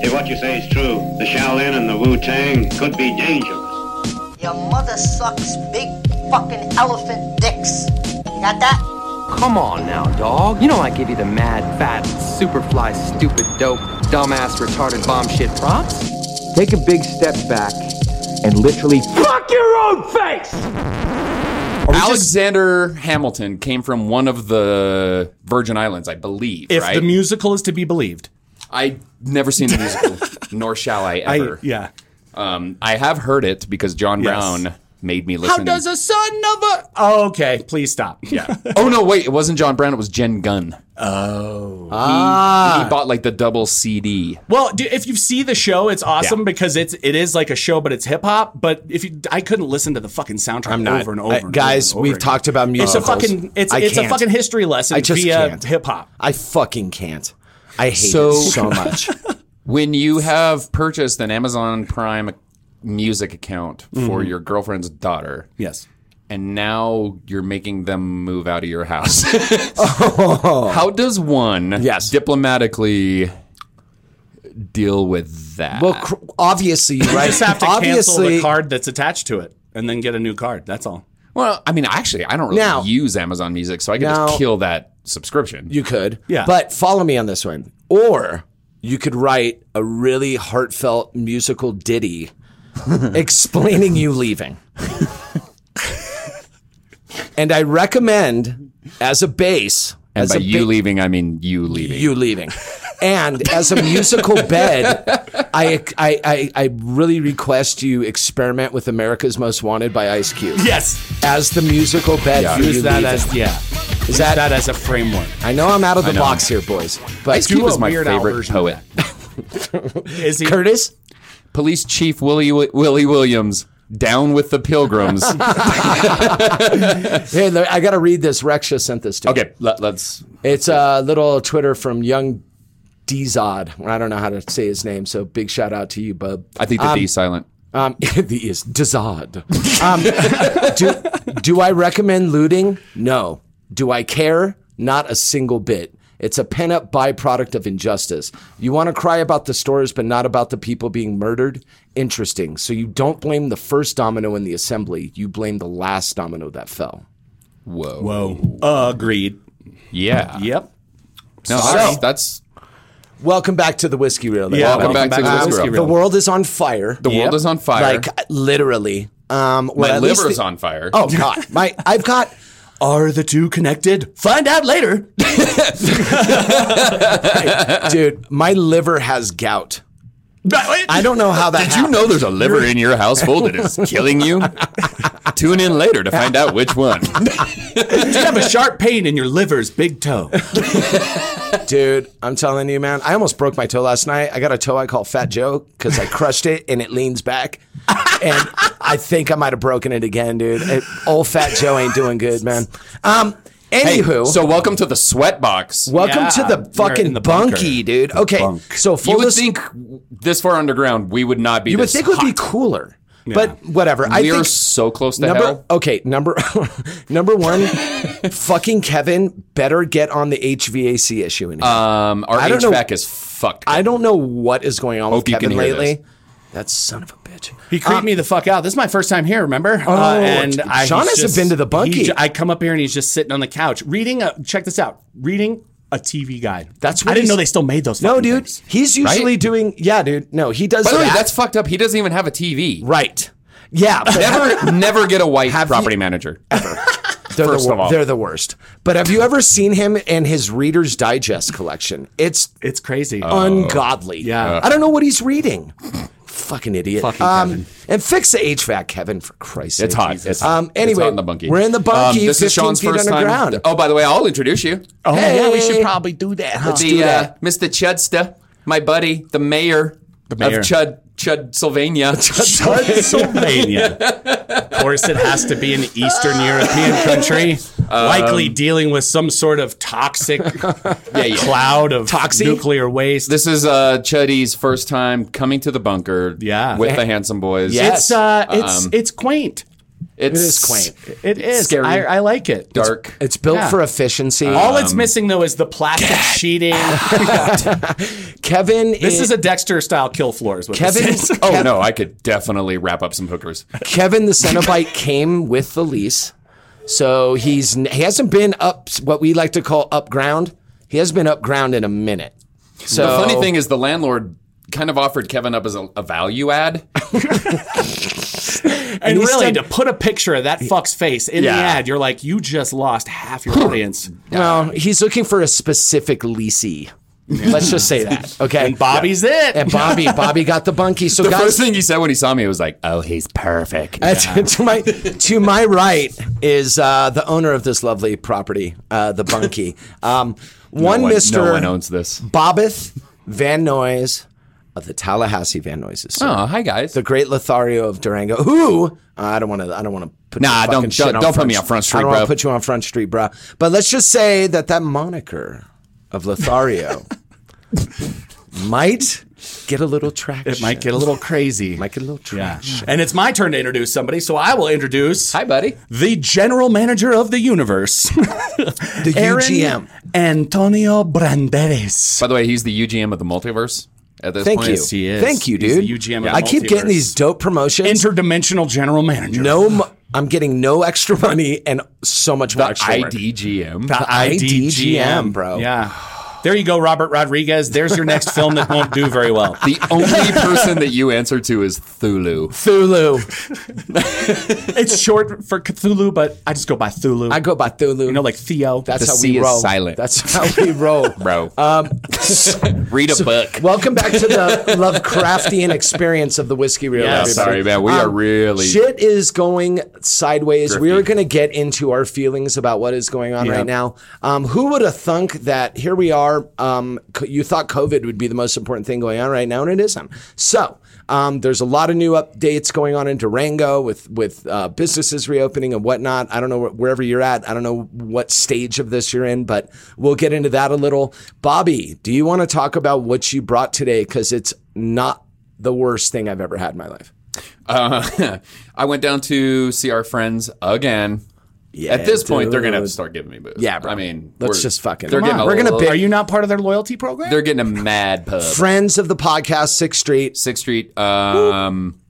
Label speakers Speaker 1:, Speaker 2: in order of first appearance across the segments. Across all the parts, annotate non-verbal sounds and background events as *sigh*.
Speaker 1: If what you say is true, the Shaolin and the Wu Tang could be dangerous.
Speaker 2: Your mother sucks big fucking elephant dicks. You got that?
Speaker 3: Come on now, dog. You know I give you the mad, fat, superfly, stupid, dope, dumbass, retarded, bomb shit props. Take a big step back and literally fuck your own face.
Speaker 4: Alexander Hamilton came from one of the Virgin Islands, I believe.
Speaker 5: If
Speaker 4: right?
Speaker 5: the musical is to be believed,
Speaker 4: I've never seen the musical,
Speaker 5: *laughs*
Speaker 4: nor shall I
Speaker 5: I,
Speaker 4: ever.
Speaker 5: yeah.
Speaker 4: Um, I have heard it because John
Speaker 5: Yes.
Speaker 4: Brown made me
Speaker 5: How
Speaker 4: listen.
Speaker 5: does a son of a? Oh, okay, please stop. Yeah.
Speaker 4: oh no, wait! It wasn't John Brown. It was Jen Gunn. Oh, he,
Speaker 5: Ah.
Speaker 4: he bought like the double CD.
Speaker 5: well, d- if you see the show, it's awesome because it's it is like a show, but it's hip hop. But if you, I couldn't listen to the fucking soundtrack
Speaker 6: I'm not.
Speaker 5: over and
Speaker 6: I-
Speaker 5: over. and
Speaker 6: guys,
Speaker 5: over and over
Speaker 6: we've
Speaker 5: again.
Speaker 6: talked about
Speaker 5: It's a
Speaker 6: musicals.
Speaker 5: fucking it's
Speaker 6: I
Speaker 5: it's a
Speaker 6: can't.
Speaker 5: fucking history lesson
Speaker 6: I just
Speaker 5: via
Speaker 6: can't. *laughs*
Speaker 5: hip hop.
Speaker 6: I fucking can't. I hate
Speaker 4: So-
Speaker 6: it so much.
Speaker 4: When you have purchased an Amazon Prime music account for your girlfriend's daughter,
Speaker 5: Mm-hmm. Yes.
Speaker 4: and now you're making them move out of your house. *laughs*
Speaker 5: Oh.
Speaker 4: How does one
Speaker 6: Yes.
Speaker 4: diplomatically deal with that?
Speaker 6: well, cr- obviously, right?
Speaker 5: You just have to cancel
Speaker 6: obviously,
Speaker 5: the card that's attached to it and then get a new card. That's all.
Speaker 4: Well, I mean, actually, I don't really
Speaker 6: Now-
Speaker 4: use Amazon Music, so I could
Speaker 6: Now-
Speaker 4: just kill that subscription.
Speaker 6: you could.
Speaker 5: Yeah.
Speaker 6: But follow me on this one. Or you could write a really heartfelt musical ditty explaining you leaving. and I recommend as a base,
Speaker 4: and
Speaker 6: as
Speaker 4: by
Speaker 6: a
Speaker 4: you
Speaker 6: ba-
Speaker 4: leaving, I mean you leaving.
Speaker 6: you leaving. And as a musical bed, I, I, I, I really request you experiment with America's Most Wanted by Ice Cube.
Speaker 5: Yes.
Speaker 6: As the musical bed, for you
Speaker 5: Use that
Speaker 6: leaving.
Speaker 5: as yeah. Use
Speaker 6: that-
Speaker 5: that, as a framework.
Speaker 6: I know I'm out of the
Speaker 4: know.
Speaker 6: box here, boys. But
Speaker 4: Ice Cube
Speaker 5: do
Speaker 4: is
Speaker 5: a
Speaker 4: my
Speaker 5: Weird Al
Speaker 4: favorite
Speaker 5: version of
Speaker 4: poet.
Speaker 5: Is he
Speaker 6: Curtis,
Speaker 4: Police Chief Willie Willie Williams, down with the Pilgrims.
Speaker 6: hey, look, I got to read this. Rexha sent this to me.
Speaker 4: okay, let, us
Speaker 6: It's a little Twitter from Young Dzod. I don't know how to say his name, so big shout out to you, bub.
Speaker 4: I think the D D's silent.
Speaker 6: Um, *laughs* the is Dzod. Um, do, do I recommend looting? No. Do I care? Not a single bit. It's a pent up byproduct of injustice. You want to cry about the stores, but not about the people being murdered? Interesting. So you don't blame the first domino in the assembly, you blame the last domino that fell.
Speaker 4: Whoa.
Speaker 5: Whoa. Agreed.
Speaker 4: Yeah.
Speaker 5: Yep.
Speaker 4: No,
Speaker 6: Sorry.
Speaker 4: that's, that's
Speaker 6: Welcome back to the whiskey reel.
Speaker 5: Yeah,
Speaker 4: Welcome back to the
Speaker 6: Um,
Speaker 4: Whiskey
Speaker 6: the world is on fire.
Speaker 4: the world is on fire.
Speaker 6: like literally. Um, well,
Speaker 4: my
Speaker 6: at least
Speaker 4: liver's
Speaker 6: the-
Speaker 4: on fire.
Speaker 6: Oh God, my I've got. Are the two connected? Find out
Speaker 4: *laughs*
Speaker 6: later, dude. My liver has gout. I don't know how that.
Speaker 4: Did you know there's a liver in your household that is
Speaker 6: *laughs*
Speaker 4: killing you? Tune in later to find out which one.
Speaker 5: You have a sharp pain in your liver's big toe.
Speaker 6: dude? I'm telling you, man. I almost broke my toe last night. I got a toe I call Fat Joe because I crushed it and it leans back, and I think I might have broken it again, dude. It, old Fat Joe ain't doing good, man. Um.
Speaker 4: Hey,
Speaker 6: Anywho,
Speaker 4: so welcome to the sweat box.
Speaker 6: Welcome
Speaker 5: Yeah,
Speaker 6: to
Speaker 5: you're
Speaker 6: the
Speaker 5: in
Speaker 6: fucking
Speaker 5: the bunker.
Speaker 6: bunkie, dude. Okay,
Speaker 5: bunk.
Speaker 6: so
Speaker 4: you
Speaker 6: full
Speaker 4: would
Speaker 6: dis-
Speaker 4: think this far underground we would not be.
Speaker 6: you would
Speaker 4: this
Speaker 6: think it would be
Speaker 4: hot.
Speaker 6: cooler, but whatever. I
Speaker 4: We are
Speaker 6: think
Speaker 4: so close to
Speaker 6: number
Speaker 4: hell.
Speaker 6: okay number *laughs* number one, fucking Kevin better get on the HVAC issue in here.
Speaker 4: Um, our
Speaker 6: I don't know-
Speaker 4: HVAC is fucked.
Speaker 6: I don't know what is going on with
Speaker 4: Hope you can
Speaker 6: Kevin
Speaker 4: hear
Speaker 6: lately.
Speaker 4: this.
Speaker 6: That son of a bitch.
Speaker 5: He creeped me the fuck out. This is my first time here, remember? Oh,
Speaker 6: Sean hasn't been to the bunkie.
Speaker 5: I come up here and he's just sitting on the couch reading a. Check this out. Reading a TV guide.
Speaker 6: That's
Speaker 5: I
Speaker 6: what
Speaker 5: didn't
Speaker 6: he's-
Speaker 5: know they still made those.
Speaker 6: No,
Speaker 5: fucking
Speaker 6: dude,
Speaker 5: things.
Speaker 6: he's usually doing. Yeah, dude. No, he does.
Speaker 4: By the way,
Speaker 6: that.
Speaker 4: that's fucked up. He doesn't even have a TV.
Speaker 6: right. Yeah, but
Speaker 4: *laughs* Never, never get a white property manager.
Speaker 6: *laughs* They're
Speaker 4: First
Speaker 6: the, wor-
Speaker 4: of all.
Speaker 6: they're the worst. But have you ever seen him and his Reader's Digest collection? It's
Speaker 5: It's crazy.
Speaker 6: ungodly.
Speaker 5: Oh. Yeah.
Speaker 6: I don't know what he's reading. Fucking idiot.
Speaker 5: Fucking Kevin.
Speaker 6: And fix the HVAC, Kevin, for Christ's sake.
Speaker 4: It's hot. It's hot.
Speaker 6: Um, anyway,
Speaker 4: it's Um, hot in the bunkie.
Speaker 6: we're in the bunkie, 15 feet underground.
Speaker 4: Oh, by the way, I'll introduce you.
Speaker 6: Oh, yeah, we should
Speaker 5: probably do that.
Speaker 4: the, uh, Mr. Chudsta, my buddy, the mayor,
Speaker 5: mayor.
Speaker 4: of Chud Chudsylvania.
Speaker 5: Pennsylvania. of course, it has to be an Eastern European country, likely dealing with some sort of toxic
Speaker 4: yeah, yeah.
Speaker 5: cloud of
Speaker 6: Toxy?
Speaker 5: nuclear waste.
Speaker 4: This is uh, Chuddy's first time coming to the bunker.
Speaker 5: Yeah.
Speaker 4: with the handsome boys.
Speaker 6: Yeah.
Speaker 5: it's uh, it's
Speaker 4: Um,
Speaker 5: it's quaint.
Speaker 4: it's
Speaker 6: is quaint.
Speaker 5: It is.
Speaker 4: Scary.
Speaker 5: I, I like it.
Speaker 4: dark.
Speaker 6: It's built
Speaker 5: Yeah. Uh,
Speaker 6: for efficiency.
Speaker 5: All it's missing though is the plastic
Speaker 6: *laughs*
Speaker 5: sheeting. *laughs*
Speaker 6: Kevin
Speaker 5: this is a Dexter style kill floor. Is what this
Speaker 6: Kevin. *laughs*
Speaker 5: is.
Speaker 4: oh no, I could definitely wrap up some hookers.
Speaker 6: Kevin the Cenobite came with the lease, so he's he hasn't been up what we like to call up ground. He hasn't been up ground in a minute. So
Speaker 4: The funny thing is, the landlord kind of offered Kevin up as a, a value add.
Speaker 5: and
Speaker 6: he
Speaker 5: really,
Speaker 6: said-
Speaker 5: to put a picture of that fuck's face in the
Speaker 4: Yeah.
Speaker 5: ad, you're like, you just lost half your audience.
Speaker 6: well, he's looking for a specific leasee. Let's just say that, okay?
Speaker 5: And Bobby's it.
Speaker 6: and
Speaker 5: *laughs*
Speaker 6: Bobby, Bobby got the bunkie. So
Speaker 4: The
Speaker 6: guys,
Speaker 4: first thing he said when he saw me was like, "Oh, he's perfect."
Speaker 6: *laughs* Uh, to, to my to my right is uh, the owner of this lovely property, uh, the Bunkie. Um, one
Speaker 4: no one,
Speaker 6: Mister
Speaker 4: No one owns this.
Speaker 6: Bobbeth Van Noys of the Tallahassee Van Noises,
Speaker 4: Oh, hi guys.
Speaker 6: the great Lothario of Durango. Who I don't want to. I don't want to. Put
Speaker 4: Nah,
Speaker 6: your fucking
Speaker 4: don't-
Speaker 6: shit
Speaker 4: don't-
Speaker 6: on
Speaker 4: don't put me on Front Street,
Speaker 6: I don't wanna
Speaker 4: bro.
Speaker 6: put you on Front Street, bro. But let's just say that that moniker of Lothario might get a little traction.
Speaker 5: It might get a little crazy.
Speaker 6: might get a little traction.
Speaker 5: Yeah. *laughs* And it's my turn to introduce somebody, so I will introduce
Speaker 4: hi, buddy.
Speaker 5: the general manager of the universe,
Speaker 6: The
Speaker 5: Aaron
Speaker 6: UGM.
Speaker 5: Antonio Branderes.
Speaker 4: By the way, he's the UGM of the multiverse at this
Speaker 6: Thank
Speaker 4: point.
Speaker 6: you.
Speaker 5: Yes, he is.
Speaker 6: Thank you,
Speaker 5: He's
Speaker 6: dude.
Speaker 5: the UGM of
Speaker 6: I
Speaker 5: the
Speaker 6: keep getting
Speaker 5: multiverse.
Speaker 6: these dope promotions.
Speaker 5: Interdimensional general manager.
Speaker 6: no, mo- I'm getting no extra money and so much more
Speaker 4: The
Speaker 6: extra work.
Speaker 4: IDGM.
Speaker 5: The IDGM,
Speaker 6: bro.
Speaker 5: Yeah. There you go, Robert Rodriguez. There's your next film that won't do very well.
Speaker 4: The only person that you answer to is Thulu.
Speaker 6: Thulu.
Speaker 5: *laughs* It's short for Cthulhu, but I just go by Thulu.
Speaker 6: I go by Thulu.
Speaker 5: you know, like Theo.
Speaker 6: that's
Speaker 4: The
Speaker 6: how
Speaker 4: C
Speaker 6: we
Speaker 4: is
Speaker 6: roll.
Speaker 4: silent.
Speaker 6: That's how we roll,
Speaker 4: Bro.
Speaker 6: Um,
Speaker 4: *laughs* Read a book.
Speaker 6: welcome back to the Lovecraftian experience of the whiskey reel.
Speaker 5: Yeah,
Speaker 6: everybody.
Speaker 4: Sorry, man. We
Speaker 6: Um,
Speaker 4: are really.
Speaker 6: Shit is going sideways. We
Speaker 4: Grifty.
Speaker 6: are going to get into our feelings about what is going on
Speaker 5: Yeah.
Speaker 6: right now. Um, who would have thunk that here we are? Um, co- you thought COVID would be the most important thing going on right now, and it isn't. So. Um, there's a lot of new updates going on in Durango with with uh, businesses reopening and whatnot. I don't know wh- wherever you're at. I don't know what stage of this you're in, but we'll get into that a little. Bobby, do you want to talk about what you brought today? Because it's not the worst thing I've ever had in my life.
Speaker 4: Uh, *laughs* I went down to see our friends again. At this point, they're gonna have to
Speaker 6: dude.
Speaker 4: start giving me booze.
Speaker 6: Yeah, bro.
Speaker 4: I mean,
Speaker 6: Let's
Speaker 4: we're-
Speaker 6: just fucking-
Speaker 4: They're
Speaker 6: Come
Speaker 4: getting
Speaker 6: on,
Speaker 4: a
Speaker 6: we're gonna
Speaker 4: little-
Speaker 6: big-
Speaker 5: Are you not part of their loyalty program?
Speaker 4: They're getting a mad pub.
Speaker 6: friends of the podcast, Sixth Street.
Speaker 4: Sixth Street. Um,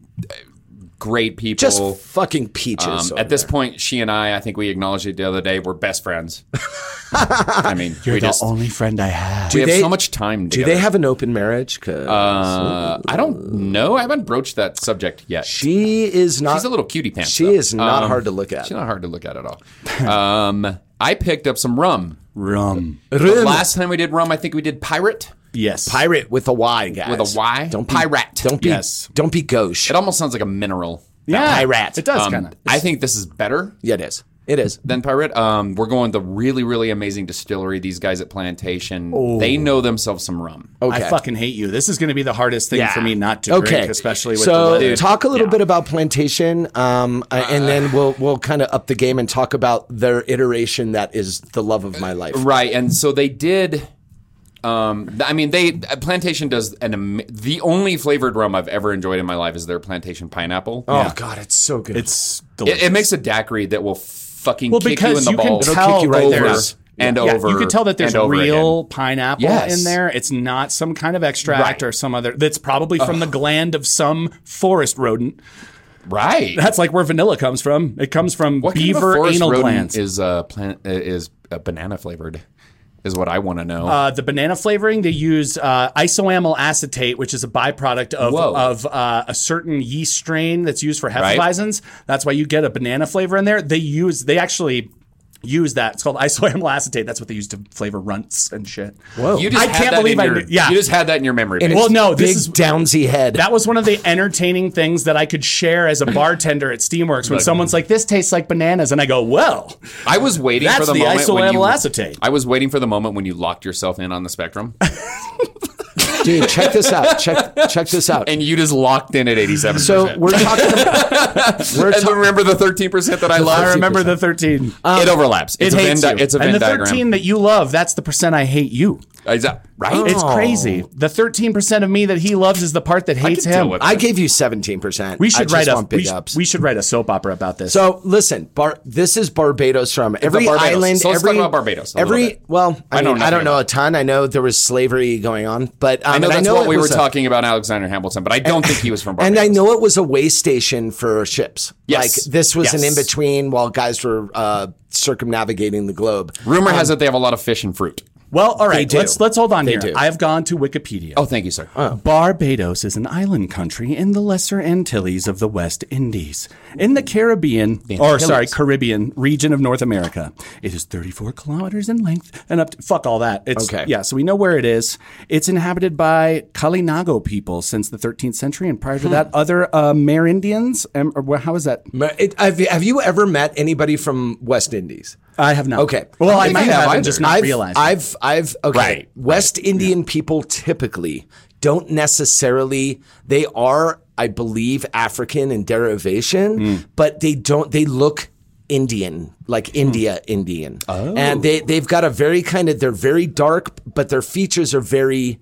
Speaker 4: great people.
Speaker 6: Just fucking peaches.
Speaker 4: Oh. um, at this point, she and I, I think we acknowledged it the other day. We're best friends. I mean, we just
Speaker 5: only friend I have.
Speaker 4: we have
Speaker 6: they-
Speaker 4: so much time.
Speaker 6: do
Speaker 4: together.
Speaker 6: they have an open marriage? 'Cause
Speaker 4: Uh, I don't know. I haven't broached that subject yet.
Speaker 6: she is not.
Speaker 4: She's a little cutie pants.
Speaker 6: She
Speaker 4: though. Um,
Speaker 6: is not hard to look at.
Speaker 4: She's not hard to look at at all. Um, I picked up some rum.
Speaker 5: Rum.
Speaker 4: The
Speaker 6: Rum.
Speaker 4: last time we did rum, I think we did pirate.
Speaker 5: Yes.
Speaker 6: pirate with a Y, guys.
Speaker 4: With a Y?
Speaker 6: Don't be,
Speaker 4: Pirate.
Speaker 6: Don't be.
Speaker 5: Yes.
Speaker 6: Don't be gauche.
Speaker 4: It almost sounds like a mineral.
Speaker 5: Yeah.
Speaker 6: Pirate.
Speaker 5: It does
Speaker 4: Um,
Speaker 5: kind of.
Speaker 4: I think this is better
Speaker 6: Yeah, it is. It is.
Speaker 4: than pirate. Um, we're going the really, really amazing distillery. These guys at Plantation, they know themselves some rum.
Speaker 6: Okay.
Speaker 5: I fucking hate you. This is going to be the hardest thing
Speaker 4: Yeah.
Speaker 5: for me not to
Speaker 6: Okay.
Speaker 5: drink, especially with the
Speaker 6: so
Speaker 5: weather.
Speaker 6: talk a little bit about plantation, um, uh, and then we'll we'll kind of up the game and talk about their iteration that is the love of my life.
Speaker 4: Right, and so they did. Um, th- I mean, they Plantation does an am- the only flavored rum I've ever enjoyed in my life is their Plantation pineapple.
Speaker 6: Oh God, it's so good.
Speaker 5: It's delicious.
Speaker 4: It, it makes a daiquiri that will fucking
Speaker 5: well,
Speaker 4: kick you in
Speaker 5: because
Speaker 4: the
Speaker 5: you can
Speaker 4: balls.
Speaker 5: tell
Speaker 6: kick you
Speaker 5: that
Speaker 6: right in the
Speaker 5: there's
Speaker 6: balls.
Speaker 4: and
Speaker 5: Yeah,
Speaker 4: over.
Speaker 5: You can tell that there's
Speaker 4: and over
Speaker 5: real
Speaker 4: again.
Speaker 5: pineapple
Speaker 4: Yes.
Speaker 5: in there. It's not some kind of extract
Speaker 4: Right.
Speaker 5: or some other. That's probably from the gland of some forest rodent.
Speaker 4: Right.
Speaker 5: That's like where vanilla comes from. It comes from
Speaker 4: what kind of a
Speaker 5: beaver
Speaker 4: forest
Speaker 5: anal
Speaker 4: rodent
Speaker 5: glands.
Speaker 4: is uh, plant uh, is uh, banana flavored? Is what I want to know.
Speaker 5: uh, the banana flavoring, they use uh, isoamyl acetate, which is a byproduct of,
Speaker 4: Whoa.
Speaker 5: of uh, a certain yeast strain that's used for
Speaker 4: Right.
Speaker 5: hefeweizens. That's why you get a banana flavor in there. They use, they actually use that. It's called *laughs* isoamyl acetate. That's what they use to flavor runts and shit. Whoa.
Speaker 4: you just
Speaker 5: I
Speaker 4: had
Speaker 5: can't
Speaker 4: that
Speaker 5: believe
Speaker 4: in
Speaker 5: I
Speaker 4: your,
Speaker 5: knew- yeah.
Speaker 4: You just had that in your memory.
Speaker 6: And
Speaker 4: base.
Speaker 6: it's
Speaker 5: Well, no, this
Speaker 6: big
Speaker 5: is-
Speaker 6: Downsy head.
Speaker 5: That was one of the entertaining things that I could
Speaker 4: *laughs*
Speaker 5: share as a bartender at Steamworks when someone's like, this tastes like bananas. And I go, well,
Speaker 4: I was waiting
Speaker 5: That's
Speaker 4: for the,
Speaker 5: the
Speaker 4: moment when
Speaker 5: isoamyl
Speaker 4: you,
Speaker 5: acetate.
Speaker 4: I was waiting for the moment when you locked yourself in on the spectrum.
Speaker 6: dude, check this out.
Speaker 4: *laughs*
Speaker 6: Check check this out.
Speaker 4: and you just locked in at 87%.
Speaker 6: so we're talking.
Speaker 4: *laughs*
Speaker 6: About, we're
Speaker 4: and
Speaker 6: talking.
Speaker 4: remember the 13% that I love?
Speaker 6: I remember um,
Speaker 5: the 13.
Speaker 4: it overlaps. It's
Speaker 5: it
Speaker 4: a Venn
Speaker 5: hates
Speaker 4: di-
Speaker 5: you.
Speaker 4: It's a Venn
Speaker 5: and the
Speaker 4: diagram.
Speaker 5: 13 that you love, that's the percent I hate you.
Speaker 4: Is that
Speaker 6: Oh,
Speaker 4: right?
Speaker 5: It's crazy. The 13% of me that he loves is the part that hates
Speaker 4: can deal
Speaker 5: him.
Speaker 4: with
Speaker 6: I gave you seventeen percent.
Speaker 5: We should
Speaker 6: I
Speaker 5: write
Speaker 6: just
Speaker 5: a
Speaker 6: want big
Speaker 5: we, sh-
Speaker 6: ups.
Speaker 5: we should write a soap opera about this.
Speaker 6: so listen, Bar- this is Barbados from every
Speaker 4: Barbados.
Speaker 6: island.
Speaker 4: So let's
Speaker 6: every
Speaker 4: talk about Barbados a little
Speaker 6: every
Speaker 4: bit.
Speaker 6: well, I,
Speaker 4: I know
Speaker 6: mean, I
Speaker 4: nothing
Speaker 6: don't know
Speaker 4: about
Speaker 6: a ton. I know there was slavery going on, but um,
Speaker 4: I know
Speaker 6: and
Speaker 4: that's what
Speaker 6: it
Speaker 4: we were
Speaker 6: was a-
Speaker 4: talking about Alexander Hamilton, but I don't think he was from
Speaker 6: And
Speaker 4: Barbados.
Speaker 6: I know it was a way station for ships.
Speaker 4: Yes.
Speaker 6: Like this was an
Speaker 4: Yes.
Speaker 6: in between while guys were uh, circumnavigating the globe.
Speaker 4: Rumor
Speaker 6: um,
Speaker 4: has it they have a lot of fish and fruit.
Speaker 5: well, all right,
Speaker 6: do.
Speaker 5: let's let's hold on here.
Speaker 6: do.
Speaker 5: I've gone to Wikipedia.
Speaker 4: Oh, thank you, sir.
Speaker 5: Barbados is an island country in the Lesser Antilles of the West Indies, in the Caribbean, or sorry, Caribbean region of North America. It is 34 kilometers in length and up to, fuck all that. It's,
Speaker 6: Okay.
Speaker 5: Yeah, so we know where it is. It's inhabited by Kalinago people since the 13th century, and prior to
Speaker 6: Hmm.
Speaker 5: that, other uh, Amerindians. Um, or wha- how is that?
Speaker 6: Ma- Uh, it- have, you- have you ever met anybody from West Indies?
Speaker 5: I have not.
Speaker 6: Okay.
Speaker 5: Well, I,
Speaker 6: think
Speaker 5: might have. I'm
Speaker 6: either.
Speaker 5: just not
Speaker 6: I've,
Speaker 5: realizing.
Speaker 6: I've, I've, okay.
Speaker 4: Right,
Speaker 6: West Indian people typically don't necessarily, they are, I believe, African in derivation,
Speaker 5: Hmm.
Speaker 6: but they don't, they look Indian, like
Speaker 5: Hmm.
Speaker 6: India Indian. Oh. And they, they've got a very kind of, they're very dark, but their features are very,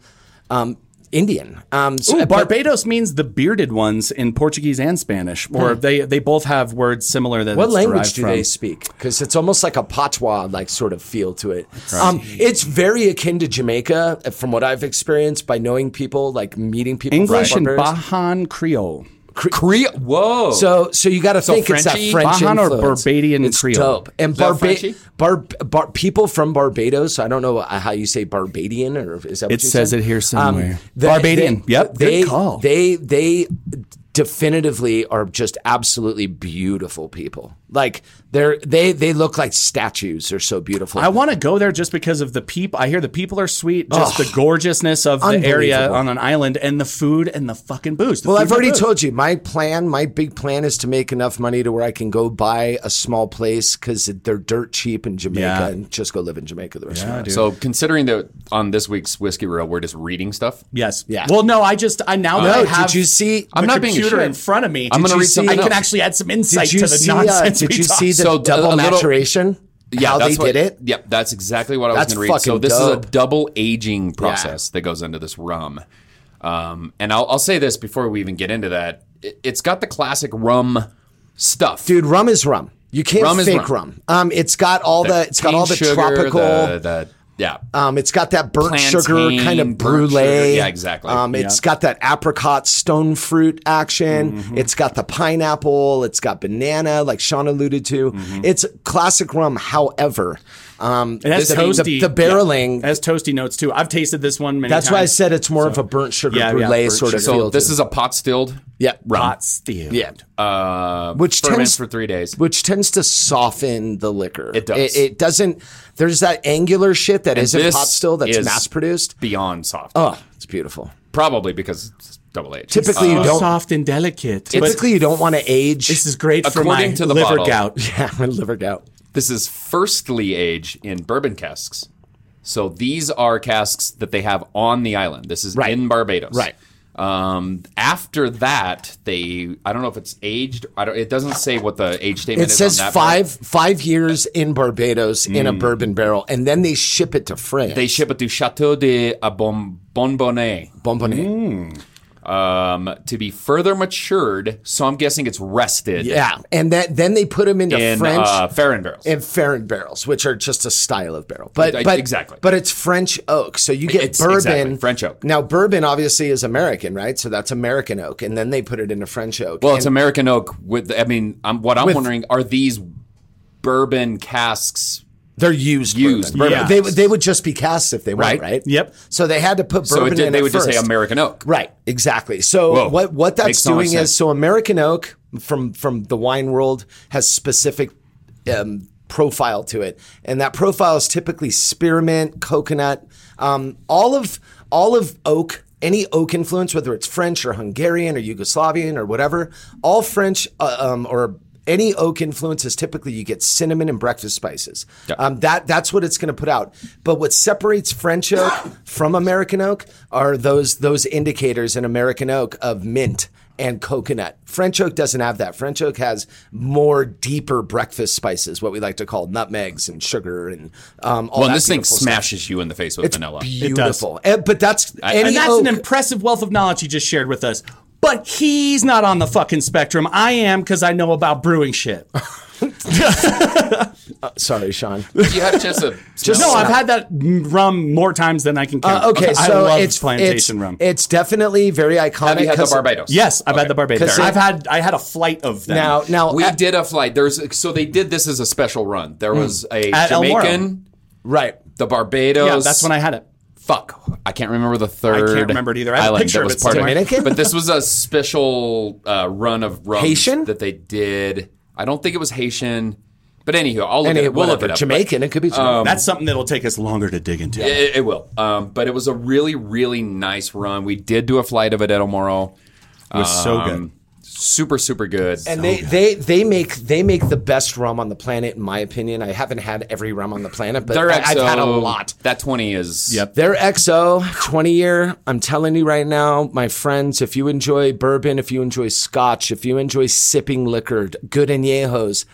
Speaker 6: um, Indian. Um, so,
Speaker 5: Ooh,
Speaker 6: but-
Speaker 5: Barbados means the bearded ones in Portuguese and Spanish, or they, they both have words similar that
Speaker 6: Hmm. What
Speaker 5: it's
Speaker 6: language
Speaker 5: derived
Speaker 6: do
Speaker 5: from.
Speaker 6: they speak? Because it's almost like a patois like sort of feel to it. Um, it's very akin to Jamaica, from what I've experienced by knowing people, like meeting people. from
Speaker 5: English and
Speaker 6: Barbados.
Speaker 5: Bahan Creole.
Speaker 4: Korea. Whoa.
Speaker 6: So, so you got to think it's that
Speaker 4: Frenchy,
Speaker 6: French
Speaker 5: Bajan or
Speaker 6: influence.
Speaker 5: Barbadian
Speaker 6: it's
Speaker 5: Creole?
Speaker 6: dope. And
Speaker 4: that
Speaker 6: Barba-
Speaker 4: Frenchy?
Speaker 6: Bar- Bar- people from Barbados. I don't know uh, how you say Barbadian, or is that what
Speaker 5: It
Speaker 6: you
Speaker 5: says
Speaker 6: said? Um,
Speaker 5: it here somewhere.
Speaker 6: they-
Speaker 5: Barbadian.
Speaker 6: they-
Speaker 5: Yep, good
Speaker 6: They,
Speaker 5: call.
Speaker 6: They they definitively are just absolutely beautiful people. Like they're they they look like statues. They're so beautiful.
Speaker 5: I want to go there just because of the peep. I hear the people are sweet, just the gorgeousness of the area
Speaker 6: Unbelievable.
Speaker 5: on an island, and the food and the fucking booze. The
Speaker 6: well,
Speaker 5: food
Speaker 6: I've
Speaker 5: and
Speaker 6: already
Speaker 5: booze.
Speaker 6: told you my plan. My big plan is to make enough money to where I can go buy a small place because they're dirt cheap in Jamaica
Speaker 5: Yeah.
Speaker 6: and just go live in Jamaica the rest of my life.
Speaker 4: So considering that on this week's whiskey reel we're just reading stuff.
Speaker 5: Yes.
Speaker 6: Yeah.
Speaker 5: Well, no, I just I now that
Speaker 6: No,
Speaker 5: I
Speaker 6: did
Speaker 5: have
Speaker 6: you see-
Speaker 5: I'm
Speaker 4: I'm
Speaker 5: not
Speaker 4: not being a
Speaker 5: computer
Speaker 4: shit.
Speaker 5: in front of me.
Speaker 4: I'm
Speaker 5: Did
Speaker 4: gonna
Speaker 5: you
Speaker 4: read
Speaker 5: see-
Speaker 4: something
Speaker 5: I can
Speaker 4: else.
Speaker 5: actually add some insight
Speaker 6: Did
Speaker 5: to
Speaker 6: you
Speaker 5: the
Speaker 6: see? Uh,
Speaker 5: nonsense.
Speaker 6: did
Speaker 5: we
Speaker 6: you
Speaker 5: talked.
Speaker 6: see the
Speaker 4: So, a-
Speaker 6: double
Speaker 4: a little-
Speaker 6: maturation?
Speaker 4: Yeah,
Speaker 6: how
Speaker 4: that's
Speaker 6: they
Speaker 4: what,
Speaker 6: did it.
Speaker 4: Yep, that's exactly what I
Speaker 6: That's
Speaker 4: was going to read. So
Speaker 6: fucking
Speaker 4: this is
Speaker 6: dope.
Speaker 4: a double aging process that goes into this rum. Um, and I'll, I'll say this before we even get into that: it, it's got the classic rum stuff,
Speaker 6: dude. Rum is rum. You can't
Speaker 4: Rum is
Speaker 6: fake rum.
Speaker 4: rum.
Speaker 6: Um, it's got all the, it's got
Speaker 4: cane
Speaker 6: all the
Speaker 4: sugar,
Speaker 6: tropical.
Speaker 4: the- the- yeah,
Speaker 6: um, it's got that burnt
Speaker 4: Plantain,
Speaker 6: sugar kind of
Speaker 4: burnt sugar.
Speaker 6: brulee.
Speaker 4: Yeah, exactly.
Speaker 6: Um, it's got that apricot stone fruit action.
Speaker 4: Mm-hmm.
Speaker 6: It's got the pineapple. It's got banana, like Sean alluded to.
Speaker 4: Mm-hmm.
Speaker 6: It's classic rum. However, um,
Speaker 5: And that's
Speaker 6: the,
Speaker 5: toasty.
Speaker 6: the, the barreling.
Speaker 5: As toasty notes too. I've tasted this one many
Speaker 6: That's
Speaker 5: times.
Speaker 6: why I said it's more of a burnt sugar
Speaker 5: Yeah, yeah,
Speaker 6: brulee
Speaker 5: burnt
Speaker 6: sort of
Speaker 5: sugar.
Speaker 6: feel.
Speaker 4: so this
Speaker 6: to it.
Speaker 4: is a pot stilled
Speaker 6: yeah,
Speaker 4: rum,
Speaker 5: hot steel.
Speaker 6: Yeah.
Speaker 4: uh,
Speaker 6: Which
Speaker 4: ferment
Speaker 6: tends-
Speaker 4: for three days.
Speaker 6: which tends to soften the liquor.
Speaker 4: It does.
Speaker 6: It, it doesn't. There's that angular shit that not
Speaker 4: this
Speaker 6: pop still that's
Speaker 4: is-
Speaker 6: mass produced.
Speaker 4: Beyond soft,
Speaker 6: Oh, it's beautiful.
Speaker 4: probably because it's double aged.
Speaker 6: Typically, you don't.
Speaker 5: soft and delicate.
Speaker 6: Typically, you don't want to age.
Speaker 5: This is great for my
Speaker 4: According to the
Speaker 5: liver
Speaker 4: bottle.
Speaker 5: gout.
Speaker 6: yeah, my liver gout.
Speaker 4: This is firstly age in bourbon casks. So these are casks that they have on the island. This is
Speaker 6: Right.
Speaker 4: in Barbados.
Speaker 6: Right.
Speaker 4: Um, after that, they I don't know if it's aged. I don't. It doesn't say what the age statement
Speaker 6: It
Speaker 4: is.
Speaker 6: says
Speaker 4: on that
Speaker 6: five
Speaker 4: part.
Speaker 6: five years in Barbados in a bourbon barrel, and then they ship it to France.
Speaker 4: They ship it to Chateau de Abon- Bonbonnet
Speaker 6: Bonbonnet.
Speaker 4: um, to be further matured. So I'm guessing it's rested.
Speaker 6: Yeah, and that then they put them into
Speaker 4: In
Speaker 6: French.
Speaker 4: uh, Farron barrels.
Speaker 6: and Farron barrels, which are just a style of barrel, but
Speaker 4: I-
Speaker 6: but
Speaker 4: exactly.
Speaker 6: but it's French oak, so you get
Speaker 4: It's-
Speaker 6: bourbon
Speaker 4: exactly, French oak.
Speaker 6: Now bourbon obviously is American, right? So that's American oak, and then they put it into French oak.
Speaker 4: Well, it's
Speaker 6: And
Speaker 4: American oak. With I mean, I'm, what I'm
Speaker 6: With-
Speaker 4: wondering are these bourbon casks
Speaker 6: they're used
Speaker 4: used
Speaker 6: bourbon.
Speaker 4: bourbon.
Speaker 5: Yeah.
Speaker 6: They would- they would just be cast if they were right.
Speaker 4: Right.
Speaker 5: Yep.
Speaker 6: So they had to put bourbon
Speaker 4: So it
Speaker 6: in
Speaker 4: did, they
Speaker 6: it
Speaker 4: would just say
Speaker 6: first.
Speaker 4: American oak.
Speaker 6: Right, exactly. So
Speaker 4: Whoa.
Speaker 6: what what that's
Speaker 4: Makes so much
Speaker 6: doing is
Speaker 4: sense.
Speaker 6: so American oak from from the wine world has specific um, profile to it, and that profile is typically spearmint, coconut, um, all of all of oak. Any oak influence, whether it's French or Hungarian or Yugoslavian or whatever, all French uh, um, or any oak influences, typically you get cinnamon and breakfast spices.
Speaker 4: Yep.
Speaker 6: Um, that that's what it's going to put out. But what separates French oak from American oak are those those indicators in American oak of mint and coconut. French oak doesn't have that. French oak has more deeper breakfast spices, what we like to call nutmegs and sugar and um, all
Speaker 4: Well, and
Speaker 6: that
Speaker 4: this thing
Speaker 6: beautiful stuff.
Speaker 4: smashes you in the face with
Speaker 6: It's
Speaker 4: vanilla.
Speaker 6: beautiful, Eh, but that's any
Speaker 5: and that's
Speaker 6: oak.
Speaker 5: an impressive wealth of knowledge he just shared with us. But he's not on the fucking spectrum. I am because I know about brewing shit.
Speaker 6: Sorry, Sean.
Speaker 4: you have just a
Speaker 6: *laughs* Just-
Speaker 5: No,
Speaker 4: smell.
Speaker 5: I've had that rum more times than I can count.
Speaker 6: Uh, okay,
Speaker 5: I
Speaker 6: so
Speaker 5: love
Speaker 6: it's
Speaker 5: plantation
Speaker 6: it's,
Speaker 5: rum.
Speaker 6: It's definitely very iconic.
Speaker 4: have you had the
Speaker 6: 'cause-
Speaker 4: Barbados?
Speaker 5: yes, I've had the Barbados.
Speaker 6: 'Cause it-
Speaker 5: I've had I had a flight of them.
Speaker 6: Now, now
Speaker 4: We
Speaker 6: at- Hmm.
Speaker 4: did a flight. There's so they did this as a special run. There was a
Speaker 5: At El Moro.
Speaker 4: Jamaican,
Speaker 6: right.
Speaker 4: the Barbados.
Speaker 5: yeah, that's when I had it.
Speaker 4: fuck. I can't remember the third.
Speaker 5: remember it either. I have a
Speaker 4: island
Speaker 5: picture
Speaker 4: that
Speaker 5: of
Speaker 4: was
Speaker 5: it
Speaker 4: part
Speaker 5: somewhere.
Speaker 6: Dominican?
Speaker 4: But this was a special uh, run of rum
Speaker 6: Haitian?
Speaker 4: that they did. I don't think it was Haitian, but anywho, I'll look,
Speaker 6: And
Speaker 4: it,
Speaker 6: it,
Speaker 4: we'll look
Speaker 6: whatever,
Speaker 4: it up.
Speaker 6: Jamaican. It could be
Speaker 4: Oh,
Speaker 6: Jamaican.
Speaker 5: That's something that'll take us longer to dig into.
Speaker 4: It, it will. Um, but it was a really, really nice run. We did do a flight of it at El Moro.
Speaker 5: It was so good.
Speaker 4: Um, super, super good.
Speaker 6: and they, they they make they make the best rum on the planet, in my opinion. I haven't had every rum on the planet, but
Speaker 4: Their
Speaker 6: I, have had a
Speaker 4: XO
Speaker 6: lot.
Speaker 4: That twenty is
Speaker 5: Yep.
Speaker 6: Their XO 20 year. I'm telling you right now, my friends, if you enjoy bourbon, if you enjoy scotch, if you enjoy sipping liquor, good añejos,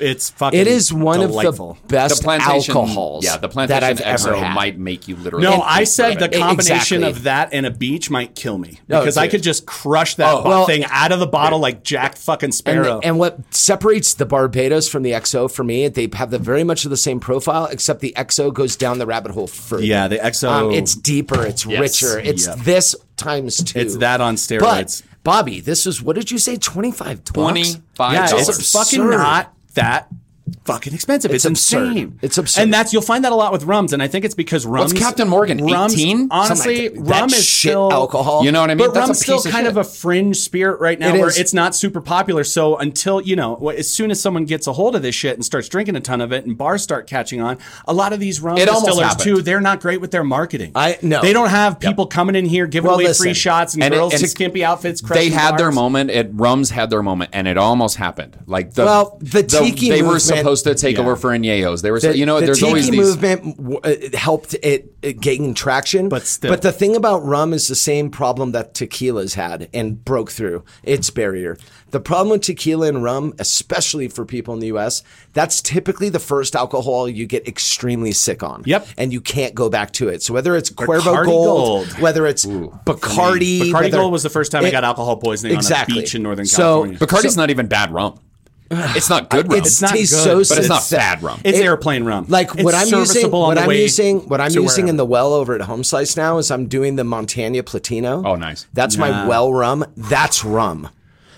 Speaker 5: It's fucking.
Speaker 6: it is one
Speaker 5: delightful.
Speaker 6: of the best
Speaker 4: The plantation
Speaker 6: alcohols
Speaker 4: Yeah, the plantation
Speaker 6: that I've ever
Speaker 4: XO
Speaker 6: had.
Speaker 4: might make you literally.
Speaker 5: No,
Speaker 4: puke
Speaker 5: Oh, I said
Speaker 4: from
Speaker 5: the
Speaker 4: it.
Speaker 6: com-
Speaker 5: combination
Speaker 6: Exactly.
Speaker 5: of that and a beach might kill me
Speaker 6: No,
Speaker 5: because I
Speaker 6: dude.
Speaker 5: could just crush that
Speaker 6: Oh, well-
Speaker 5: thing out of the bottle like Jack fucking
Speaker 6: And,
Speaker 5: Sparrow.
Speaker 6: and what separates the Barbados from the XO for me, they have the very much of the same profile, except the XO goes down the rabbit hole further.
Speaker 5: yeah, the XO.
Speaker 6: Um, it's deeper, it's
Speaker 4: Yes.
Speaker 6: richer, it's
Speaker 5: Yep.
Speaker 6: this times two.
Speaker 5: It's that on
Speaker 6: But
Speaker 5: steroids.
Speaker 6: Bobby, this was what did you say? Twenty five.
Speaker 4: twenty
Speaker 5: yeah,
Speaker 4: five
Speaker 5: it's
Speaker 4: dollars.
Speaker 6: absurd.
Speaker 5: fucking not that fucking expensive. It's,
Speaker 6: It's absurd.
Speaker 5: insane.
Speaker 6: It's absurd.
Speaker 5: And that's you'll find that a lot with rums, and I think it's because rums.
Speaker 4: Captain Morgan,
Speaker 5: Rums,
Speaker 4: 18?
Speaker 5: honestly,
Speaker 6: Something like that.
Speaker 5: rum
Speaker 6: That
Speaker 5: is
Speaker 6: shit
Speaker 5: still
Speaker 6: alcohol.
Speaker 4: You know what I mean?
Speaker 5: But
Speaker 4: That's a
Speaker 5: rum's still
Speaker 4: piece of
Speaker 5: kind
Speaker 4: shit.
Speaker 5: of a fringe spirit right now,
Speaker 6: It
Speaker 5: where
Speaker 6: is.
Speaker 5: it's not super popular. So until you know, wh- as soon as someone gets a hold of this shit and starts drinking a ton of it, and bars start catching on, a lot of these rum
Speaker 4: It almost
Speaker 5: distillers
Speaker 4: happened.
Speaker 5: too, they're not great with their marketing.
Speaker 6: I- no.
Speaker 5: they don't have people coming in here giving
Speaker 6: Well,
Speaker 5: away
Speaker 6: listen.
Speaker 5: free shots and,
Speaker 4: And it-
Speaker 5: girls
Speaker 4: and
Speaker 5: in skimpy outfits.
Speaker 4: They
Speaker 5: crushing
Speaker 4: had their
Speaker 5: bars.
Speaker 4: moment. It rums had their moment, and it almost happened. Like the
Speaker 6: Well, the tiki
Speaker 4: they were
Speaker 6: movement-
Speaker 4: supposed to take
Speaker 5: Yeah.
Speaker 4: over for Inyos. They were,
Speaker 6: The,
Speaker 4: you know,
Speaker 6: the
Speaker 4: there's
Speaker 6: tiki
Speaker 4: always these.
Speaker 6: movement w- uh, helped it, it gain traction,
Speaker 5: But still.
Speaker 6: the thing about rum is the same problem that tequila's had and broke through its barrier. The problem with tequila and rum, especially for people in the U.S., that's typically the first alcohol you get extremely sick on.
Speaker 5: Yep.
Speaker 6: and you can't go back to it. So whether it's Cuervo
Speaker 5: Bacardi
Speaker 6: Gold,
Speaker 5: Gold.
Speaker 6: whether it's Bacardi,
Speaker 5: Bacardi
Speaker 6: whether-
Speaker 5: Gold was the first time I
Speaker 6: It-
Speaker 5: got alcohol poisoning
Speaker 6: exactly.
Speaker 5: on a beach in Northern
Speaker 6: So-
Speaker 5: California.
Speaker 4: Bacardi's not even bad rum. It's not good rum.
Speaker 6: It's,
Speaker 5: It's not
Speaker 6: tastes
Speaker 5: good,
Speaker 6: so
Speaker 5: but it's
Speaker 4: but it's not
Speaker 6: synthetic.
Speaker 4: bad rum.
Speaker 5: It's
Speaker 6: It-
Speaker 5: airplane rum.
Speaker 6: Like
Speaker 5: It's
Speaker 6: what I'm using,
Speaker 5: serviceable on
Speaker 6: what
Speaker 5: the
Speaker 6: I'm
Speaker 5: way
Speaker 6: using, what I'm
Speaker 5: to
Speaker 6: using in
Speaker 5: wherever.
Speaker 6: the well over at Home Slice now is I'm doing the Montana Platino.
Speaker 4: Oh, nice.
Speaker 6: That's my well rum. That's rum.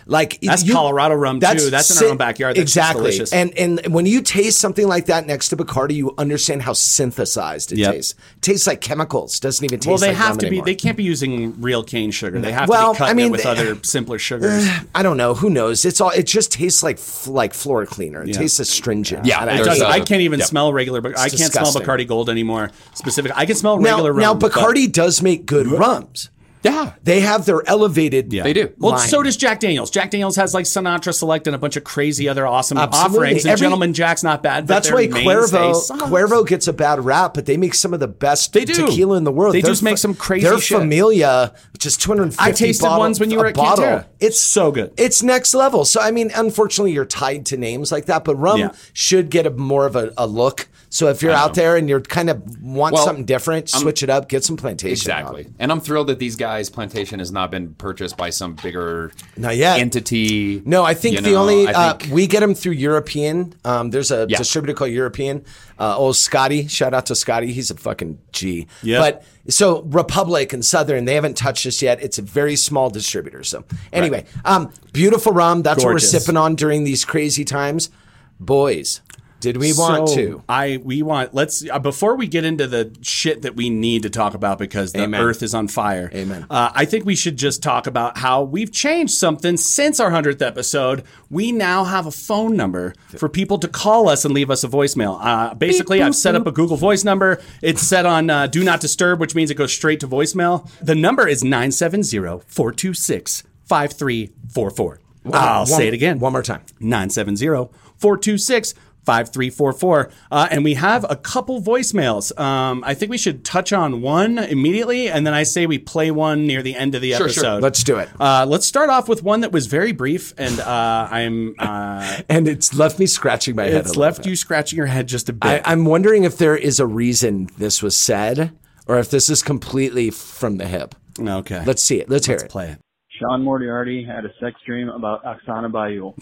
Speaker 6: Like
Speaker 5: That's Colorado rum, too. That's in our
Speaker 6: si-
Speaker 5: own backyard. That's just
Speaker 6: exactly.
Speaker 5: delicious.
Speaker 6: And and when you taste something like that next to Bacardi, you understand how synthesized it
Speaker 5: Yep.
Speaker 6: tastes. tastes like chemicals. Doesn't even taste.
Speaker 5: well, they
Speaker 6: like
Speaker 5: have
Speaker 6: rum
Speaker 5: to be.
Speaker 6: anymore.
Speaker 5: They can't be using real cane sugar. They have
Speaker 6: Well,
Speaker 5: to be cutting
Speaker 6: I mean,
Speaker 5: it with
Speaker 6: they-
Speaker 5: other
Speaker 6: *sighs*
Speaker 5: simpler sugars.
Speaker 6: I don't know. Who knows? It's all. It just tastes like f- like floor cleaner. It
Speaker 5: Yeah.
Speaker 6: tastes astringent.
Speaker 4: Yeah,
Speaker 6: I- I
Speaker 4: it
Speaker 5: It
Speaker 4: there's
Speaker 5: doesn't-
Speaker 4: a-
Speaker 5: I can't even
Speaker 4: yeah.
Speaker 5: smell regular. Bac- I can't smell
Speaker 6: disgusting.
Speaker 5: Bacardi Gold anymore. Specific. I can smell
Speaker 6: now,
Speaker 5: regular
Speaker 6: now
Speaker 5: rum. but-
Speaker 6: Bacardi does make good rums.
Speaker 4: yeah,
Speaker 6: They have their elevated.
Speaker 5: Yeah.
Speaker 4: They do.
Speaker 5: Well,
Speaker 6: Line.
Speaker 5: so does Jack Daniels. Jack Daniels has like Sinatra Select and a bunch of crazy other awesome
Speaker 6: Absolutely.
Speaker 5: offerings. And
Speaker 6: Every-
Speaker 5: Gentleman Jack's not bad. but
Speaker 6: That's
Speaker 5: their
Speaker 6: why
Speaker 5: mainstay
Speaker 6: Cuervo
Speaker 5: sucks.
Speaker 6: Cuervo gets a bad rap, but they make some of the best
Speaker 5: They do.
Speaker 6: tequila in the world.
Speaker 5: They
Speaker 6: Their
Speaker 5: just make
Speaker 6: fa-
Speaker 5: some crazy
Speaker 6: Their
Speaker 5: shit.
Speaker 6: Familia, which is 250
Speaker 5: I tasted
Speaker 6: bottle-
Speaker 5: ones when you
Speaker 6: a
Speaker 5: were at
Speaker 6: bottle.
Speaker 5: Cantera.
Speaker 6: It's
Speaker 5: So good.
Speaker 6: It's next level. So I mean, unfortunately, you're tied to names like that, but rum
Speaker 5: Yeah.
Speaker 6: should get a more of a, a look. So if you're out there and you're kind of want
Speaker 4: Well,
Speaker 6: something different, switch it up, get some plantation.
Speaker 4: exactly. And I'm thrilled that these guys' plantation has not been purchased by some bigger
Speaker 6: Not yet.
Speaker 4: entity.
Speaker 6: No, I think
Speaker 4: You
Speaker 6: the
Speaker 4: know,
Speaker 6: only
Speaker 4: I
Speaker 6: uh,
Speaker 4: think-
Speaker 6: we get them through European. Um, there's a
Speaker 4: Yeah.
Speaker 6: distributor called European. Uh, old Scotty, shout out to Scotty. He's a fucking G.
Speaker 5: Yeah.
Speaker 6: But so Republic and Southern, they haven't touched us yet. It's a very small distributor. So anyway, um, beautiful rum. That's what we're
Speaker 5: Gorgeous.
Speaker 6: sipping on during these crazy times, boys. Did we want
Speaker 5: So,
Speaker 6: to?
Speaker 5: I we want let's uh, before we get into the shit that we need to talk about because the
Speaker 6: Amen.
Speaker 5: earth is on fire.
Speaker 6: Amen.
Speaker 5: Uh, I think we should just talk about how we've changed something since our hundredth episode. We now have a phone number for people to call us and leave us a voicemail. Uh, basically, I've set up a Google Voice number. It's set on uh, Do Not Disturb, which means it goes straight to voicemail. The number is 970 426 5344. I'll say it again.
Speaker 6: One more time.
Speaker 5: 970-426-5344. Uh, and we have a couple voicemails. Um, I think we should touch on one immediately, and then I say we play one near the end of the episode.
Speaker 6: Let's do it.
Speaker 5: Uh, let's start off with one that was very brief, and uh,
Speaker 6: *laughs*
Speaker 5: I'm uh,
Speaker 6: And it's left me scratching my head. a
Speaker 5: it's
Speaker 6: little
Speaker 5: left
Speaker 6: bit.
Speaker 5: you scratching your head just a bit.
Speaker 6: I, I'm wondering if there is a reason this was said, or if this is completely from the hip.
Speaker 5: okay,
Speaker 6: Let's see it. Let's hear
Speaker 5: Let's
Speaker 6: it.
Speaker 5: play it.
Speaker 7: Sean Moriarty had a sex dream about Oksana Bayou.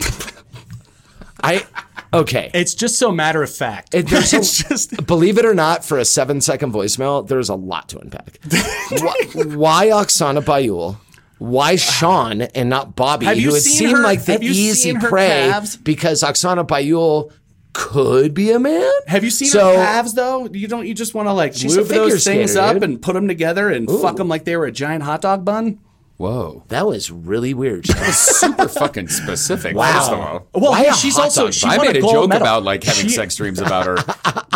Speaker 6: I okay.
Speaker 5: *laughs* It's just so matter of fact.
Speaker 6: It-
Speaker 5: *laughs*
Speaker 6: there's a-
Speaker 5: it's
Speaker 6: *laughs*
Speaker 5: just
Speaker 6: Believe it or not, for a seven second voicemail, there's a lot to
Speaker 5: *laughs*
Speaker 6: unpack. why, why Oksana Bayul? Why Sean and not Bobby,
Speaker 5: Have you
Speaker 6: who has
Speaker 5: seen
Speaker 6: seemed
Speaker 5: her-
Speaker 6: like the
Speaker 5: have you
Speaker 6: easy
Speaker 5: seen her
Speaker 6: prey?
Speaker 5: calves?
Speaker 6: Because Oksana Bayul could be a man.
Speaker 5: Have you seen
Speaker 6: so,
Speaker 5: her calves though? You don't. You just want to like
Speaker 6: She's a
Speaker 5: move
Speaker 6: figure
Speaker 5: those things
Speaker 6: skater,
Speaker 5: up
Speaker 6: dude.
Speaker 5: and put them together and fuck 'em fuck them like they were a giant hot dog bun.
Speaker 4: Whoa.
Speaker 6: That was really
Speaker 5: *laughs*
Speaker 6: weird. Sean.
Speaker 4: Super
Speaker 6: *laughs*
Speaker 4: fucking specific. First of all.
Speaker 5: Well,
Speaker 6: Why
Speaker 5: hey,
Speaker 6: a
Speaker 5: she's
Speaker 6: hot
Speaker 5: also
Speaker 6: dog
Speaker 5: she
Speaker 6: bun?
Speaker 4: I
Speaker 5: won
Speaker 4: made a
Speaker 5: gold
Speaker 4: joke
Speaker 5: medal.
Speaker 4: about like having
Speaker 5: She-
Speaker 4: sex dreams about her.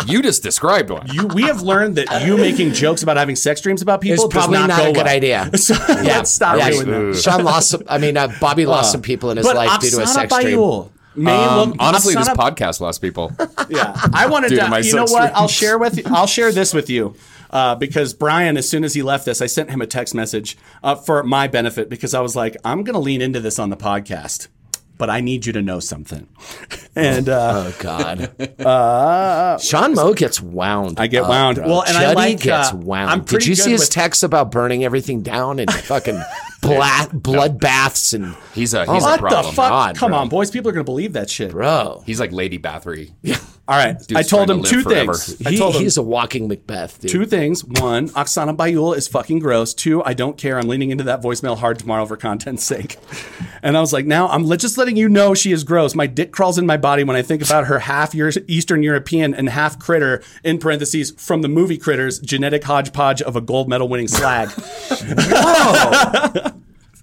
Speaker 4: You just
Speaker 6: *laughs*
Speaker 4: described one.
Speaker 5: You, we have learned that you making jokes about having sex dreams about people
Speaker 6: It's
Speaker 5: does
Speaker 6: probably
Speaker 5: not,
Speaker 6: not,
Speaker 5: go
Speaker 6: a good
Speaker 5: well.
Speaker 6: idea.
Speaker 5: *laughs* So let's stop
Speaker 6: Yeah,
Speaker 5: doing that.
Speaker 6: she- Sean lost. Some, I mean, uh, Bobby lost some people in his
Speaker 5: But
Speaker 6: life due to a
Speaker 5: Oksana
Speaker 6: sex dream.
Speaker 5: Bayul may
Speaker 4: Um,
Speaker 5: look-
Speaker 4: honestly,
Speaker 5: Oksana
Speaker 4: this podcast lost people.
Speaker 5: Yeah, I wanted
Speaker 4: Due to my
Speaker 5: to. You know
Speaker 4: sex
Speaker 5: what? I'll
Speaker 4: dreams.
Speaker 5: share with you. I'll share this with you uh, because Brian, as soon as he left this, I sent him a text message uh, for my benefit because I was like, I'm going to lean into this on the podcast, but I need you to know something. *laughs* And uh,
Speaker 6: Oh
Speaker 4: *laughs*
Speaker 6: God. Uh, Sean Moe gets wound.
Speaker 5: I get
Speaker 6: up,
Speaker 5: wound.
Speaker 6: bro.
Speaker 5: Well, and
Speaker 6: Judd
Speaker 5: I like.
Speaker 6: gets
Speaker 5: uh,
Speaker 6: wound.
Speaker 5: I'm
Speaker 6: Did
Speaker 5: pretty
Speaker 6: you
Speaker 5: good
Speaker 6: see his
Speaker 5: with-
Speaker 6: text about burning everything down
Speaker 4: *laughs*
Speaker 6: and fucking bla- blood baths and
Speaker 4: He's a
Speaker 6: Oh
Speaker 4: he's
Speaker 6: my
Speaker 4: a
Speaker 5: What the
Speaker 4: problem.
Speaker 5: fuck?
Speaker 6: God,
Speaker 5: Come
Speaker 6: bro.
Speaker 5: on, boys. People are going to believe that shit.
Speaker 6: bro?
Speaker 4: He's like Lady Bathory.
Speaker 5: All right. I
Speaker 4: Dude's
Speaker 5: told
Speaker 4: trying
Speaker 5: him
Speaker 4: to
Speaker 5: two
Speaker 4: live forever.
Speaker 5: things. I
Speaker 6: He-
Speaker 5: told him
Speaker 6: he's a walking Macbeth, dude. *laughs*
Speaker 5: Two things. One, Oksana Bayul is fucking gross. Two, I don't care. I'm leaning into that voicemail hard tomorrow for content's sake. And I was like, now I'm le- just letting you know she is gross. My dick crawls in my body when I think about her half Euro- Eastern European and half critter, in parentheses, from the movie Critters, genetic hodgepodge of a gold medal
Speaker 6: *laughs*
Speaker 5: winning slag.
Speaker 6: Oh.
Speaker 4: *laughs*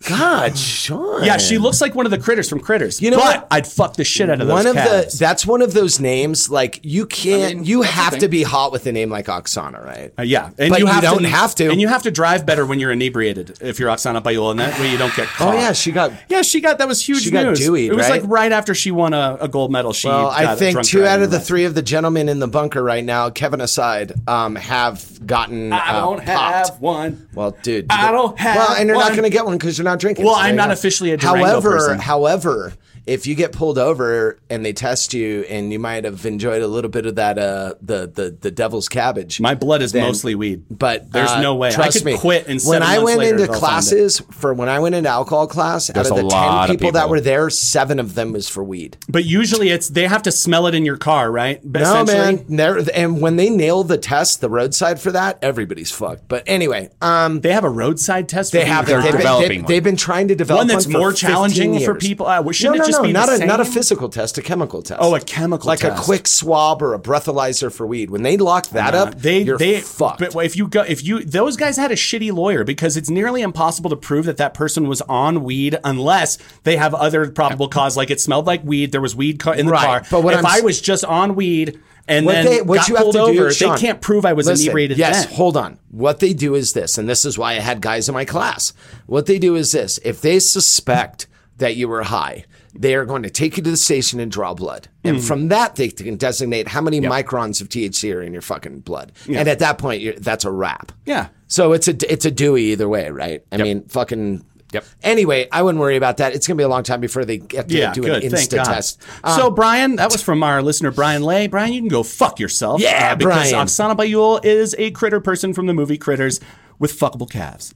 Speaker 6: God, Sean.
Speaker 5: yeah, she looks like one of the critters from Critters.
Speaker 6: You know
Speaker 5: but
Speaker 6: what?
Speaker 5: I'd fuck the shit out of
Speaker 6: One
Speaker 5: those
Speaker 6: of the
Speaker 5: calves.
Speaker 6: that's one of those names like you can't
Speaker 4: I mean,
Speaker 6: you
Speaker 4: that's
Speaker 6: have
Speaker 4: the
Speaker 6: to
Speaker 4: thing.
Speaker 6: be hot with a name like Oksana, right?
Speaker 5: Uh, yeah, and
Speaker 6: But you don't have to.
Speaker 5: and you have to drive better when you're inebriated if you're Oksana Bayul, and that way you don't get
Speaker 6: Oh
Speaker 5: caught.
Speaker 6: yeah, she got
Speaker 5: Yeah, she got that was huge
Speaker 6: She got
Speaker 5: news.
Speaker 6: dewied,
Speaker 5: it was
Speaker 6: right?
Speaker 5: like right after she won a, a gold medal. She
Speaker 6: Well, I
Speaker 5: got
Speaker 6: think
Speaker 5: drunk
Speaker 6: two out
Speaker 5: driving
Speaker 6: of the
Speaker 5: around.
Speaker 6: three of the gentlemen in the bunker right now, Kevin aside, um, have gotten.
Speaker 5: I
Speaker 6: uh,
Speaker 5: don't
Speaker 6: popped.
Speaker 5: have one.
Speaker 6: Well, dude,
Speaker 5: I don't have
Speaker 6: Well, and you're not
Speaker 5: one.
Speaker 6: going to get one because you're not drinking.
Speaker 5: Well,
Speaker 6: there
Speaker 5: I'm
Speaker 6: you
Speaker 5: not
Speaker 6: go.
Speaker 5: officially a Durango
Speaker 6: however,
Speaker 5: person.
Speaker 6: however, if you get pulled over and they test you, and you might have enjoyed a little bit of that, uh, the the the devil's cabbage.
Speaker 5: My blood is
Speaker 6: then-
Speaker 5: mostly weed,
Speaker 6: But
Speaker 5: there's
Speaker 6: uh,
Speaker 5: no way
Speaker 6: Trust
Speaker 5: I could
Speaker 6: me,
Speaker 5: quit.
Speaker 6: when
Speaker 5: And seven
Speaker 6: I
Speaker 5: months
Speaker 6: went
Speaker 5: later,
Speaker 6: into
Speaker 5: they'll find it.
Speaker 6: classes for when I went into alcohol class,
Speaker 4: There's
Speaker 6: out of
Speaker 4: a
Speaker 6: the ten
Speaker 4: lot of
Speaker 6: people that
Speaker 4: people.
Speaker 6: were there, seven of them was for weed.
Speaker 5: but usually it's they have to smell it in your car, right?
Speaker 6: No
Speaker 5: Essentially.
Speaker 6: man, Never- and when they nail the test, the roadside for that, everybody's fucked. But anyway, um,
Speaker 5: they have a roadside test.
Speaker 6: they
Speaker 5: within
Speaker 6: have
Speaker 5: your
Speaker 6: they've,
Speaker 5: car.
Speaker 6: been,
Speaker 4: developing
Speaker 6: they've,
Speaker 4: one.
Speaker 6: they've been trying to develop
Speaker 5: One that's
Speaker 6: for
Speaker 5: more
Speaker 6: 15
Speaker 5: challenging for
Speaker 6: years.
Speaker 5: people. Uh, well,
Speaker 6: No,
Speaker 5: shouldn't
Speaker 6: no,
Speaker 5: it just
Speaker 6: no,
Speaker 5: be
Speaker 6: not
Speaker 5: the
Speaker 6: a not a
Speaker 5: same?
Speaker 6: physical test, a chemical test.
Speaker 5: Oh, a chemical
Speaker 6: like
Speaker 5: test.
Speaker 6: a quick swab or a breathalyzer for weed. When they lock that up,
Speaker 5: They
Speaker 6: you're
Speaker 5: they
Speaker 6: fucked.
Speaker 5: But if you go, if you those guys had a shitty lawyer because it's nearly impossible to prove that that person was on weed unless they have other probable cause, like it smelled like weed, there was weed co- in the
Speaker 6: Right,
Speaker 5: car.
Speaker 6: but what
Speaker 5: if
Speaker 6: I'm
Speaker 5: i
Speaker 6: s-
Speaker 5: was just on weed and
Speaker 6: what
Speaker 5: then
Speaker 6: they, what
Speaker 5: got
Speaker 6: you have
Speaker 5: pulled
Speaker 6: to
Speaker 5: over,
Speaker 6: do, Sean,
Speaker 5: they can't prove I was
Speaker 6: listen,
Speaker 5: inebriated.
Speaker 6: Yes,
Speaker 5: then.
Speaker 6: hold on. What they do is this, and this is why I had guys in my class. What they do is this: if they suspect that you were high, they are going to take you to the station and draw blood,
Speaker 5: Hmm.
Speaker 6: and from that they can designate how many microns of THC are in your fucking blood, and at that point, you're, that's a wrap.
Speaker 5: Yeah.
Speaker 6: So it's a it's a Dewey either way, right? I mean, fucking.
Speaker 4: Yep.
Speaker 6: Anyway, I wouldn't worry about that. It's going to be a long time before they get to
Speaker 5: Yeah,
Speaker 6: do
Speaker 5: good.
Speaker 6: an
Speaker 5: Thank
Speaker 6: insta
Speaker 5: God.
Speaker 6: test. Um,
Speaker 5: so, Brian, that was from our listener, Brian Lay. Brian, you can go fuck yourself. uh,
Speaker 6: Yeah,
Speaker 5: because
Speaker 6: Brian.
Speaker 5: Oksana Bayul is a critter person from the movie Critters with fuckable calves.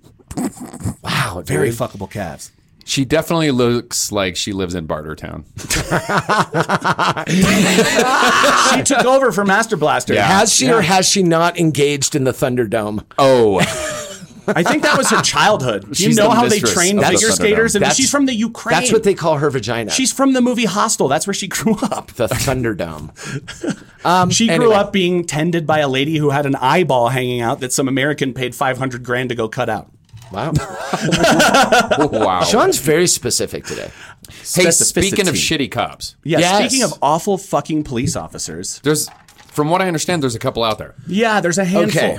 Speaker 6: Wow,
Speaker 5: Very
Speaker 6: very
Speaker 5: fuckable calves.
Speaker 4: She definitely looks like she lives in Bartertown.
Speaker 5: She took over for Master Blaster.
Speaker 4: Yeah.
Speaker 6: Has she or has she not engaged in the Thunderdome?
Speaker 4: Oh,
Speaker 5: I think that was
Speaker 4: *laughs*
Speaker 5: her childhood. Do you
Speaker 4: She's
Speaker 5: know
Speaker 4: the
Speaker 5: how they
Speaker 4: mistress
Speaker 5: train
Speaker 4: of the
Speaker 5: figure
Speaker 4: Thunderdome.
Speaker 5: skaters? And
Speaker 6: That's-
Speaker 5: she's from the Ukraine.
Speaker 6: That's what they call her vagina.
Speaker 5: She's from the movie Hostel. That's where she grew up.
Speaker 6: the Thunderdome.
Speaker 5: She grew
Speaker 6: Um, anyway.
Speaker 5: up being tended by a lady who had an eyeball hanging out that some American paid 500 grand to go cut out.
Speaker 6: Wow.
Speaker 4: *laughs* wow.
Speaker 6: Sean's very specific today.
Speaker 4: hey, speaking of
Speaker 5: Specificity.
Speaker 4: shitty cops,
Speaker 5: Yeah,
Speaker 6: Yes.
Speaker 5: speaking of awful fucking police officers.
Speaker 4: there's from what I understand, there's a couple out there.
Speaker 5: Yeah, there's a handful.
Speaker 6: Okay.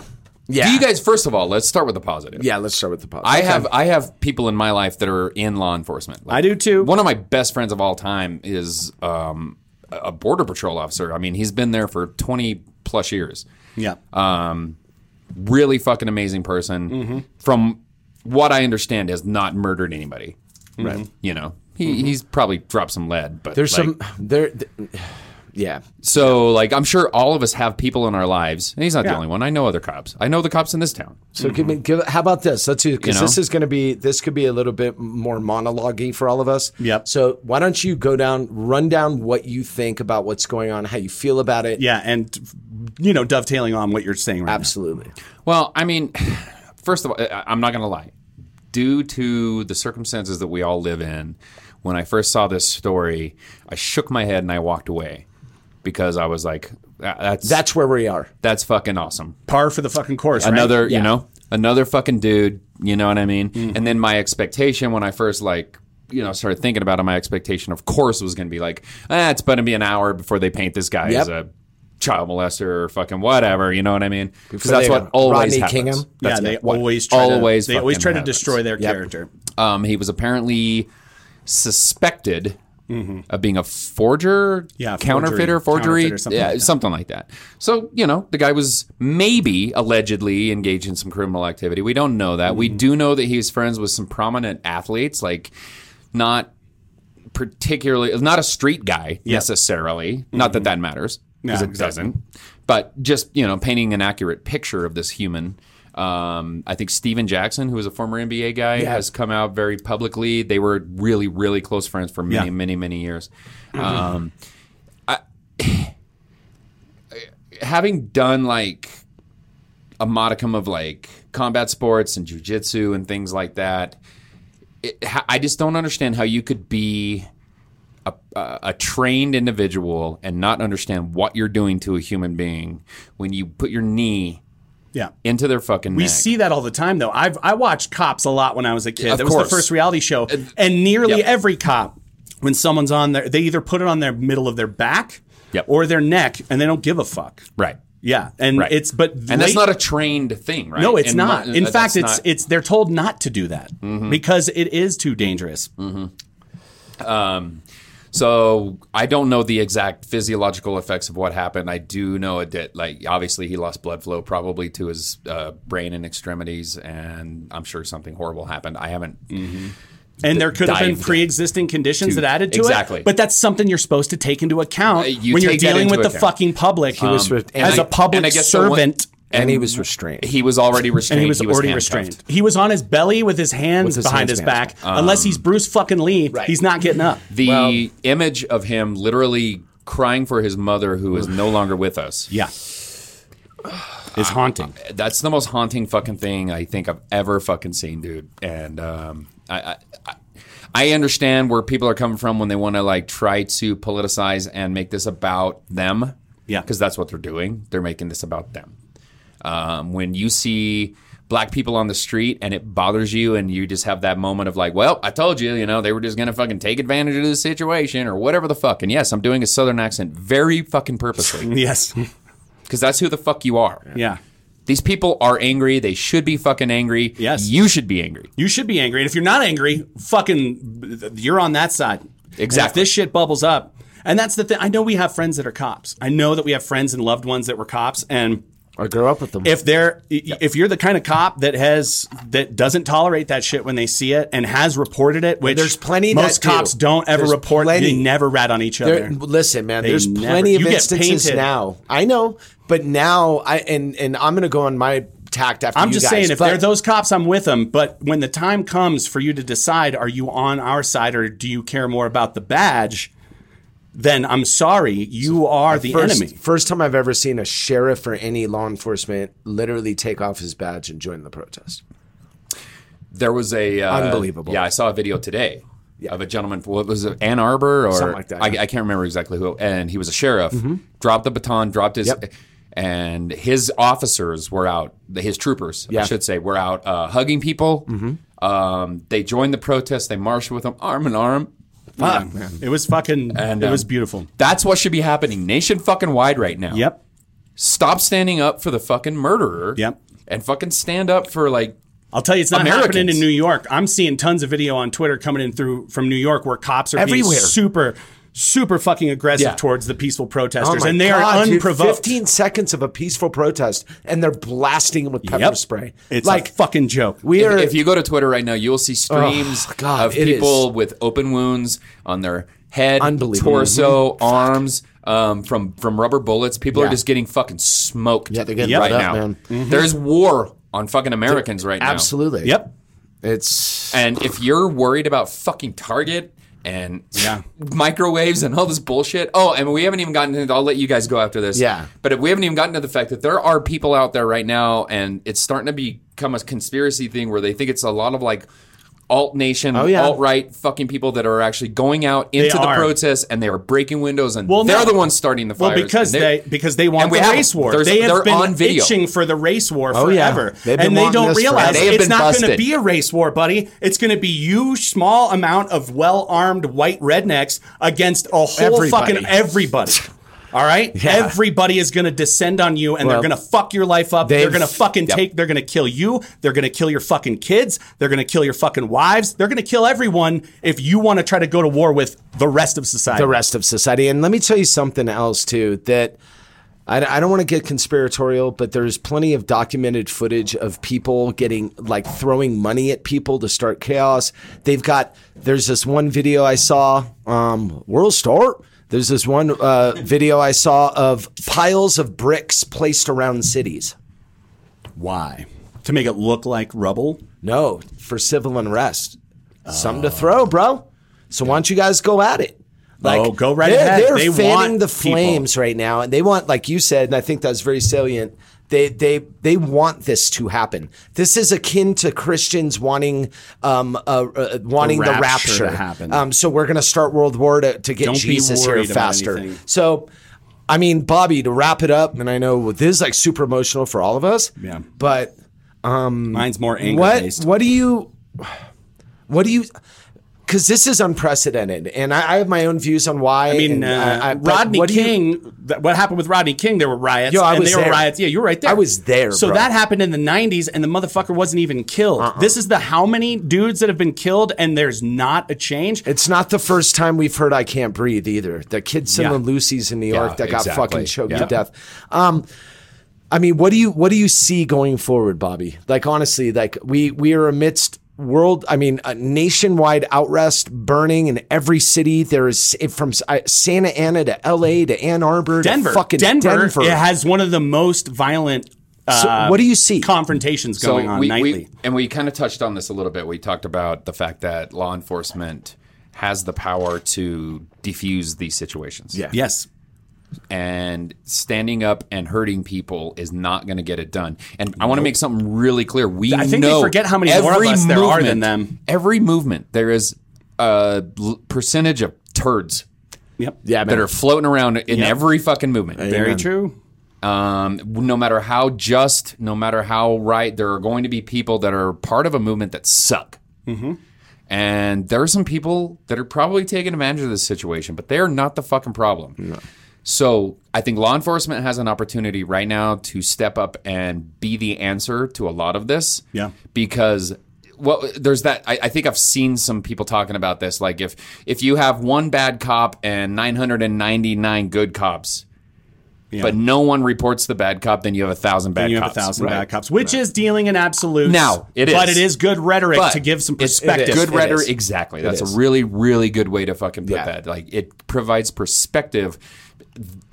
Speaker 4: Do you guys? First of all, let's start with the positive.
Speaker 6: Yeah, let's start with the pop.
Speaker 4: I have I have people in my life that are in law enforcement. Like,
Speaker 5: I do too.
Speaker 4: One of my best friends of all time is um, a border patrol officer. I mean, he's been there for twenty plus years.
Speaker 5: Yeah.
Speaker 4: Um, really fucking amazing person. From what I understand, has not murdered anybody. Right. You know, he, he's probably dropped some lead, but
Speaker 6: There's
Speaker 4: like-
Speaker 6: some there. th- yeah,
Speaker 4: So like, I'm sure all of us have people in our lives, and he's not the
Speaker 5: Yeah.
Speaker 4: only one. I know other cops. I know the cops in this town.
Speaker 6: So give me give. How about this? Let's do because
Speaker 4: You
Speaker 6: this
Speaker 4: know?
Speaker 6: is going to be this could be a little bit more monologue for all of us.
Speaker 5: Yep.
Speaker 6: So why don't you go down, run down what you think about what's going on, how you feel about it.
Speaker 5: Yeah, and you know, dovetailing on what you're saying right
Speaker 6: Absolutely.
Speaker 4: Well, I mean, *sighs* first of all, I- I'm not going to lie. Due to the circumstances that we all live in, when I first saw this story, I shook my head and I walked away because I was like, "That- "That's that's
Speaker 6: That's where we are.
Speaker 4: that's fucking awesome."
Speaker 5: now. Par for the fucking course. right?
Speaker 4: Another,
Speaker 6: Yeah. Mm-hmm.
Speaker 4: you know, another fucking dude. You know what I mean? And then my expectation when I first like. You know, started thinking about it. My expectation, of course, was going to be like, ah, it's going to be an hour before they paint this guy
Speaker 6: Yep.
Speaker 4: as a child molester or fucking whatever. You know what I mean? Because
Speaker 6: Before
Speaker 4: that's
Speaker 6: they-
Speaker 4: what always
Speaker 6: Rodney
Speaker 4: happens.
Speaker 6: Kingham?
Speaker 5: Yeah,
Speaker 4: That's
Speaker 5: they
Speaker 4: what
Speaker 5: always try
Speaker 4: always
Speaker 5: to, they always
Speaker 4: fucking
Speaker 5: try to
Speaker 4: happens.
Speaker 5: destroy their
Speaker 6: Yep.
Speaker 5: character.
Speaker 4: Um, he was apparently suspected of being a forger,
Speaker 5: Yeah,
Speaker 4: counterfeiter,
Speaker 5: forgery,
Speaker 4: forgery,
Speaker 5: counterfeiter, something
Speaker 4: yeah,
Speaker 5: like that.
Speaker 4: something like that. So you know, the guy was maybe allegedly engaged in some criminal activity. We don't know that. We do know that he was friends with some prominent athletes, like not particularly, not a street guy necessarily. Not that that matters because
Speaker 5: No,
Speaker 4: it
Speaker 5: exactly.
Speaker 4: doesn't. But just you know, painting an accurate picture of this human. Um, I think Steven Jackson, who is a former NBA guy, has come out very publicly. They were really, really close friends for many,
Speaker 5: Yeah. Mm-hmm.
Speaker 4: many, many years. Um, I, *sighs* having done like a modicum of like combat sports and jujitsu and things like that, it, ha- I just don't understand how you could be a, a trained individual and not understand what you're doing to a human being when you put your knee
Speaker 5: Yeah.
Speaker 4: into their fucking
Speaker 5: We
Speaker 4: neck.
Speaker 5: see that all the time, though. I've I watched cops a lot when I was a kid.
Speaker 4: Of
Speaker 5: that was
Speaker 4: course.
Speaker 5: the first reality show, and nearly
Speaker 4: yep.
Speaker 5: every cop, when someone's on there, they either put it on their middle of their back,
Speaker 4: Yep.
Speaker 5: or their neck, and they don't give a fuck.
Speaker 4: right.
Speaker 5: Yeah, and
Speaker 4: Right.
Speaker 5: it's but
Speaker 4: And that's not a trained thing, right?
Speaker 5: no, it's
Speaker 4: And
Speaker 5: not.
Speaker 4: mo- uh,
Speaker 5: In
Speaker 4: that's
Speaker 5: fact, it's
Speaker 4: not- Mm-hmm.
Speaker 5: it's they're told not to do that because it is too dangerous.
Speaker 4: Mm. So I don't know the exact physiological effects of what happened. I do know it did. Like obviously, he lost blood flow probably to his uh, brain and extremities, and I'm sure something horrible happened. I haven't.
Speaker 6: Mm.
Speaker 5: And there could have been
Speaker 4: dived
Speaker 5: pre-existing conditions
Speaker 4: to-
Speaker 5: that added to
Speaker 4: exactly.
Speaker 5: it. But that's something you're supposed to take into account
Speaker 4: Uh, you
Speaker 5: when you're
Speaker 4: take that
Speaker 5: dealing
Speaker 4: into
Speaker 5: with the
Speaker 4: account.
Speaker 5: fucking public. He
Speaker 6: was with- and
Speaker 5: as
Speaker 4: I-
Speaker 5: a public
Speaker 4: and I guess the one-
Speaker 5: servant.
Speaker 6: And, he was restrained.
Speaker 4: He was already restrained.
Speaker 5: and he was already
Speaker 4: handcuffed.
Speaker 5: restrained. He was on his belly with his hands
Speaker 6: With his hands
Speaker 5: behind his
Speaker 6: behind
Speaker 5: back. Unless he's Bruce fucking Lee, he's not getting up.
Speaker 4: The image of him literally crying for his mother, who is no longer with us.
Speaker 5: Yeah, it's haunting.
Speaker 4: that's the most haunting fucking thing I think I've ever fucking seen, dude. And um, I, I, I- I understand where people are coming from when they want to like try to politicize and make this about them.
Speaker 5: Yeah.
Speaker 4: because that's what they're doing. They're making this about them. Um, when you see black people on the street and it bothers you, and you just have that moment of like, well, I told you, you know, they were just gonna fucking take advantage of this situation or whatever the fuck. And yes, I'm doing a southern accent very fucking purposely
Speaker 5: yes,
Speaker 4: because that's who the fuck you are.
Speaker 5: yeah.
Speaker 4: These people are angry. They should be fucking angry.
Speaker 5: Yes.
Speaker 4: You should be angry.
Speaker 5: You should be angry, and if you're not angry, fucking, you're on that side. And if
Speaker 4: Exactly.
Speaker 5: this shit bubbles up, and that's the thing. I know we have friends that are cops. I know that we have friends and loved ones that were cops, and
Speaker 6: I grew up with them.
Speaker 5: if they're if you're the kind of cop that has that doesn't tolerate that shit when they see it and has reported it, which
Speaker 6: There's plenty that
Speaker 5: most
Speaker 6: do.
Speaker 5: cops don't ever
Speaker 6: There's
Speaker 5: report.
Speaker 6: plenty.
Speaker 5: They never rat on each
Speaker 6: There-
Speaker 5: other.
Speaker 6: listen, man,
Speaker 5: They
Speaker 6: there's
Speaker 5: never-
Speaker 6: plenty
Speaker 5: you
Speaker 6: of
Speaker 5: get
Speaker 6: instances
Speaker 5: painted.
Speaker 6: now. I know, but now I and and I'm going to go on my tact after
Speaker 5: I'm
Speaker 6: you
Speaker 5: just
Speaker 6: guys,
Speaker 5: saying, if
Speaker 6: but-
Speaker 5: they're those cops, I'm with them. But when the time comes for you to decide, are you on our side or do you care more about the badge? Then I'm sorry, you are the
Speaker 6: first,
Speaker 5: enemy.
Speaker 6: First time I've ever seen a sheriff or any law enforcement literally take off his badge and join the protest.
Speaker 4: There was a uh,
Speaker 6: Unbelievable.
Speaker 4: Yeah, I saw a video today of a gentleman. What was it? Ann Arbor or
Speaker 6: Something like that,
Speaker 4: I,
Speaker 6: yeah. Mm-hmm.
Speaker 4: I can't remember exactly who. And he was a sheriff. Dropped the baton. Dropped his.
Speaker 6: Yep.
Speaker 4: And his officers were out. His troopers,
Speaker 6: Yeah. Mm-hmm.
Speaker 4: I should say, were out uh, hugging people. Um, they joined the protest. They marched with them, arm in arm. Fuck.
Speaker 5: It was fucking.
Speaker 4: And,
Speaker 5: it was
Speaker 4: um,
Speaker 5: beautiful.
Speaker 4: That's what should be happening nation fucking wide right now.
Speaker 5: Yep.
Speaker 4: Stop standing up for the fucking murderer.
Speaker 5: Yep.
Speaker 4: and fucking stand up for like
Speaker 5: I'll tell you, it's not happening
Speaker 4: Americans.
Speaker 5: in New York. I'm seeing tons of video on Twitter coming in through from New York where cops are being
Speaker 6: Everywhere.
Speaker 5: super, super fucking aggressive
Speaker 4: Yeah.
Speaker 5: towards the peaceful
Speaker 6: Oh
Speaker 5: protesters,
Speaker 6: my
Speaker 5: and they
Speaker 6: God,
Speaker 5: are
Speaker 6: dude,
Speaker 5: unprovoked.
Speaker 6: 15 seconds of a peaceful protest, and they're blasting them with pepper
Speaker 5: Yep.
Speaker 6: spray.
Speaker 5: It's like
Speaker 6: like
Speaker 5: a fucking joke.
Speaker 6: we
Speaker 4: If-
Speaker 6: are.
Speaker 4: If, you go to Twitter right now, you will see streams
Speaker 6: Oh, God,
Speaker 4: of
Speaker 6: it
Speaker 4: people with open wounds on their head,
Speaker 6: Unbelievable. Mm-hmm.
Speaker 4: torso, arms. Um, from from rubber bullets, people are just getting fucking smoked.
Speaker 6: Yeah, they're getting
Speaker 4: right
Speaker 6: lit up,
Speaker 4: now.
Speaker 6: man. Mm-hmm.
Speaker 4: There's war on fucking Americans right now.
Speaker 6: absolutely.
Speaker 5: yep.
Speaker 6: It's
Speaker 4: And if you're worried about fucking Target and
Speaker 5: Yeah.
Speaker 4: microwaves and all this bullshit, oh, and we haven't even gotten into. I'll let you guys go after this.
Speaker 6: Yeah.
Speaker 4: But if we haven't even gotten to the fact that there are people out there right now, and it's starting to become a conspiracy thing where they think it's a lot of like alt nation,
Speaker 6: Oh, yeah.
Speaker 4: alt right fucking people that are actually going out into the
Speaker 5: are.
Speaker 4: protests and they are breaking windows and
Speaker 5: Well,
Speaker 4: they're
Speaker 5: no.
Speaker 4: the ones starting the fires.
Speaker 5: Well, because
Speaker 4: and they're-
Speaker 5: they because they want
Speaker 4: and we
Speaker 5: the
Speaker 4: have
Speaker 5: race
Speaker 4: them.
Speaker 5: war.
Speaker 4: There's-
Speaker 5: they
Speaker 4: they're
Speaker 5: have been
Speaker 4: on video.
Speaker 5: itching for the race war
Speaker 6: Oh, yeah.
Speaker 5: forever,
Speaker 6: They've been
Speaker 5: and they
Speaker 6: wanting
Speaker 5: don't
Speaker 6: this
Speaker 5: realize
Speaker 6: forever. They
Speaker 4: have
Speaker 5: it's
Speaker 4: been
Speaker 5: not going to
Speaker 4: busted.
Speaker 5: be a race war, buddy. It's going to be you, small amount of well-armed white rednecks against a whole
Speaker 6: Everybody.
Speaker 5: fucking everybody. All right,
Speaker 6: *laughs* Yeah.
Speaker 5: everybody is going to descend on you, and
Speaker 6: Well,
Speaker 5: they're going to fuck your life up. They're
Speaker 6: they've-
Speaker 5: going to fucking take. They're going to kill you. They're going to kill your fucking kids. They're going to kill your fucking wives. They're going to kill everyone if you want to try to go to war with the rest of society.
Speaker 6: the rest of society. And let me tell you something else too that I, I don't want to get conspiratorial, but there's plenty of documented footage of people getting like throwing money at people to start chaos. They've got there's this one video I saw, um, World Star. There's this one uh, video I saw of piles of bricks placed around cities.
Speaker 5: Why? To make it look like rubble?
Speaker 6: No, for civil unrest. Something to throw, bro. So why don't you guys go at it?
Speaker 5: Oh, go right
Speaker 6: they're,
Speaker 5: ahead.
Speaker 6: They're
Speaker 5: They
Speaker 6: fanning
Speaker 5: want
Speaker 6: the
Speaker 5: people.
Speaker 6: flames right now, and they want, like you said, and I think that's very salient. They they they want this to happen. This is akin to Christians wanting um uh, uh wanting the
Speaker 5: rapture
Speaker 6: rapture,
Speaker 5: to happen.
Speaker 6: Um, so we're gonna start World War to, to get
Speaker 5: Don't be
Speaker 6: Jesus here
Speaker 5: worried about
Speaker 6: faster.
Speaker 5: anything.
Speaker 6: So. I mean, Bobby, to wrap it up, and I know this is like super emotional for all of us.
Speaker 5: Yeah.
Speaker 6: But
Speaker 5: Mine's more anger
Speaker 6: Mm. what
Speaker 5: based.
Speaker 6: what do you what do you because this is unprecedented and I, I have my own views on why
Speaker 5: I
Speaker 6: and
Speaker 5: mean, uh,
Speaker 6: I- I- but
Speaker 5: Rodney
Speaker 6: what do you-
Speaker 5: King. th- what happened with Rodney King? There were riots.
Speaker 6: Yo, I
Speaker 5: and
Speaker 6: was
Speaker 5: they were
Speaker 6: there.
Speaker 5: riots. Yeah, you were right there.
Speaker 6: I was there,
Speaker 5: So
Speaker 6: bro. Uh-uh.
Speaker 5: that happened in the '90s, and the motherfucker wasn't even killed. This is the how many dudes that have been killed, and there's not a change.
Speaker 6: it's not the first time we've heard I can't breathe either. The kids in
Speaker 5: Yeah.
Speaker 6: the Lucy's in New York that got
Speaker 4: exactly.
Speaker 6: fucking choked
Speaker 4: Yeah.
Speaker 6: to death. Um, I mean, what do you what do you see going forward, Bobby? Like honestly, like we we are amidst world. I mean, a nationwide outrest, burning in every city. There is from uh, Santa Ana to L.A. to Ann Arbor,
Speaker 5: Denver,
Speaker 6: to fucking
Speaker 5: Denver,
Speaker 6: Denver.
Speaker 5: It has one of the most violent. Uh,
Speaker 6: what do you see?
Speaker 5: Confrontations going on nightly.
Speaker 4: and we kind of touched on this a little bit. We talked about the fact that law enforcement has the power to defuse these situations. Yeah.
Speaker 5: yes.
Speaker 4: And standing up and hurting people is not going to get it done. And I want to make something really clear. We
Speaker 5: I think they
Speaker 4: know
Speaker 5: forget how many more of
Speaker 4: every
Speaker 5: us there are than
Speaker 4: movement-
Speaker 5: them.
Speaker 4: Every movement, there is a l- percentage of turds
Speaker 5: Yep.
Speaker 6: Yeah,
Speaker 4: that
Speaker 6: man.
Speaker 4: are floating around in
Speaker 5: Yep.
Speaker 4: every fucking movement.
Speaker 5: Very true.
Speaker 4: Um, no matter how just, no matter how right, there are going to be people that are part of a movement that suck. And there are some people that are probably taking advantage of this situation, but they are not the fucking problem. So I think law enforcement has an opportunity right now to step up and be the answer to a lot of this.
Speaker 5: Yeah.
Speaker 4: Because well, there's that. I, I think I've seen some people talking about this. Like if if you have one bad cop and 999 good cops, but no one reports the bad cop, then you have a thousand bad
Speaker 5: And you
Speaker 4: cops.
Speaker 5: have a thousand bad cops, which is dealing in absolutes.
Speaker 4: Now, it
Speaker 5: but
Speaker 4: is.
Speaker 5: it is good rhetoric
Speaker 4: But
Speaker 5: to give some
Speaker 4: it's- it
Speaker 5: perspective.
Speaker 4: is. Good
Speaker 6: It
Speaker 4: rhetoric,
Speaker 6: is.
Speaker 4: exactly. That's
Speaker 6: is.
Speaker 4: a really, really good way to fucking put
Speaker 6: Yeah.
Speaker 4: that. Like it provides perspective. It-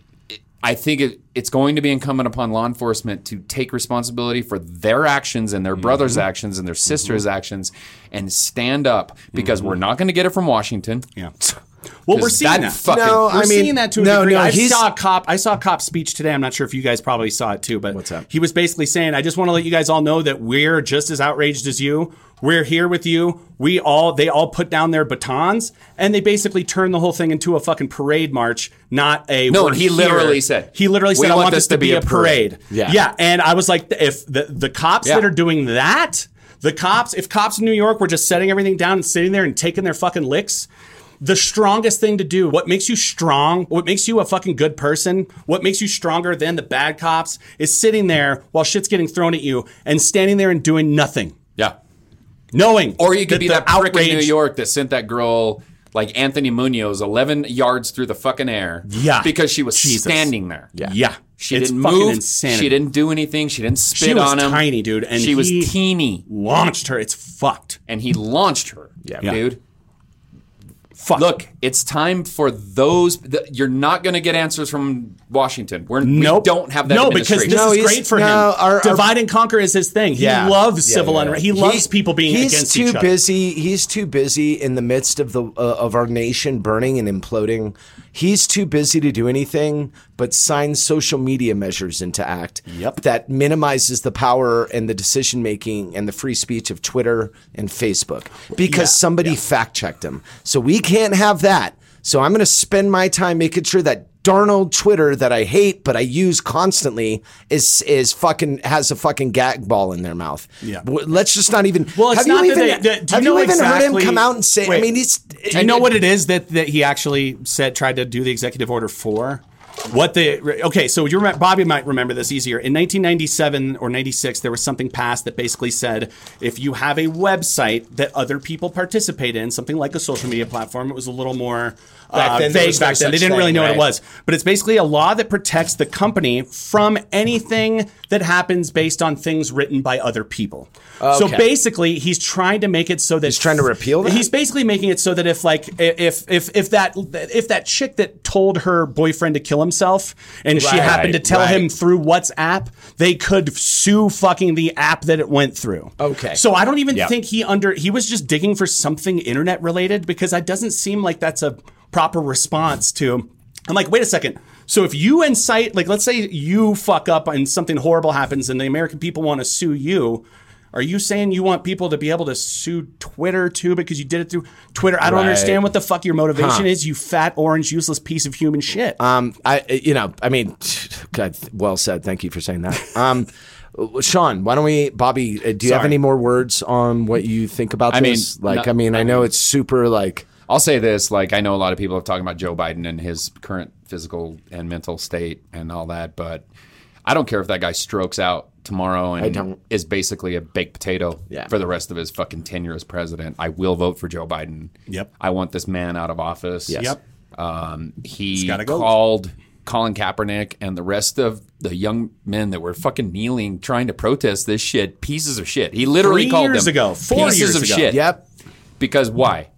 Speaker 4: I think it, it's going to be incumbent upon law enforcement to take responsibility for their actions and
Speaker 5: Mm-hmm.
Speaker 4: their brothers' actions and their sisters' actions, and stand up because we're not going to get it from Washington.
Speaker 5: Mm-hmm. Yeah. Well, we're
Speaker 4: 'Cause
Speaker 5: seeing
Speaker 4: that
Speaker 5: that.
Speaker 4: fucking-
Speaker 6: No,
Speaker 5: we're
Speaker 6: I mean,
Speaker 5: seeing that to a
Speaker 6: no,
Speaker 5: degree.
Speaker 6: no,
Speaker 5: I
Speaker 6: he's-
Speaker 5: saw a cop. I saw a cop speech today. I'm not sure if you guys probably saw it too, but
Speaker 6: What's that?
Speaker 5: he was basically saying, "I just want to let you guys all know that we're just as outraged as you. We're here with you. We all they all put down their batons and they basically turned the whole thing into a fucking parade march, not a
Speaker 4: No,
Speaker 5: we're
Speaker 4: and he literally said,
Speaker 5: he literally
Speaker 4: "We
Speaker 5: said, I want this to be a parade.
Speaker 6: Yeah.
Speaker 5: yeah. And I was like, if the the cops
Speaker 4: Yeah.
Speaker 5: that are doing that, the cops, if cops in New York were just setting everything down and sitting there and taking their fucking licks, the strongest thing to do. What makes you strong, what makes you a fucking good person, what makes you stronger than the bad cops is sitting there while shit's getting thrown at you and standing there and doing nothing.
Speaker 4: Yeah.
Speaker 5: Knowing.
Speaker 4: Or you could be
Speaker 5: the
Speaker 4: that prick in New York that sent that girl like Anthony Munoz 11 yards through the fucking air.
Speaker 5: Yeah.
Speaker 4: Because she was
Speaker 5: Jesus.
Speaker 4: standing there.
Speaker 5: Yeah.
Speaker 4: She
Speaker 5: it's
Speaker 4: didn't
Speaker 5: fucking
Speaker 4: move.
Speaker 5: insanity.
Speaker 4: She didn't do anything. She didn't spit
Speaker 5: She was
Speaker 4: on him.
Speaker 5: tiny, dude, and
Speaker 4: she was
Speaker 5: he-
Speaker 4: teeny,
Speaker 5: launched her. It's fucked.
Speaker 4: and he launched her.
Speaker 5: Yeah.
Speaker 4: dude.
Speaker 5: Fuck.
Speaker 4: Look, it's time for those. th- you're not going to get answers from Washington. We're, We
Speaker 5: Nope.
Speaker 4: don't have that.
Speaker 5: No, because this
Speaker 4: administration.
Speaker 6: No,
Speaker 5: is
Speaker 6: he's-
Speaker 5: great for
Speaker 6: no,
Speaker 5: him.
Speaker 6: our- our-
Speaker 5: Divide and conquer is his thing. He
Speaker 6: Yeah.
Speaker 5: loves
Speaker 6: Yeah,
Speaker 5: civil
Speaker 6: yeah,
Speaker 5: unrest.
Speaker 6: yeah.
Speaker 5: He loves people being
Speaker 6: he's
Speaker 5: against
Speaker 6: too
Speaker 5: each other.
Speaker 6: busy he's too busy in the midst of the uh, of our nation burning and imploding he's too busy to do anything but sign social media measures into act
Speaker 5: Yep.
Speaker 6: that minimizes the power and the decision making and the free speech of twitter and facebook because
Speaker 5: Yeah,
Speaker 6: somebody fact checked him so we can't have that so i'm going to spend my time making sure that darn old Twitter that I hate but I use constantly is is fucking has a fucking gag ball in their mouth.
Speaker 5: Yeah.
Speaker 6: W- Let's just not even
Speaker 5: Well, it's
Speaker 6: have
Speaker 5: not
Speaker 6: you
Speaker 5: that
Speaker 6: even,
Speaker 5: they- that- do you
Speaker 6: have
Speaker 5: know
Speaker 6: you even heard
Speaker 5: exactly-
Speaker 6: him come out and say?
Speaker 5: Wait.
Speaker 6: I mean, he's.
Speaker 5: Do you know what it is that, that he actually said tried to do the executive order for? What the okay? So you remember, Bobby might remember this easier. In 1997 or 96, there was something passed that basically said if you have a website that other people participate in, something like a social media platform, it was a little more uh,
Speaker 6: Back then, there
Speaker 5: vague
Speaker 6: was no
Speaker 5: back then. They
Speaker 6: such
Speaker 5: didn't really
Speaker 6: thing,
Speaker 5: know what it
Speaker 6: right?
Speaker 5: was, but it's basically a law that protects the company from anything that happens based on things written by other people. So
Speaker 6: Okay.
Speaker 5: basically, he's trying to make it so that
Speaker 6: He's trying to repeal that?
Speaker 5: He's basically making it so that if like i- if if if that if that chick that told her boyfriend to kill himself and she
Speaker 6: Right,
Speaker 5: happened to tell
Speaker 6: right.
Speaker 5: him through WhatsApp, they could sue fucking the app that it went through.
Speaker 6: Okay.
Speaker 5: So I don't even
Speaker 4: Yeah.
Speaker 5: think he under he was just digging for something internet related because that doesn't seem like that's a proper response to. I'm like, wait a second. So if you incite, like, let's say you fuck up and something horrible happens, and the American people want to sue you. Are you saying you want people to be able to sue Twitter too because you did it through Twitter? I don't
Speaker 6: Right.
Speaker 5: understand what the fuck your motivation is, you fat orange useless piece of human shit.
Speaker 6: Um, I you know, I mean, God, well said. Thank you for saying
Speaker 5: *laughs*
Speaker 6: that. Um, Sean, why don't we, Bobby? uh, Do you have
Speaker 4: Sorry.
Speaker 6: any more words on what you think about
Speaker 4: I mean,
Speaker 6: this? like,
Speaker 4: no-
Speaker 6: I mean, I know it's super like.
Speaker 4: I'll say this: like I know a lot of people have talked about Joe Biden and his current physical and mental state and all that, but I don't care if that guy strokes out tomorrow and
Speaker 6: don't.
Speaker 4: is basically a baked potato
Speaker 6: Yeah.
Speaker 4: for the rest of his fucking tenure as president. I will vote for Joe Biden.
Speaker 5: Yep.
Speaker 4: I want this man out of office.
Speaker 6: Yes.
Speaker 5: Yep.
Speaker 4: Um, he
Speaker 5: gotta go.
Speaker 4: called Colin Kaepernick and the rest of the young men that were fucking kneeling trying to protest this shit pieces of shit. He literally
Speaker 5: Three
Speaker 4: called
Speaker 5: years
Speaker 4: them
Speaker 5: ago, four
Speaker 4: pieces
Speaker 5: years
Speaker 4: of
Speaker 5: ago.
Speaker 4: shit.
Speaker 6: Yep.
Speaker 4: Because why?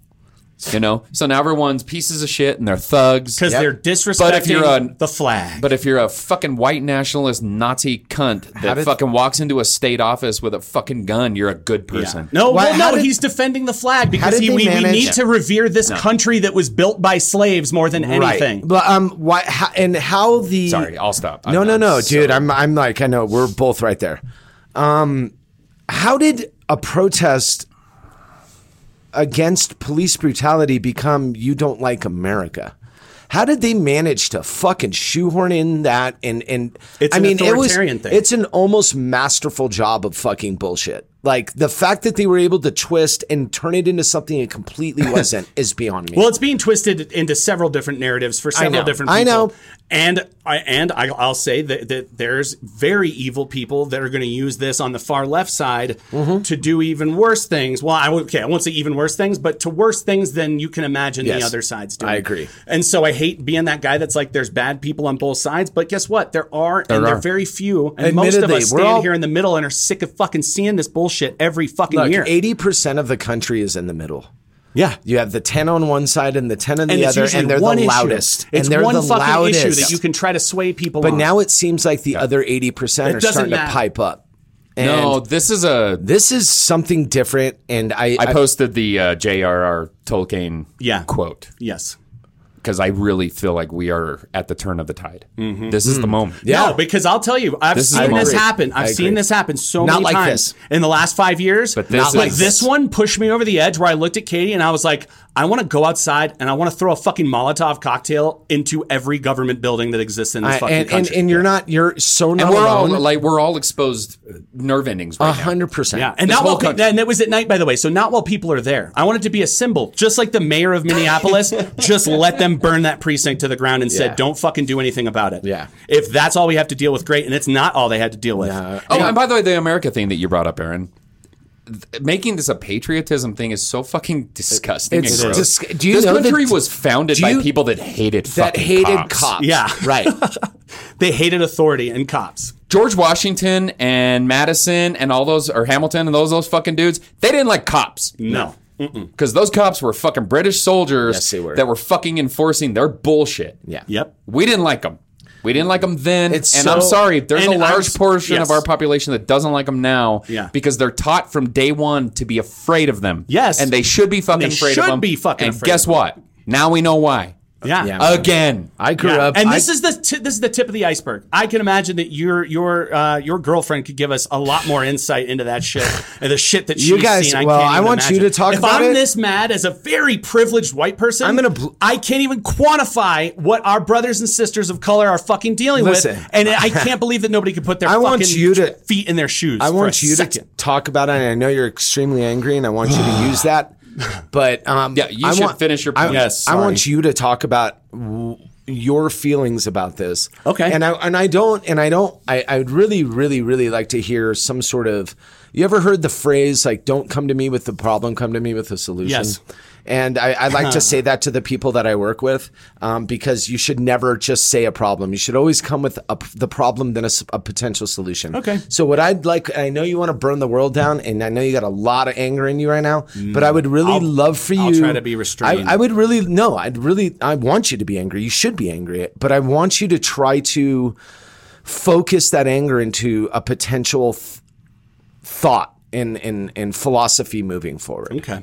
Speaker 4: You know, so now everyone's pieces of shit and they're thugs.
Speaker 5: Because they're disrespecting
Speaker 4: But if you're a-
Speaker 5: the flag.
Speaker 4: But if you're a fucking white nationalist Nazi cunt that
Speaker 6: did-
Speaker 4: fucking walks into a state office with a fucking gun, you're a good person.
Speaker 5: No,
Speaker 6: Why-
Speaker 5: well,
Speaker 6: how
Speaker 5: no,
Speaker 6: did-
Speaker 5: he's defending the flag because
Speaker 6: did
Speaker 5: he,
Speaker 6: they
Speaker 5: we, we
Speaker 6: manage-
Speaker 5: need to revere this country that was built by slaves more than anything.
Speaker 6: Right. But um, why how, and how the?
Speaker 4: Sorry, I'll stop.
Speaker 6: no,
Speaker 4: I'm-
Speaker 6: no,
Speaker 4: I'm
Speaker 6: no,
Speaker 4: so-
Speaker 6: dude. I'm I'm like I know we're both right there. Um, how did a protest against police brutality become you don't like America? How did they manage to fucking shoehorn in that and and
Speaker 5: It's
Speaker 6: I
Speaker 5: an
Speaker 6: mean it was
Speaker 5: authoritarian thing.
Speaker 6: it's an almost masterful job of fucking bullshit. Like the fact that they were able to twist and turn it into something it
Speaker 5: *laughs*
Speaker 6: completely wasn't is beyond me.
Speaker 5: Well, it's being twisted into several different narratives for several
Speaker 6: know.
Speaker 5: different people.
Speaker 6: I know.
Speaker 5: And I and I, I'll say that, that there's very evil people that are going to use this on the far left side
Speaker 6: Mm-hmm.
Speaker 5: to do even worse things. Well, I won't- okay, I won't say even worse things, but to worse things than you can imagine
Speaker 6: Yes.
Speaker 5: the other side's doing.
Speaker 6: I agree.
Speaker 5: And so I hate being that guy that's like, there's bad people on both sides, but guess what? There are, and they're
Speaker 6: are.
Speaker 5: very few. And most of
Speaker 6: Admittedly,
Speaker 5: us
Speaker 6: we're
Speaker 5: stand
Speaker 6: all-
Speaker 5: here in the middle and are sick of fucking seeing this bullshit every fucking year.
Speaker 6: Eighty percent of the country is in the middle.
Speaker 5: yeah.
Speaker 6: You have the ten on one side and the ten on the
Speaker 5: it's
Speaker 6: other,
Speaker 5: usually
Speaker 6: and they're
Speaker 5: one
Speaker 6: the
Speaker 5: issue.
Speaker 6: loudest.
Speaker 5: It's
Speaker 6: and they're
Speaker 5: one
Speaker 6: the
Speaker 5: fucking
Speaker 6: loudest.
Speaker 5: issue that you can try to sway people.
Speaker 6: but
Speaker 5: on.
Speaker 6: now it seems like the other eighty
Speaker 5: It
Speaker 6: percent are
Speaker 5: doesn't
Speaker 6: starting
Speaker 5: matter.
Speaker 6: to pipe up. And
Speaker 4: No, this is a.
Speaker 6: this is something different. And I,
Speaker 4: I posted the uh, J.R.R. Tolkien
Speaker 5: Yeah.
Speaker 4: quote.
Speaker 5: yes,
Speaker 4: because I really feel like we are at the turn of the tide.
Speaker 6: Mm-hmm.
Speaker 4: This
Speaker 5: Hmm.
Speaker 4: is the moment.
Speaker 5: No, because I'll tell you, I've
Speaker 6: This is
Speaker 5: seen
Speaker 6: the
Speaker 5: this
Speaker 6: moment.
Speaker 5: happen. I've
Speaker 6: I
Speaker 5: seen
Speaker 6: agree.
Speaker 5: this happen so
Speaker 6: Not
Speaker 5: many
Speaker 6: like
Speaker 5: times
Speaker 6: this.
Speaker 5: in the last five years.
Speaker 4: But this
Speaker 5: Not like
Speaker 4: is-
Speaker 5: this one pushed me over the edge where I looked at Katie and I was like, I want to go outside and I want to throw a fucking Molotov cocktail into every government building that exists in this
Speaker 6: I-
Speaker 5: fucking
Speaker 6: and, and,
Speaker 5: country.
Speaker 6: and you're not you're so not
Speaker 4: And we're all
Speaker 6: alone.
Speaker 4: like we're all exposed nerve endings right now.
Speaker 6: hundred percent.
Speaker 5: yeah, and
Speaker 4: this
Speaker 5: not
Speaker 4: whole
Speaker 5: while pe-
Speaker 4: country.
Speaker 5: and it was at night, by the way. So not while people are there. I want it to be a symbol, just like the mayor of Minneapolis. just let them burn that precinct to the ground and
Speaker 6: Yeah.
Speaker 5: said, "Don't fucking do anything about it."
Speaker 6: Yeah.
Speaker 5: If that's all we have to deal with, great. And it's not all they had to deal with.
Speaker 4: Oh, and by the way, the America thing that you brought up, Aaron, th- making this a patriotism thing is so fucking disgusting.
Speaker 6: It's
Speaker 4: and gross.
Speaker 6: dis- do you
Speaker 4: this
Speaker 6: know that-
Speaker 4: country was founded
Speaker 6: do
Speaker 4: by
Speaker 6: you-
Speaker 4: people that hated
Speaker 6: that
Speaker 4: fucking
Speaker 6: hated cops.
Speaker 4: cops.
Speaker 5: Yeah.
Speaker 6: right.
Speaker 5: They hated authority and cops.
Speaker 4: *laughs* George Washington and Madison and all those, or Hamilton and those those fucking dudes, they didn't like cops
Speaker 5: No.
Speaker 4: because those cops were fucking British soldiers
Speaker 6: Yes, they were.
Speaker 4: that were fucking enforcing their bullshit.
Speaker 6: Yeah.
Speaker 5: Yep.
Speaker 4: We didn't like them. We didn't like them then,
Speaker 6: It's
Speaker 4: and
Speaker 6: so-
Speaker 4: I'm sorry. There's
Speaker 5: and
Speaker 4: a
Speaker 5: I'm
Speaker 4: large
Speaker 5: s-
Speaker 4: portion of
Speaker 5: yes.
Speaker 4: our population that doesn't like them now,
Speaker 5: Yeah.
Speaker 4: because they're taught from day one to be afraid of them.
Speaker 5: Yes.
Speaker 4: and they should be fucking
Speaker 5: They
Speaker 4: afraid of
Speaker 5: should
Speaker 4: them.
Speaker 5: be fucking
Speaker 4: And
Speaker 5: afraid
Speaker 4: guess
Speaker 5: of them.
Speaker 4: what? Now we know why.
Speaker 5: Yeah.
Speaker 6: Yeah.
Speaker 4: Again,
Speaker 6: I grew
Speaker 5: Yeah.
Speaker 6: up.
Speaker 5: and
Speaker 6: I-
Speaker 5: this is the t- this is the tip of the iceberg. I can imagine that your your uh, your girlfriend could give us a lot more insight into that shit and the shit that she's
Speaker 6: You guys-
Speaker 5: seen. I
Speaker 6: well,
Speaker 5: can't
Speaker 6: I
Speaker 5: even
Speaker 6: want you
Speaker 5: imagine.
Speaker 6: to talk
Speaker 5: if
Speaker 6: about
Speaker 5: I'm
Speaker 6: it.
Speaker 5: this mad as a very privileged white person,
Speaker 6: I'm gonna bl-
Speaker 5: I can't even quantify what our brothers and sisters of color are fucking dealing
Speaker 6: Listen.
Speaker 5: with, and I can't believe that nobody could put their
Speaker 6: I
Speaker 5: fucking
Speaker 6: want you to-
Speaker 5: feet in their shoes.
Speaker 6: I
Speaker 5: for
Speaker 6: want
Speaker 5: a
Speaker 6: you to
Speaker 5: second.
Speaker 6: t- talk about it. And I know you're extremely angry, and I want you to use that. But um,
Speaker 4: Yeah, you
Speaker 6: I
Speaker 4: should
Speaker 6: want-
Speaker 4: finish your
Speaker 6: I-
Speaker 4: point.
Speaker 5: Yes,
Speaker 6: I
Speaker 5: sorry.
Speaker 6: want you to talk about w- your feelings about this.
Speaker 5: Okay.
Speaker 6: and I and I don't and I don't. I I would really, really, really like to hear some sort of. You ever heard the phrase like "Don't come to me with the problem, come to me with a solution"?
Speaker 5: Yes.
Speaker 6: And I, I
Speaker 5: *laughs*
Speaker 6: like to say that to the people that I work with um, because you should never just say a problem. You should always come with a, the problem, then a, s- a potential solution.
Speaker 5: Okay.
Speaker 6: So, what I'd like, I know you want to burn the world down, and I know you got a lot of anger in you right now, but I would really love for you.
Speaker 5: Mm. I'll try to be restrained.
Speaker 6: I, I would really, no, I'd really, I want you to be angry. You should be angry, but I want you to try to focus that anger into a potential th- thought. and in, in philosophy moving forward.
Speaker 5: Okay.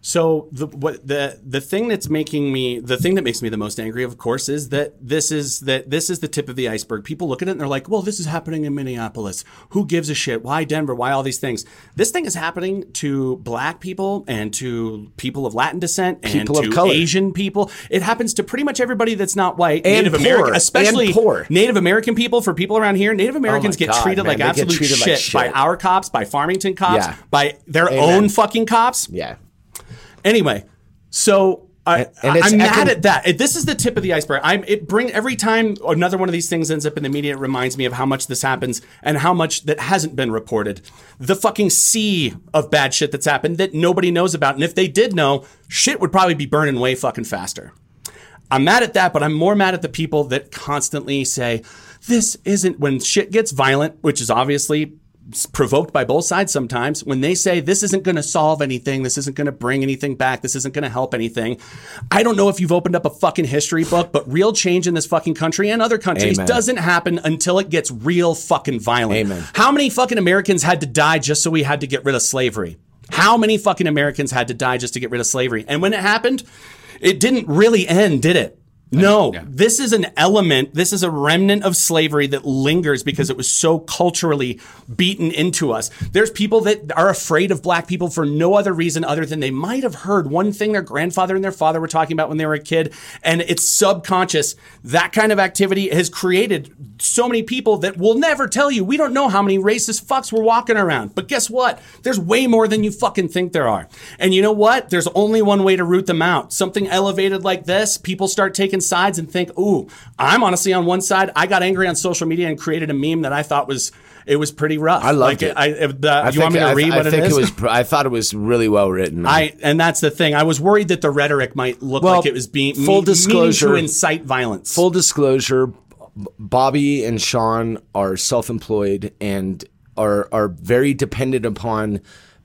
Speaker 5: So the what the the thing that's making me the thing that makes me the most angry, of course, is that this is that this is the tip of the iceberg. People look at it and they're like, "Well, this is happening in Minneapolis. Who gives a shit? Why Denver? Why all these things?" This thing is happening to Black people and to people of Latin descent and
Speaker 6: People of
Speaker 5: to
Speaker 6: color.
Speaker 5: Asian people. It happens to pretty much everybody that's not white,
Speaker 6: And
Speaker 5: Native
Speaker 6: poor.
Speaker 5: American,
Speaker 6: And
Speaker 5: especially
Speaker 6: poor. Oh
Speaker 5: Native American people. For people around here, Native Americans get
Speaker 6: God,
Speaker 5: treated
Speaker 6: man,
Speaker 5: like
Speaker 6: they get
Speaker 5: absolute
Speaker 6: treated like
Speaker 5: shit, by
Speaker 6: shit.
Speaker 5: our cops, by Farmington cops,
Speaker 6: Yeah.
Speaker 5: by their
Speaker 6: Amen.
Speaker 5: own fucking cops.
Speaker 6: Yeah.
Speaker 5: Anyway, so I,
Speaker 6: and it's
Speaker 5: I'm mad
Speaker 6: econ-
Speaker 5: at that. It- this is the tip of the iceberg. I'm it bring every time another one of these things ends up in the media. It reminds me of how much this happens and how much that hasn't been reported. The fucking sea of bad shit that's happened that nobody knows about. And if they did know, shit would probably be burning way fucking faster. I'm mad at that, but I'm more mad at the people that constantly say, this isn't when shit gets violent, which is obviously s- provoked by both sides sometimes. When they say, this isn't going to solve anything, this isn't going to bring anything back, this isn't going to help anything. I don't know if you've opened up a fucking history book, but real change in this fucking country and other countries
Speaker 6: Amen.
Speaker 5: doesn't happen until it gets real fucking violent.
Speaker 6: Amen.
Speaker 5: How many fucking Americans had to die just so we had to get rid of slavery? How many fucking Americans had to die just to get rid of slavery? And when it happened, it didn't really end, did it? No, this is an element, this is a remnant of slavery that lingers because it was so culturally beaten into us. There's people that are afraid of black people for no other reason other than they might have heard one thing their grandfather and their father were talking about when they were a kid, and it's subconscious. That kind of activity has created so many people that will never tell you. We don't know how many racist fucks we're walking around, but guess what? There's way more than you fucking think there are. And you know what? There's only one way to root them out. Something elevated like this, people start taking sides and think, ooh, I'm honestly on one side. I got angry on social media and created a meme that I thought was, it was pretty rough. I
Speaker 6: loved it.
Speaker 5: I, if the, you
Speaker 6: think,
Speaker 5: want me to
Speaker 6: I,
Speaker 5: read
Speaker 6: I
Speaker 5: what
Speaker 6: think
Speaker 5: it is?
Speaker 6: it was. pr- I thought it was really well written.
Speaker 5: *laughs* I, and that's the thing. I was worried that the rhetoric might look
Speaker 6: Well,
Speaker 5: like it was being
Speaker 6: full
Speaker 5: me- meaning
Speaker 6: disclosure-
Speaker 5: to incite violence.
Speaker 6: Full disclosure: B- Bobby and Sean are self-employed and are are very dependent upon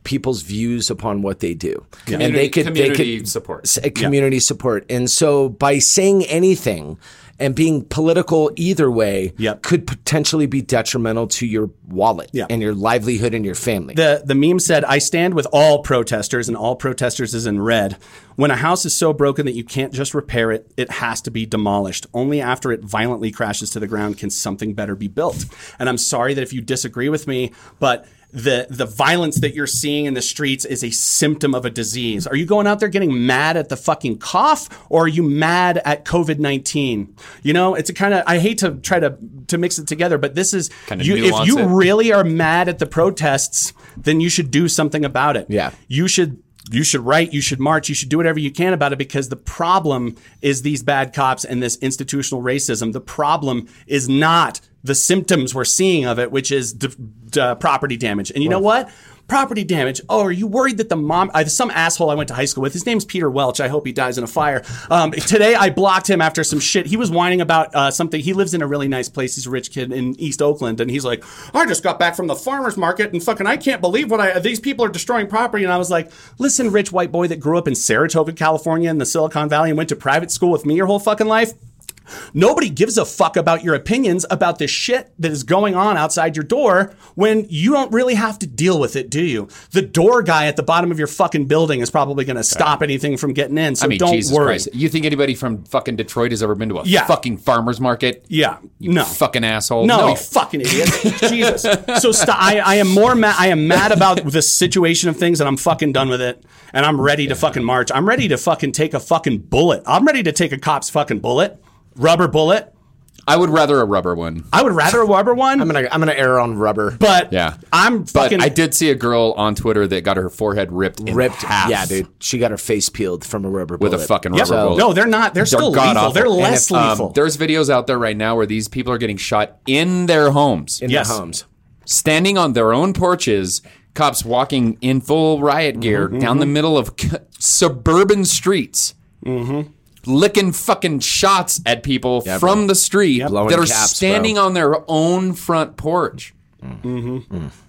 Speaker 6: people's views upon what they do, and
Speaker 4: Community-
Speaker 6: they could they
Speaker 4: community
Speaker 6: could
Speaker 4: support.
Speaker 6: s- community support. And so by saying anything and being political either way
Speaker 5: Yep.
Speaker 6: could potentially be detrimental to your wallet
Speaker 5: Yeah.
Speaker 6: and your livelihood and your family.
Speaker 5: The the meme said, "I stand with all protesters, and all protesters is in red. When a house is so broken that you can't just repair it, it has to be demolished. Only after it violently crashes to the ground can something better be built." And I'm sorry that if you disagree with me, but the the violence that you're seeing in the streets is a symptom of a disease. Are you going out there getting mad at the fucking cough or are you mad at COVID-19? You know, it's a kind of I hate to try to to mix it together, but this is
Speaker 4: Kinda
Speaker 5: you, if
Speaker 4: nuance
Speaker 5: you
Speaker 4: it.
Speaker 5: really are mad at the protests, then you should do something about it.
Speaker 6: Yeah.
Speaker 5: You should you should write, you should march, you should do whatever you can about it because the problem is these bad cops and this institutional racism. The problem is not the symptoms we're seeing of it, which is d- d- uh, property damage. And you know what? Property damage. Oh, are you worried that the mom, uh, some asshole I went to high school with, his name's Peter Welch. I hope he dies in a fire. Um, today I blocked him after some shit. He was whining about uh, something. He lives in a really nice place. He's a rich kid in East Oakland. And he's like, I just got back from the farmer's market and fucking, I can't believe what I, these people are destroying property. And I was like, listen, rich white boy that grew up in Saratoga, California in the Silicon Valley and went to private school with me your whole fucking life. Nobody gives a fuck about your opinions about this shit that is going on outside your door when you don't really have to deal with it, do you? The door guy at the bottom of your fucking building is probably going to stop anything from getting in. So
Speaker 4: I mean,
Speaker 5: don't
Speaker 4: Jesus
Speaker 5: worry.
Speaker 4: Christ. You think anybody from fucking Detroit has ever been to a
Speaker 5: Yeah.
Speaker 4: fucking farmer's market?
Speaker 5: Yeah.
Speaker 4: You
Speaker 5: no.
Speaker 4: fucking asshole.
Speaker 5: No, you
Speaker 4: *laughs*
Speaker 5: fucking idiot. Jesus. So st- I, I am more mad. I am mad about the situation of things, and I'm fucking done with it. And I'm ready to fucking march. I'm ready to fucking take a fucking bullet. I'm ready to take a cop's fucking bullet, rubber bullet.
Speaker 4: I would rather a rubber one.
Speaker 5: I would rather a rubber one.
Speaker 6: I'm gonna I'm gonna err on rubber.
Speaker 5: but
Speaker 4: Yeah.
Speaker 5: I'm
Speaker 4: But
Speaker 5: fucking.
Speaker 4: I did see a girl on Twitter that got her forehead ripped in
Speaker 6: ripped
Speaker 4: half.
Speaker 6: Yeah, dude. She got her face peeled from a rubber
Speaker 4: With a
Speaker 6: bullet.
Speaker 4: fucking
Speaker 5: Yep.
Speaker 4: rubber bullet.
Speaker 5: No, they're not. They're, still lethal.
Speaker 4: god-awful.
Speaker 5: They're
Speaker 4: And
Speaker 5: less
Speaker 4: if, um,
Speaker 5: lethal.
Speaker 4: there's videos out there right now where these people are getting shot in their homes,
Speaker 6: in
Speaker 5: Yes.
Speaker 6: their homes.
Speaker 4: standing on their own porches. Cops walking in full
Speaker 5: Mm-hmm,
Speaker 4: riot gear down the middle of c- suburban streets,
Speaker 5: Mm-hmm.
Speaker 4: licking fucking shots at people from the street that
Speaker 6: Blowing
Speaker 4: are
Speaker 6: caps, bro.
Speaker 4: standing on their own front porch.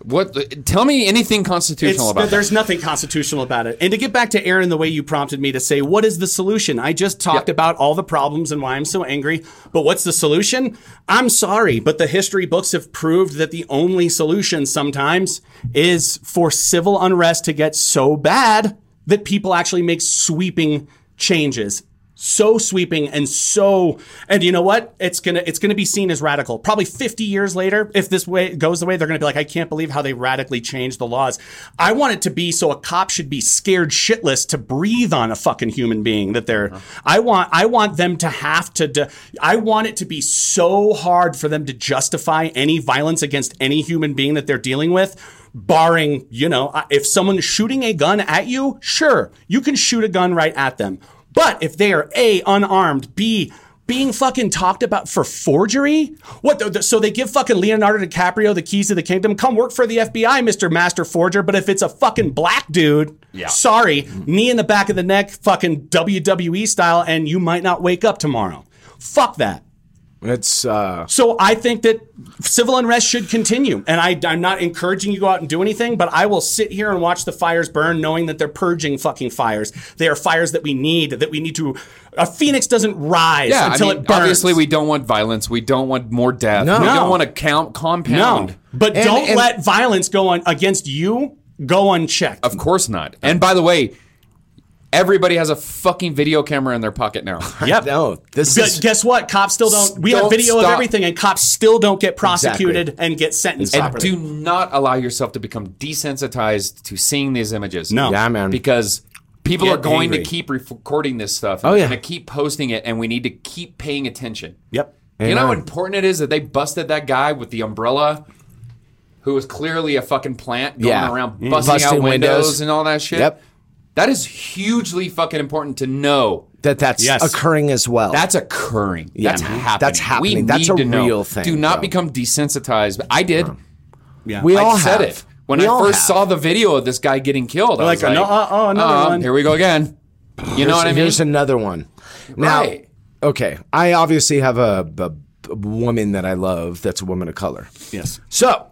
Speaker 4: What? Tell me anything constitutional
Speaker 5: Mm-hmm. It's-
Speaker 4: about that.
Speaker 5: there's nothing constitutional about it. And to get back to Aaron, the way you prompted me to say, what is the solution? I just talked about all the problems and why I'm so angry, but what's the solution? I'm sorry, but the history books have proved that the only solution sometimes is for civil unrest to get so bad that people actually make sweeping changes. So sweeping and so, and you know what? It's gonna it's gonna be seen as radical. Probably 50 years later, if this way goes the way, they're gonna be like, I can't believe how they radically changed the laws. I want it to be so a cop should be scared shitless to breathe on a fucking human being that they're. I want I want them to have to. De- I want it to be so hard for them to justify any violence against any human being that they're dealing with barring, you know, uh, if someone's shooting a gun at you, sure, you can shoot a gun right at them. But if they are A, unarmed, B, being fucking talked about for forgery? What? The, the- so they give fucking Leonardo DiCaprio the keys to the kingdom? Come work for the FBI, Mr. Master Forger. But if it's a fucking black dude, yeah. sorry, knee in the back of the neck, fucking WWE style, and you might not wake up tomorrow. Fuck that.
Speaker 6: It's uh
Speaker 5: So I think that civil unrest should continue, and I, I'm not encouraging you to go out and do anything. But I will sit here and watch the fires burn, knowing that they're purging fucking fires. They are fires that we need. That we need to. A phoenix doesn't rise
Speaker 4: yeah,
Speaker 5: until
Speaker 4: I mean,
Speaker 5: it burns.
Speaker 4: obviously we don't want violence. We don't want more death.
Speaker 6: No.
Speaker 4: We
Speaker 5: No.
Speaker 4: don't want to count compound.
Speaker 5: no, but
Speaker 6: And-
Speaker 5: don't
Speaker 6: and-
Speaker 5: let violence go on against you go unchecked.
Speaker 4: Of course not. And by the way, everybody has a fucking video camera in their pocket
Speaker 5: *laughs*
Speaker 4: now.
Speaker 5: Yep.
Speaker 6: no, this
Speaker 5: But
Speaker 6: is
Speaker 5: guess what? Cops still don't. We have
Speaker 4: Don't
Speaker 5: video of
Speaker 4: stop.
Speaker 5: everything, and cops still don't get prosecuted and get sentenced
Speaker 4: and
Speaker 5: properly.
Speaker 4: do not allow yourself to become desensitized to seeing these images.
Speaker 5: No.
Speaker 6: Yeah, man.
Speaker 4: Because people
Speaker 6: Get
Speaker 4: are going
Speaker 6: angry.
Speaker 4: to keep re- recording this stuff.
Speaker 6: Oh, yeah.
Speaker 4: Going to keep posting it, and we need to keep paying attention.
Speaker 5: yep.
Speaker 4: You know how
Speaker 6: Amen.
Speaker 4: important it is that they busted that guy with the umbrella, who was clearly a fucking plant going
Speaker 6: Yeah.
Speaker 4: around
Speaker 6: Mm.
Speaker 4: busting out
Speaker 6: Busting
Speaker 4: windows.
Speaker 6: windows.
Speaker 4: and all that shit.
Speaker 6: Yep.
Speaker 4: That is hugely fucking important to know.
Speaker 6: that that's
Speaker 5: Yes.
Speaker 6: occurring as well.
Speaker 4: That's occurring. that's
Speaker 6: man.
Speaker 4: happening.
Speaker 6: That's happening.
Speaker 4: We
Speaker 6: That's
Speaker 4: need
Speaker 6: a
Speaker 4: to know.
Speaker 6: real thing,
Speaker 4: Do not
Speaker 6: bro.
Speaker 4: become desensitized. I did.
Speaker 5: Yeah.
Speaker 6: we
Speaker 4: I
Speaker 6: all have
Speaker 4: said it when
Speaker 6: We
Speaker 4: I
Speaker 6: all
Speaker 4: first
Speaker 6: have.
Speaker 4: saw the video of this guy getting killed. I
Speaker 5: Like,
Speaker 4: was like,
Speaker 5: no, uh, oh, another
Speaker 4: um,
Speaker 5: one.
Speaker 4: Here we go again. You know what I mean?
Speaker 6: Here's another one. Now,
Speaker 4: Right.
Speaker 6: okay, I obviously have a, a- a woman that I love that's a woman of color.
Speaker 5: yes.
Speaker 6: So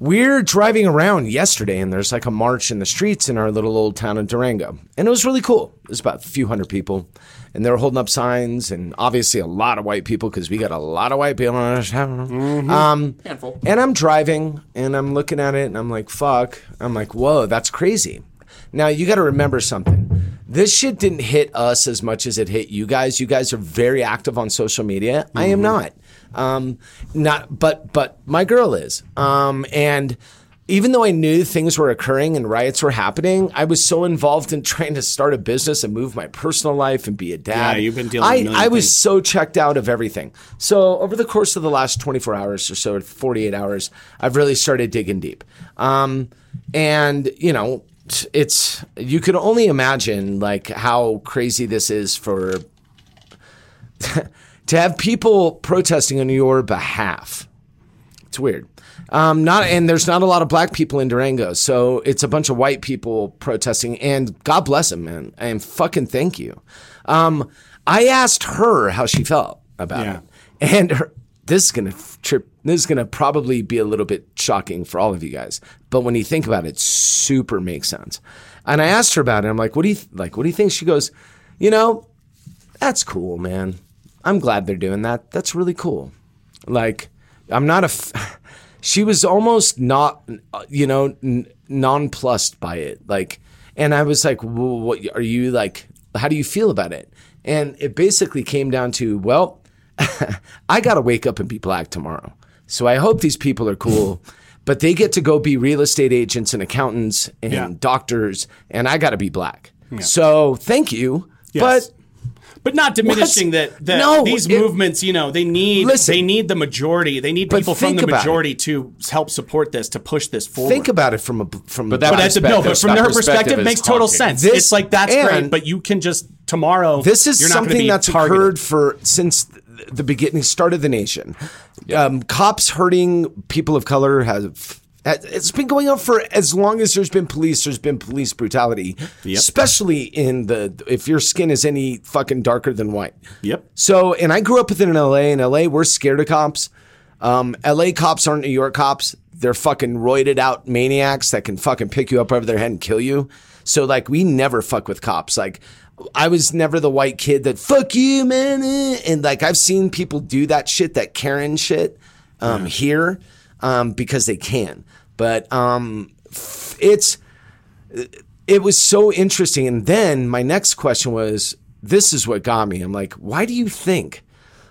Speaker 6: we're driving around yesterday and there's like a march in the streets in our little old town of Durango. And it was really cool. It was about a few hundred people and they were holding up signs and obviously a lot of white people because we got a lot of white people in our town. Um,
Speaker 4: Handful.
Speaker 6: and I'm driving and I'm looking at it and I'm like, fuck. I'm like, whoa, that's crazy. Now you got to remember something. This shit didn't hit us as much as it hit you guys. You guys are very active on social media. I
Speaker 5: Mm-hmm.
Speaker 6: am not. Um, not, but, but my girl is. Um, and even though I knew things were occurring and riots were happening, I was so involved in trying to start a business and move my personal life and be a dad.
Speaker 5: Yeah, you've been dealing with a
Speaker 6: I,
Speaker 5: million
Speaker 6: I was
Speaker 5: things.
Speaker 6: so checked out of everything. So over the course of the last 24 hours or so, 48 hours, I've really started digging deep. Um, and you know, it's you can only imagine like how crazy this is for *laughs* to have people protesting on your behalf. It's weird. Um, not and there's not a lot of black people in Durango, so it's a bunch of white people protesting. And God bless them, man. And fucking thank you. Um, I asked her how she felt about
Speaker 5: Yeah.
Speaker 6: it, and her, this is gonna f- trip. This is gonna probably be a little bit shocking for all of you guys, but when you think about it, super makes sense. And I asked her about it. I'm like, what do you th- like? What do you think? She goes, you know, that's cool, man. I'm glad they're doing that. That's really cool. Like, I'm not a. F- *sighs* she was almost not, uh, you know, n- nonplussed by it. Like, and I was like, "Wh- "What are you like? How do you feel about it?" And it basically came down to, well, *laughs* I gotta wake up and be black tomorrow. So I hope these people are
Speaker 5: *laughs*
Speaker 6: cool, but they get to go be real estate agents and accountants and
Speaker 5: Yeah.
Speaker 6: doctors, and I gotta be black. So thank you,
Speaker 5: Yes.
Speaker 6: but
Speaker 5: But not diminishing
Speaker 6: What?
Speaker 5: that, that
Speaker 6: No,
Speaker 5: these
Speaker 6: it-
Speaker 5: movements, you know, they need
Speaker 6: Listen.
Speaker 5: they need the majority. They need
Speaker 6: But
Speaker 5: people from
Speaker 6: think
Speaker 5: the
Speaker 6: about it.
Speaker 5: majority to help support this, to push this forward.
Speaker 6: think about it from a from
Speaker 4: But that-
Speaker 5: but at the, no,
Speaker 4: perspective-
Speaker 5: but from
Speaker 4: that
Speaker 5: their
Speaker 4: perspective
Speaker 5: perspective,
Speaker 4: is
Speaker 5: it makes total
Speaker 4: complicated.
Speaker 5: sense.
Speaker 6: This-
Speaker 5: it's like that's
Speaker 6: and-
Speaker 5: great, but you can just tomorrow.
Speaker 6: This is
Speaker 5: you're not gonna
Speaker 6: something
Speaker 5: be
Speaker 6: that's
Speaker 5: targeted.
Speaker 6: occurred for since th- the beginning, start of the nation. Um, cops hurting people of color have. It's been going on for as long as there's been police. There's been police brutality, especially in the if your skin is any fucking darker than white.
Speaker 5: Yep.
Speaker 6: So, and I grew up within LA. In LA, we're scared of cops. Um, LA cops aren't New York cops. They're fucking roided out maniacs that can fucking pick you up over their head and kill you. So, like, we never fuck with cops. Like, I was never the white kid that fuck you, man. eh." And like, I've seen people do that shit, that Karen shit, um, here, um, because they can. But um, f- it's it was so interesting. And then my next question was, this is what got me. I'm like, why do you think?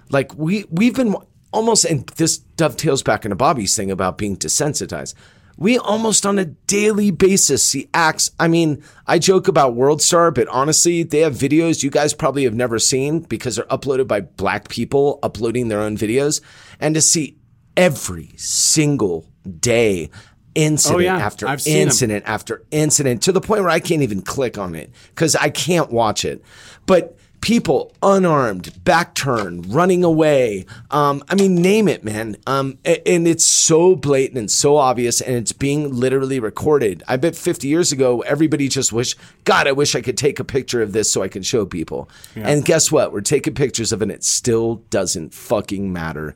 Speaker 6: Like we we've been almost, and this dovetails back into Bobby's thing about being desensitized. We almost on a daily basis see acts. I mean, I joke about World Star, but honestly, they have videos you guys probably have never seen because they're uploaded by black people uploading their own videos. And to see every single day incident
Speaker 5: Oh, yeah.
Speaker 6: after
Speaker 5: I've seen 'em.
Speaker 6: incident incident after incident to the point where I can't even click on it because I can't watch it. But people unarmed, back turn, running away. Um, I mean, name it, man. Um, a- and it's so blatant and so obvious, and it's being literally recorded. I bet 50 years ago, everybody just wish, God, I wish I could take a picture of this so I can show people. And guess what? We're taking pictures of it, and it still doesn't fucking matter.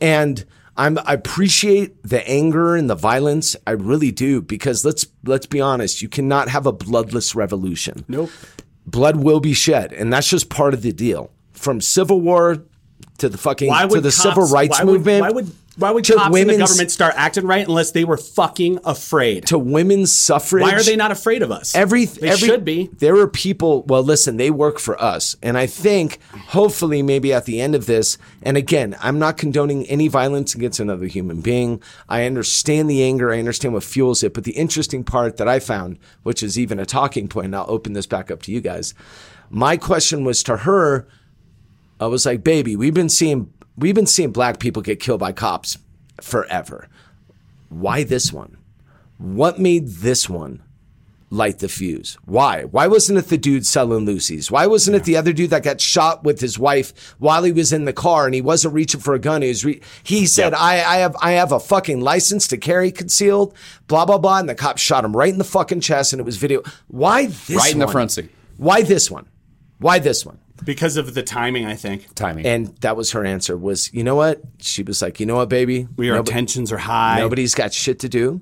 Speaker 6: And I'm I appreciate the anger and the violence. I really do because let's let's be honest, you cannot have a bloodless revolution.
Speaker 5: Nope.
Speaker 6: Blood will be shed, and that's just part of the deal. From civil war to the fucking
Speaker 5: Why would
Speaker 6: to the
Speaker 5: cops-
Speaker 6: civil rights
Speaker 5: why would-
Speaker 6: movement.
Speaker 5: Why would why would
Speaker 6: to
Speaker 5: cops and the
Speaker 6: women's-
Speaker 5: government start acting right unless they were fucking afraid?
Speaker 6: to women's suffrage?
Speaker 5: why are they not afraid of us?
Speaker 6: Every,
Speaker 5: they
Speaker 6: every-
Speaker 5: should be.
Speaker 6: There are people. Well, listen, they work for us, and I think hopefully maybe at the end of this. And again, I'm not condoning any violence against another human being. I understand the anger. I understand what fuels it. But the interesting part that I found, which is even a talking point, and I'll open this back up to you guys. My question was to her. I was like, baby, we've been seeing we've been seeing black people get killed by cops forever. Why this one? What made this one light the fuse? Why? Why wasn't it the dude selling Lucy's? Why wasn't it the other dude that got shot with his wife while he was in the car and he wasn't reaching for a gun? He was re- he said, I, I have I have a fucking license to carry concealed, blah blah blah, and the cop shot him right in the fucking chest and it was video. Why this
Speaker 4: Right in the
Speaker 6: one?
Speaker 4: front seat.
Speaker 6: Why this one? Why this one?
Speaker 5: because of the timing, I think.
Speaker 4: Timing.
Speaker 6: And that was her answer was, you know what? She was like, you know what, baby?
Speaker 5: We, our
Speaker 6: Nobo-
Speaker 5: tensions are high.
Speaker 6: Nobody's got shit to do.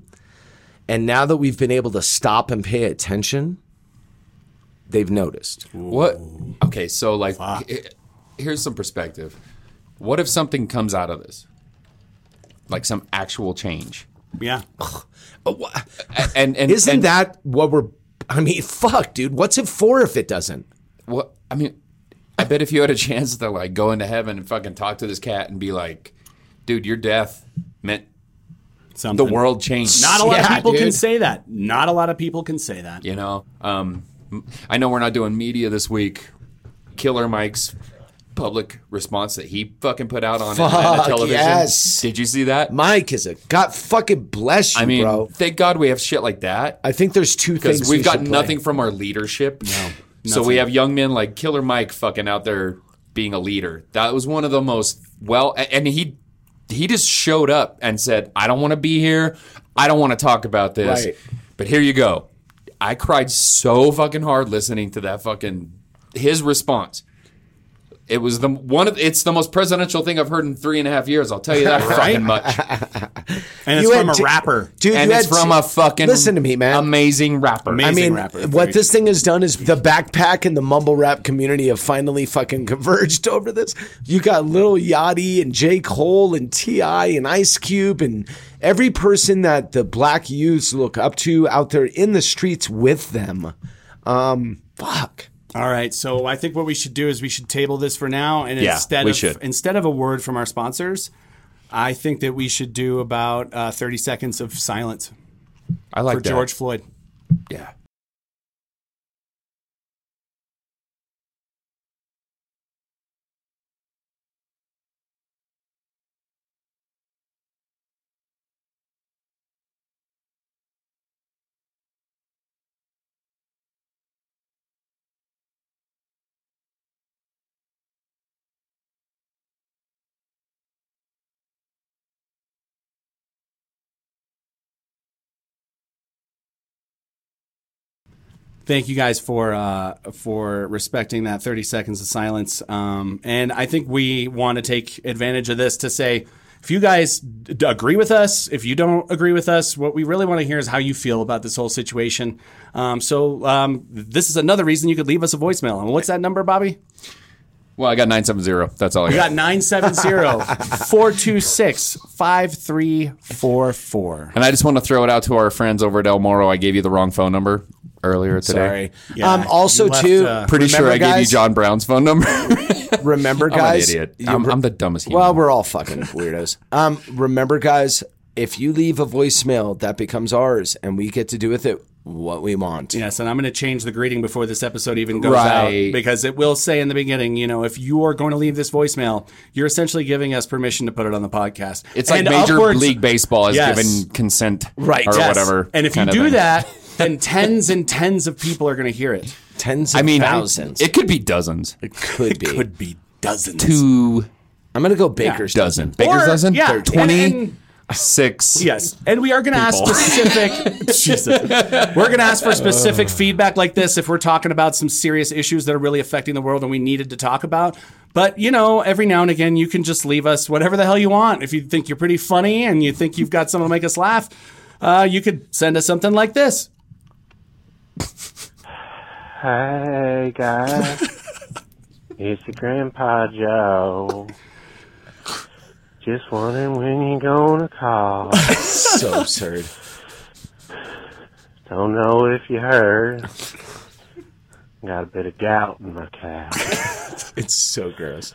Speaker 6: And now that we've been able to stop and pay attention, they've noticed.
Speaker 4: What? Okay, so like, he- here's some perspective. What if something comes out of this, like some actual change?
Speaker 5: Yeah.
Speaker 4: A- And and
Speaker 6: Oh, Isn't
Speaker 4: and-
Speaker 6: that what we're? I mean, *laughs* fuck, dude. What's it for if it doesn't?
Speaker 4: what? I mean, I bet if you had a chance to like go into heaven and fucking talk to this cat and be like, dude, your death meant the
Speaker 5: Something.
Speaker 4: world changed.
Speaker 5: Not a lot of
Speaker 6: Yeah,
Speaker 5: people can
Speaker 6: dude.
Speaker 5: say that. Not a lot of people can say that.
Speaker 4: you know. Um, I know we're not doing media this week. Killer Mike's public response that he fucking put out on Atlanta
Speaker 6: Fuck,
Speaker 4: television.
Speaker 6: yes.
Speaker 4: Did you see that?
Speaker 6: Mike is a God fucking bless you,
Speaker 4: I mean,
Speaker 6: bro.
Speaker 4: thank God we have shit like that.
Speaker 6: I think there's two things
Speaker 4: because we've
Speaker 6: we
Speaker 4: got
Speaker 6: should play.
Speaker 4: nothing from our leadership. No, so we have young men like Killer Mike fucking out there being a leader. That was one of the most well, a- and he he just showed up and said, "I don't want to be here. I don't want to talk about this."
Speaker 6: Right.
Speaker 4: But here you go. I cried so fucking hard listening to that fucking his response. It was the one of it's the most presidential thing I've heard in three and a half years. I'll tell
Speaker 6: *laughs*
Speaker 4: you that fucking much.
Speaker 5: And it's
Speaker 6: You
Speaker 5: from
Speaker 6: had
Speaker 5: a
Speaker 6: t-
Speaker 5: rapper.
Speaker 6: dude.
Speaker 4: And
Speaker 6: you
Speaker 4: it's
Speaker 6: had
Speaker 4: from
Speaker 6: two-
Speaker 4: a fucking
Speaker 6: Listen to me, man.
Speaker 4: Amazing rapper.
Speaker 6: I
Speaker 5: amazing
Speaker 6: mean,
Speaker 5: rapper.
Speaker 6: what this thing has done is the backpack and the mumble rap community have finally fucking *laughs* converged over this. You got Little Yachty and J. Cole and T.I. and Ice Cube and every person that the black youths look up to out there in the streets with them. Um, fuck.
Speaker 5: All right, so I think what we should do is we should table this for now, and
Speaker 4: Yeah,
Speaker 5: instead
Speaker 4: we
Speaker 5: of
Speaker 4: should.
Speaker 5: instead of a word from our sponsors, I think that we should do about uh, thirty seconds of silence
Speaker 4: I like
Speaker 5: for
Speaker 4: that.
Speaker 5: George Floyd.
Speaker 4: Yeah.
Speaker 5: Thank you guys for uh, for respecting that thirty seconds of silence, um, and I think we want to take advantage of this to say. If you guys d- agree with us, if you don't agree with us, what we really want to hear is how you feel about this whole situation. Um, so, um, this is another reason you could leave us a voicemail. And what's that number, Bobby?
Speaker 4: Well, I got 970. That's all I
Speaker 5: We
Speaker 4: got.
Speaker 5: got 970-426-5344.
Speaker 4: and I just want to throw it out to our friends over at El Moro. I gave you the wrong phone number earlier today.
Speaker 5: Sorry. Yeah,
Speaker 6: um, also,
Speaker 5: you left,
Speaker 6: too,
Speaker 5: uh,
Speaker 4: Pretty sure
Speaker 6: remember,
Speaker 4: I gave you
Speaker 6: guys-
Speaker 4: John Brown's phone
Speaker 5: *laughs*
Speaker 4: number.
Speaker 6: Remember,
Speaker 4: I'm an
Speaker 6: guys,
Speaker 4: idiot.
Speaker 6: you
Speaker 4: I'm,
Speaker 6: re-
Speaker 4: I'm the dumbest human.
Speaker 6: Well, we're all fucking
Speaker 4: *laughs*
Speaker 6: weirdos. Um, remember, guys, if you leave a voicemail, that becomes ours, and we get to do with it what we want.
Speaker 5: Yes, and I'm going to change the greeting before this episode even goes
Speaker 4: Right.
Speaker 5: out because it will say in the beginning, you know, if you are going to leave this voicemail, you're essentially giving us permission to put it on the podcast.
Speaker 4: it's like
Speaker 5: And
Speaker 4: Major
Speaker 5: upwards-
Speaker 4: League Baseball is
Speaker 5: Yes.
Speaker 4: given consent
Speaker 5: right,
Speaker 4: or
Speaker 5: yes.
Speaker 4: whatever.
Speaker 5: And if you
Speaker 4: kind of
Speaker 5: do
Speaker 4: thing. *laughs*
Speaker 5: that, then tens and tens of people are going to hear it.
Speaker 6: Tens of
Speaker 4: I mean,
Speaker 6: thousands.
Speaker 4: it could be dozens.
Speaker 6: could be.
Speaker 5: Could be dozens.
Speaker 4: Two
Speaker 6: I'm gonna go Baker's
Speaker 4: dozen.
Speaker 5: Or-
Speaker 4: Baker's dozen?
Speaker 5: yeah, and- and-
Speaker 4: *laughs* 26.
Speaker 5: Yes, and we are going to ask specific. Jesus. We're going to ask for specific feedback like this if we're talking about some serious issues that are really affecting the world and we needed to talk about. But you know, every now and again, you can just leave us whatever the hell you want. If you think you're pretty funny and you think you've got something to make us laugh, uh, you could send us something like this.
Speaker 7: Hey guys,
Speaker 6: *laughs*
Speaker 7: it's the Grandpa Joe. Just wondering when you gonna call.
Speaker 4: *laughs*
Speaker 6: So absurd.
Speaker 7: Don't know if you heard. Got a bit of gout in my calf.
Speaker 6: It's so gross.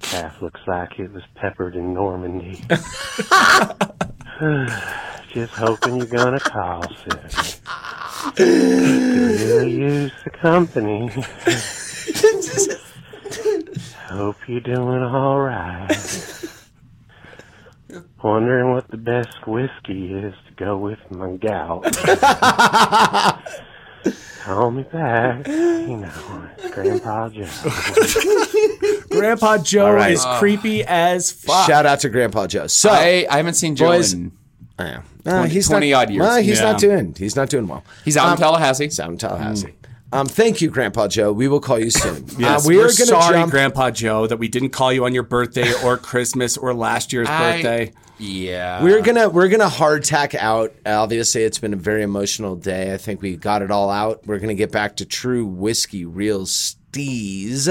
Speaker 7: Calf looks like it was peppered in Normandy. Just hoping you're gonna call soon. Could really use the company. Hope you're doing all right. Wondering what the best whiskey is to go with my gout. Call me back. You know, it's Grandpa Joe.
Speaker 5: Grandpa Joe is creepy as fuck.
Speaker 6: Shout out to Grandpa Joe. So
Speaker 4: I, I haven't seen Joe
Speaker 6: Boys-
Speaker 4: in-
Speaker 6: Uh, he's
Speaker 4: 20
Speaker 6: not,
Speaker 4: odd years.
Speaker 6: Well, he's
Speaker 5: Yeah.
Speaker 6: not doing. He's not doing well.
Speaker 4: He's out in
Speaker 6: Um,
Speaker 4: Tallahassee. Mm.
Speaker 6: He's out in Tallahassee. Um, thank you, Grandpa Joe. We will call you
Speaker 4: *laughs*
Speaker 6: soon.
Speaker 5: Yes,
Speaker 6: Uh,
Speaker 5: we
Speaker 6: we
Speaker 5: are
Speaker 6: are going to
Speaker 5: sorry,
Speaker 6: jump.
Speaker 5: Grandpa Joe, that we didn't call you on
Speaker 6: *laughs*
Speaker 5: your birthday or Christmas or last year's
Speaker 4: I-
Speaker 5: birthday.
Speaker 4: Yeah.
Speaker 6: we're gonna we're gonna hard tack out. Obviously, it's been a very emotional day. I think we got it all out. We're gonna get back to true whiskey real steez,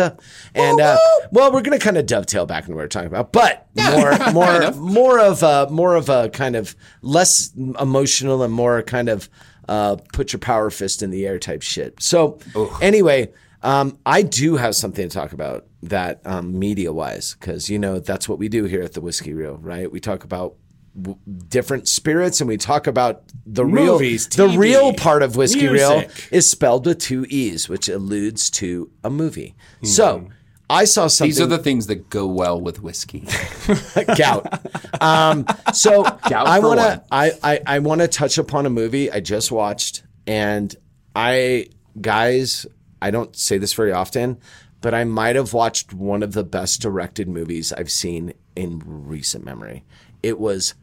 Speaker 6: and uh, well, we're gonna kind of dovetail back into what we're talking about, but more more more of a more of a kind of less emotional and more kind of uh, put your power fist in the air type shit. So anyway. Um, I do have something to talk about that um, media wise, because you know that's what we do here at the Whiskey Reel, right? We talk about w- different spirits and we talk about the
Speaker 5: Movies,
Speaker 6: real the
Speaker 5: TV,
Speaker 6: real part of Whiskey Reel
Speaker 5: music.
Speaker 6: is spelled with two e's, which alludes to a movie.
Speaker 5: Hmm.
Speaker 6: So I saw something.
Speaker 4: These are the things that go well with whiskey.
Speaker 6: gout. *laughs* Um, so I
Speaker 4: for
Speaker 6: want
Speaker 4: one.
Speaker 6: to I, I, I want to touch upon a movie I just watched, and I guys I don't say this very often, but I might have watched one of the best directed movies I've seen in recent memory. It was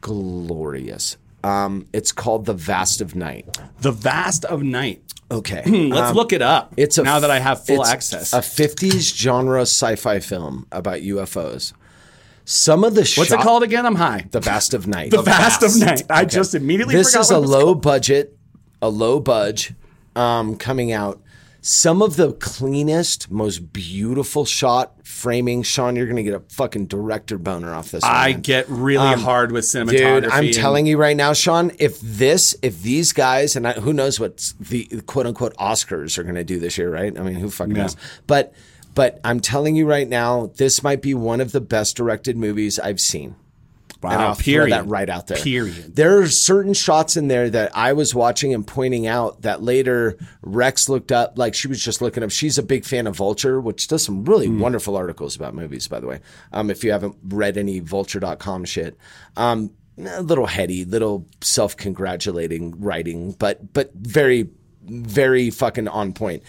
Speaker 6: glorious. Um, it's called The Vast of Night.
Speaker 5: The Vast of Night.
Speaker 6: Okay.
Speaker 5: Hmm, Let's look it up.
Speaker 6: *clears throat* Um, It's a
Speaker 5: now that I have full
Speaker 6: it's
Speaker 5: access.
Speaker 6: A 50s genre sci-fi film about UFOs. Some of the
Speaker 5: What's it called again? I'm high.
Speaker 6: The Vast of Night.
Speaker 5: *laughs* The Vast of Night. I just immediately
Speaker 6: this
Speaker 5: forgot
Speaker 6: is
Speaker 5: what
Speaker 6: a
Speaker 5: it was
Speaker 6: low budget, a low budge um, coming out. Some of the cleanest, most beautiful shot framing. Sean, you're gonna get a fucking director boner off this.
Speaker 5: I
Speaker 6: one.
Speaker 5: get really hard with cinematography.
Speaker 6: Um, Dude, I'm
Speaker 5: and-
Speaker 6: telling you right now, Sean. If this, if these guys, and I, who knows what the quote unquote Oscars are going to do this year, right? I mean, who fucking knows? But, but I'm telling you right now, this might be one of the best directed movies I've seen.
Speaker 5: wow,
Speaker 6: And I'll
Speaker 5: period.
Speaker 6: throw that right out there.
Speaker 5: Period.
Speaker 6: There are certain shots in there that I was watching and pointing out that later Rex looked up, like she was just looking up. She's a big fan of Vulture, which does some really
Speaker 5: Hmm.
Speaker 6: wonderful articles about movies, by the way. Um, if you haven't read any vulture.com shit. Um, a little heady, little self congratulating writing, but but very, very fucking on point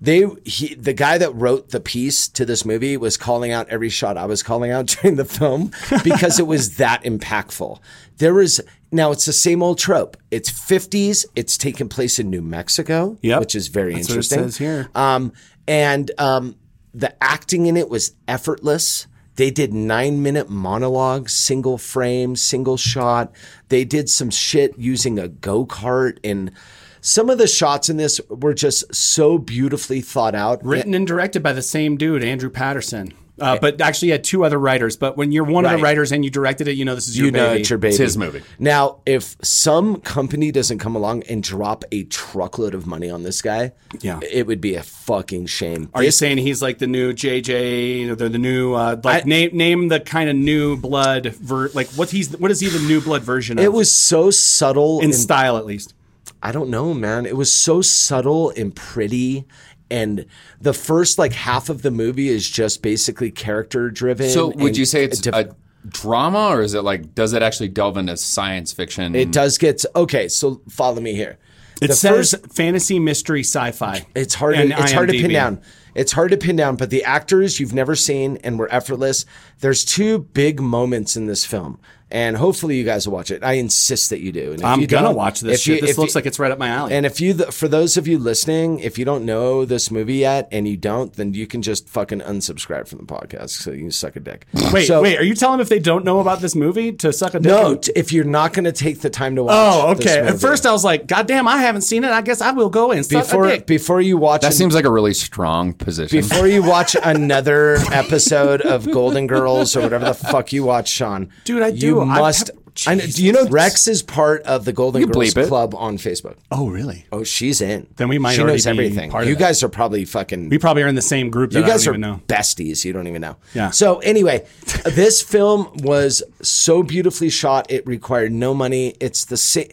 Speaker 6: they he, the guy that wrote the piece to this movie was calling out every shot I was calling out *laughs* during the film because it was that impactful. There was now it's the same old trope. It's 50s. It's taking place in New Mexico,
Speaker 5: Yep.
Speaker 6: which is very
Speaker 5: That's what it
Speaker 6: interesting.
Speaker 5: says here.
Speaker 6: Um, and um, the acting in it was effortless. They did nine minute monologues, single frame, single shot. They did some shit using a go kart. And some of the shots in this were just so beautifully thought out.
Speaker 5: Written and directed by the same dude, Andrew Patterson. Uh, but actually, had two other writers. But when you're one of the
Speaker 6: Right.
Speaker 5: writers and you directed it, you know this is your
Speaker 6: you
Speaker 5: baby.
Speaker 6: know it's your baby.
Speaker 4: It's his movie.
Speaker 6: Now, if some company doesn't come along and drop a truckload of money on this guy,
Speaker 5: Yeah.
Speaker 6: it would be a fucking shame.
Speaker 5: Are you saying he's like the new JJ? You know, the, the new uh, like name name the kind of new blood ver- like what he's what is he the new blood version of?
Speaker 6: it was so subtle
Speaker 5: in
Speaker 6: and
Speaker 5: style at least.
Speaker 6: I don't know, man. It was so subtle and pretty. And the first like half of the movie is just basically character driven.
Speaker 4: So would
Speaker 6: and
Speaker 4: you say it's
Speaker 6: diff-
Speaker 4: a drama or is it like does it actually delve into science fiction?
Speaker 6: it does get okay? So follow me here.
Speaker 5: It
Speaker 6: the
Speaker 5: says
Speaker 6: first-
Speaker 5: fantasy mystery sci-fi.
Speaker 6: It's hard. To,
Speaker 5: in
Speaker 6: it's hard to pin
Speaker 5: IMDb.
Speaker 6: down. It's hard to pin down. But the actors you've never seen and were effortless. There's two big moments in this film, and hopefully you guys will watch it. I insist that you do. And if
Speaker 5: I'm
Speaker 6: you
Speaker 5: gonna
Speaker 6: don't-
Speaker 5: watch this.
Speaker 6: if
Speaker 5: Shit.
Speaker 6: you-
Speaker 5: this
Speaker 6: if you-
Speaker 5: looks like it's right up my alley.
Speaker 6: And if you, th- for those of you listening, if you don't know this movie yet and you don't, then you can just fucking unsubscribe from the podcast. So you can suck a dick.
Speaker 5: wait,
Speaker 6: So-
Speaker 5: wait, are you telling them if they don't know about this movie to suck a dick?
Speaker 6: No,
Speaker 5: and-
Speaker 6: t- if you're not going to take the time to watch.
Speaker 5: Oh,
Speaker 6: this
Speaker 5: okay. At
Speaker 6: movie.
Speaker 5: first, I was like, "God damn, I haven't seen it. I guess I will go and suck a
Speaker 6: before
Speaker 5: dick."
Speaker 6: before you watch,
Speaker 4: That
Speaker 6: an-
Speaker 4: seems like a really strong
Speaker 6: *laughs*
Speaker 4: position.
Speaker 6: before you watch another episode of Golden Girls or whatever the fuck you watch, Sean.
Speaker 5: Dude, I do.
Speaker 6: You
Speaker 5: I-
Speaker 6: must. I know, do you know Rex is part of the Golden
Speaker 4: You can
Speaker 6: Girls
Speaker 4: bleep it.
Speaker 6: Club on Facebook?
Speaker 5: oh, really?
Speaker 6: Oh, she's in.
Speaker 5: Then we might
Speaker 6: She
Speaker 5: already
Speaker 6: knows
Speaker 5: be
Speaker 6: everything.
Speaker 5: part of
Speaker 6: you
Speaker 5: that.
Speaker 6: guys are probably fucking.
Speaker 5: We probably are in the same group. That
Speaker 6: You guys
Speaker 5: I
Speaker 6: are
Speaker 5: don't even know.
Speaker 6: besties. You don't even know.
Speaker 5: Yeah.
Speaker 6: So anyway, *laughs* this film was so beautifully shot. It required no money. It's the same.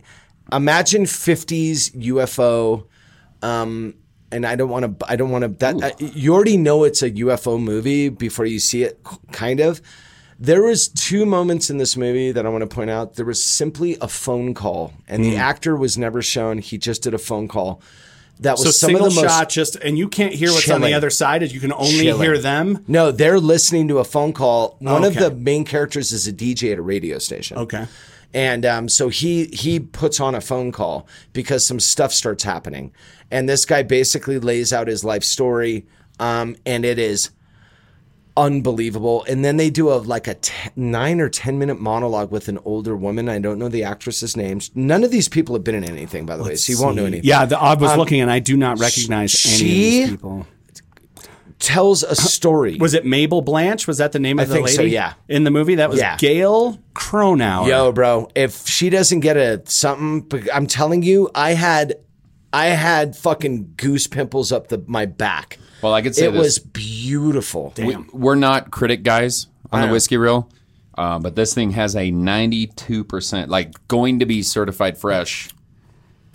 Speaker 6: Imagine fifties UFO. Um, and I don't want to. I don't want to. That uh, you already know it's a UFO movie before you see it. k- Kind of. There was two moments in this movie that I want to point out. There was simply a phone call, and
Speaker 5: Hmm.
Speaker 6: the actor was never shown. He just did a phone call. That was
Speaker 5: So
Speaker 6: some
Speaker 5: single
Speaker 6: of the most
Speaker 5: shot, just and you can't hear what's on
Speaker 6: Chilling.
Speaker 5: the other side. Is you can only
Speaker 6: Chilling.
Speaker 5: hear them.
Speaker 6: No, they're listening to a phone call. One of
Speaker 5: Okay.
Speaker 6: the main characters is a DJ at a radio station.
Speaker 5: Okay.
Speaker 6: And um, so he he puts on a phone call because some stuff starts happening, and this guy basically lays out his life story, um, and it is unbelievable. And then they do a like a te- nine or ten minute monologue with an older woman. I don't know the actress's names. None of these people have been in anything, by the way, so you won't know anything.
Speaker 5: Yeah, the, I was looking and I do not recognize any
Speaker 6: Um, she-
Speaker 5: of these people.
Speaker 6: tells a story.
Speaker 5: Uh-huh. Was it Mabel Blanche? Was that the name of the
Speaker 6: think
Speaker 5: lady?
Speaker 6: so, yeah.
Speaker 5: In the movie, that was
Speaker 6: Yeah.
Speaker 5: Gail Cronauer.
Speaker 6: Yo, bro, if she doesn't get a something, bec- I'm telling you, I had, I had fucking goose pimples up the my back.
Speaker 4: Well, I could say
Speaker 6: it
Speaker 4: this.
Speaker 6: was beautiful.
Speaker 4: We, we're not critic guys on the
Speaker 6: know.
Speaker 4: whiskey reel, uh, but this thing has a 92%, like going to be certified fresh.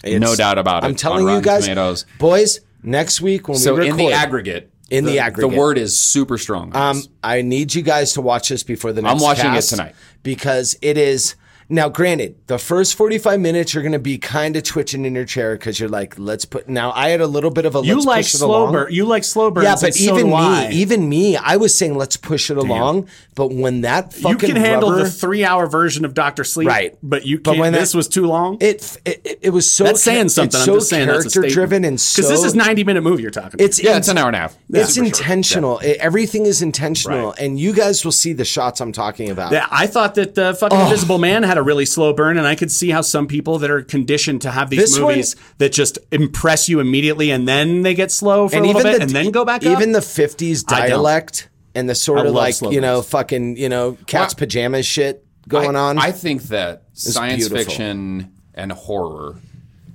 Speaker 6: It's-
Speaker 4: no doubt about it.
Speaker 6: I'm
Speaker 4: on
Speaker 6: telling you
Speaker 4: Rotten
Speaker 6: guys,
Speaker 4: Tomatoes.
Speaker 6: boys, next week when
Speaker 4: So
Speaker 6: we
Speaker 4: in
Speaker 6: record,
Speaker 4: the aggregate,
Speaker 6: In the
Speaker 4: the
Speaker 6: aggregate.
Speaker 4: word is super strong. on
Speaker 6: um,
Speaker 4: this.
Speaker 6: I need you guys to watch this before the next.
Speaker 4: watching it
Speaker 6: cast
Speaker 4: tonight.
Speaker 6: because it is. Now, granted, the first 45 minutes you're going to be kind of twitching in your chair because you're like, let's put. Now, I had a little bit of a.
Speaker 5: You
Speaker 6: let's
Speaker 5: like
Speaker 6: push it along.
Speaker 5: slow burn. You like slow burns.
Speaker 6: Yeah,
Speaker 5: and
Speaker 6: but
Speaker 5: so
Speaker 6: even me,
Speaker 5: do I.
Speaker 6: even me, I was saying let's push it along. But when that
Speaker 5: you
Speaker 6: fucking
Speaker 5: can handle
Speaker 6: rubber,
Speaker 5: the three-hour version of Doctor Sleep,
Speaker 6: Right.
Speaker 5: But you
Speaker 6: But
Speaker 5: can't.
Speaker 6: when that-
Speaker 5: this was too long.
Speaker 6: it, it it was so
Speaker 5: that's saying
Speaker 6: it's
Speaker 5: something.
Speaker 6: so
Speaker 5: I'm just saying that's a
Speaker 6: character
Speaker 5: statement.
Speaker 6: driven and so
Speaker 5: 'Cause this is 90 minute movie you're talking.
Speaker 6: It's
Speaker 4: yeah, it's an hour and a half.
Speaker 6: It's intentional. It- everything is intentional,
Speaker 5: Right.
Speaker 6: and you guys will see the shots I'm talking about.
Speaker 5: Yeah, I thought that the fucking Invisible Man had a really slow burn, and I could see how some people that are conditioned to have these
Speaker 6: This one-
Speaker 5: movies that just impress you immediately, and then they get slow for a little bit, and then go back
Speaker 6: Even
Speaker 5: up.
Speaker 6: the '50s
Speaker 5: I don't.
Speaker 6: dialect and the
Speaker 5: I
Speaker 6: sort of
Speaker 5: love
Speaker 6: like
Speaker 5: slow
Speaker 6: you know
Speaker 5: burns.
Speaker 6: fucking you know cat's
Speaker 4: Well,
Speaker 6: pajamas shit going
Speaker 4: I,
Speaker 6: on.
Speaker 4: I think that science
Speaker 6: beautiful.
Speaker 4: fiction and horror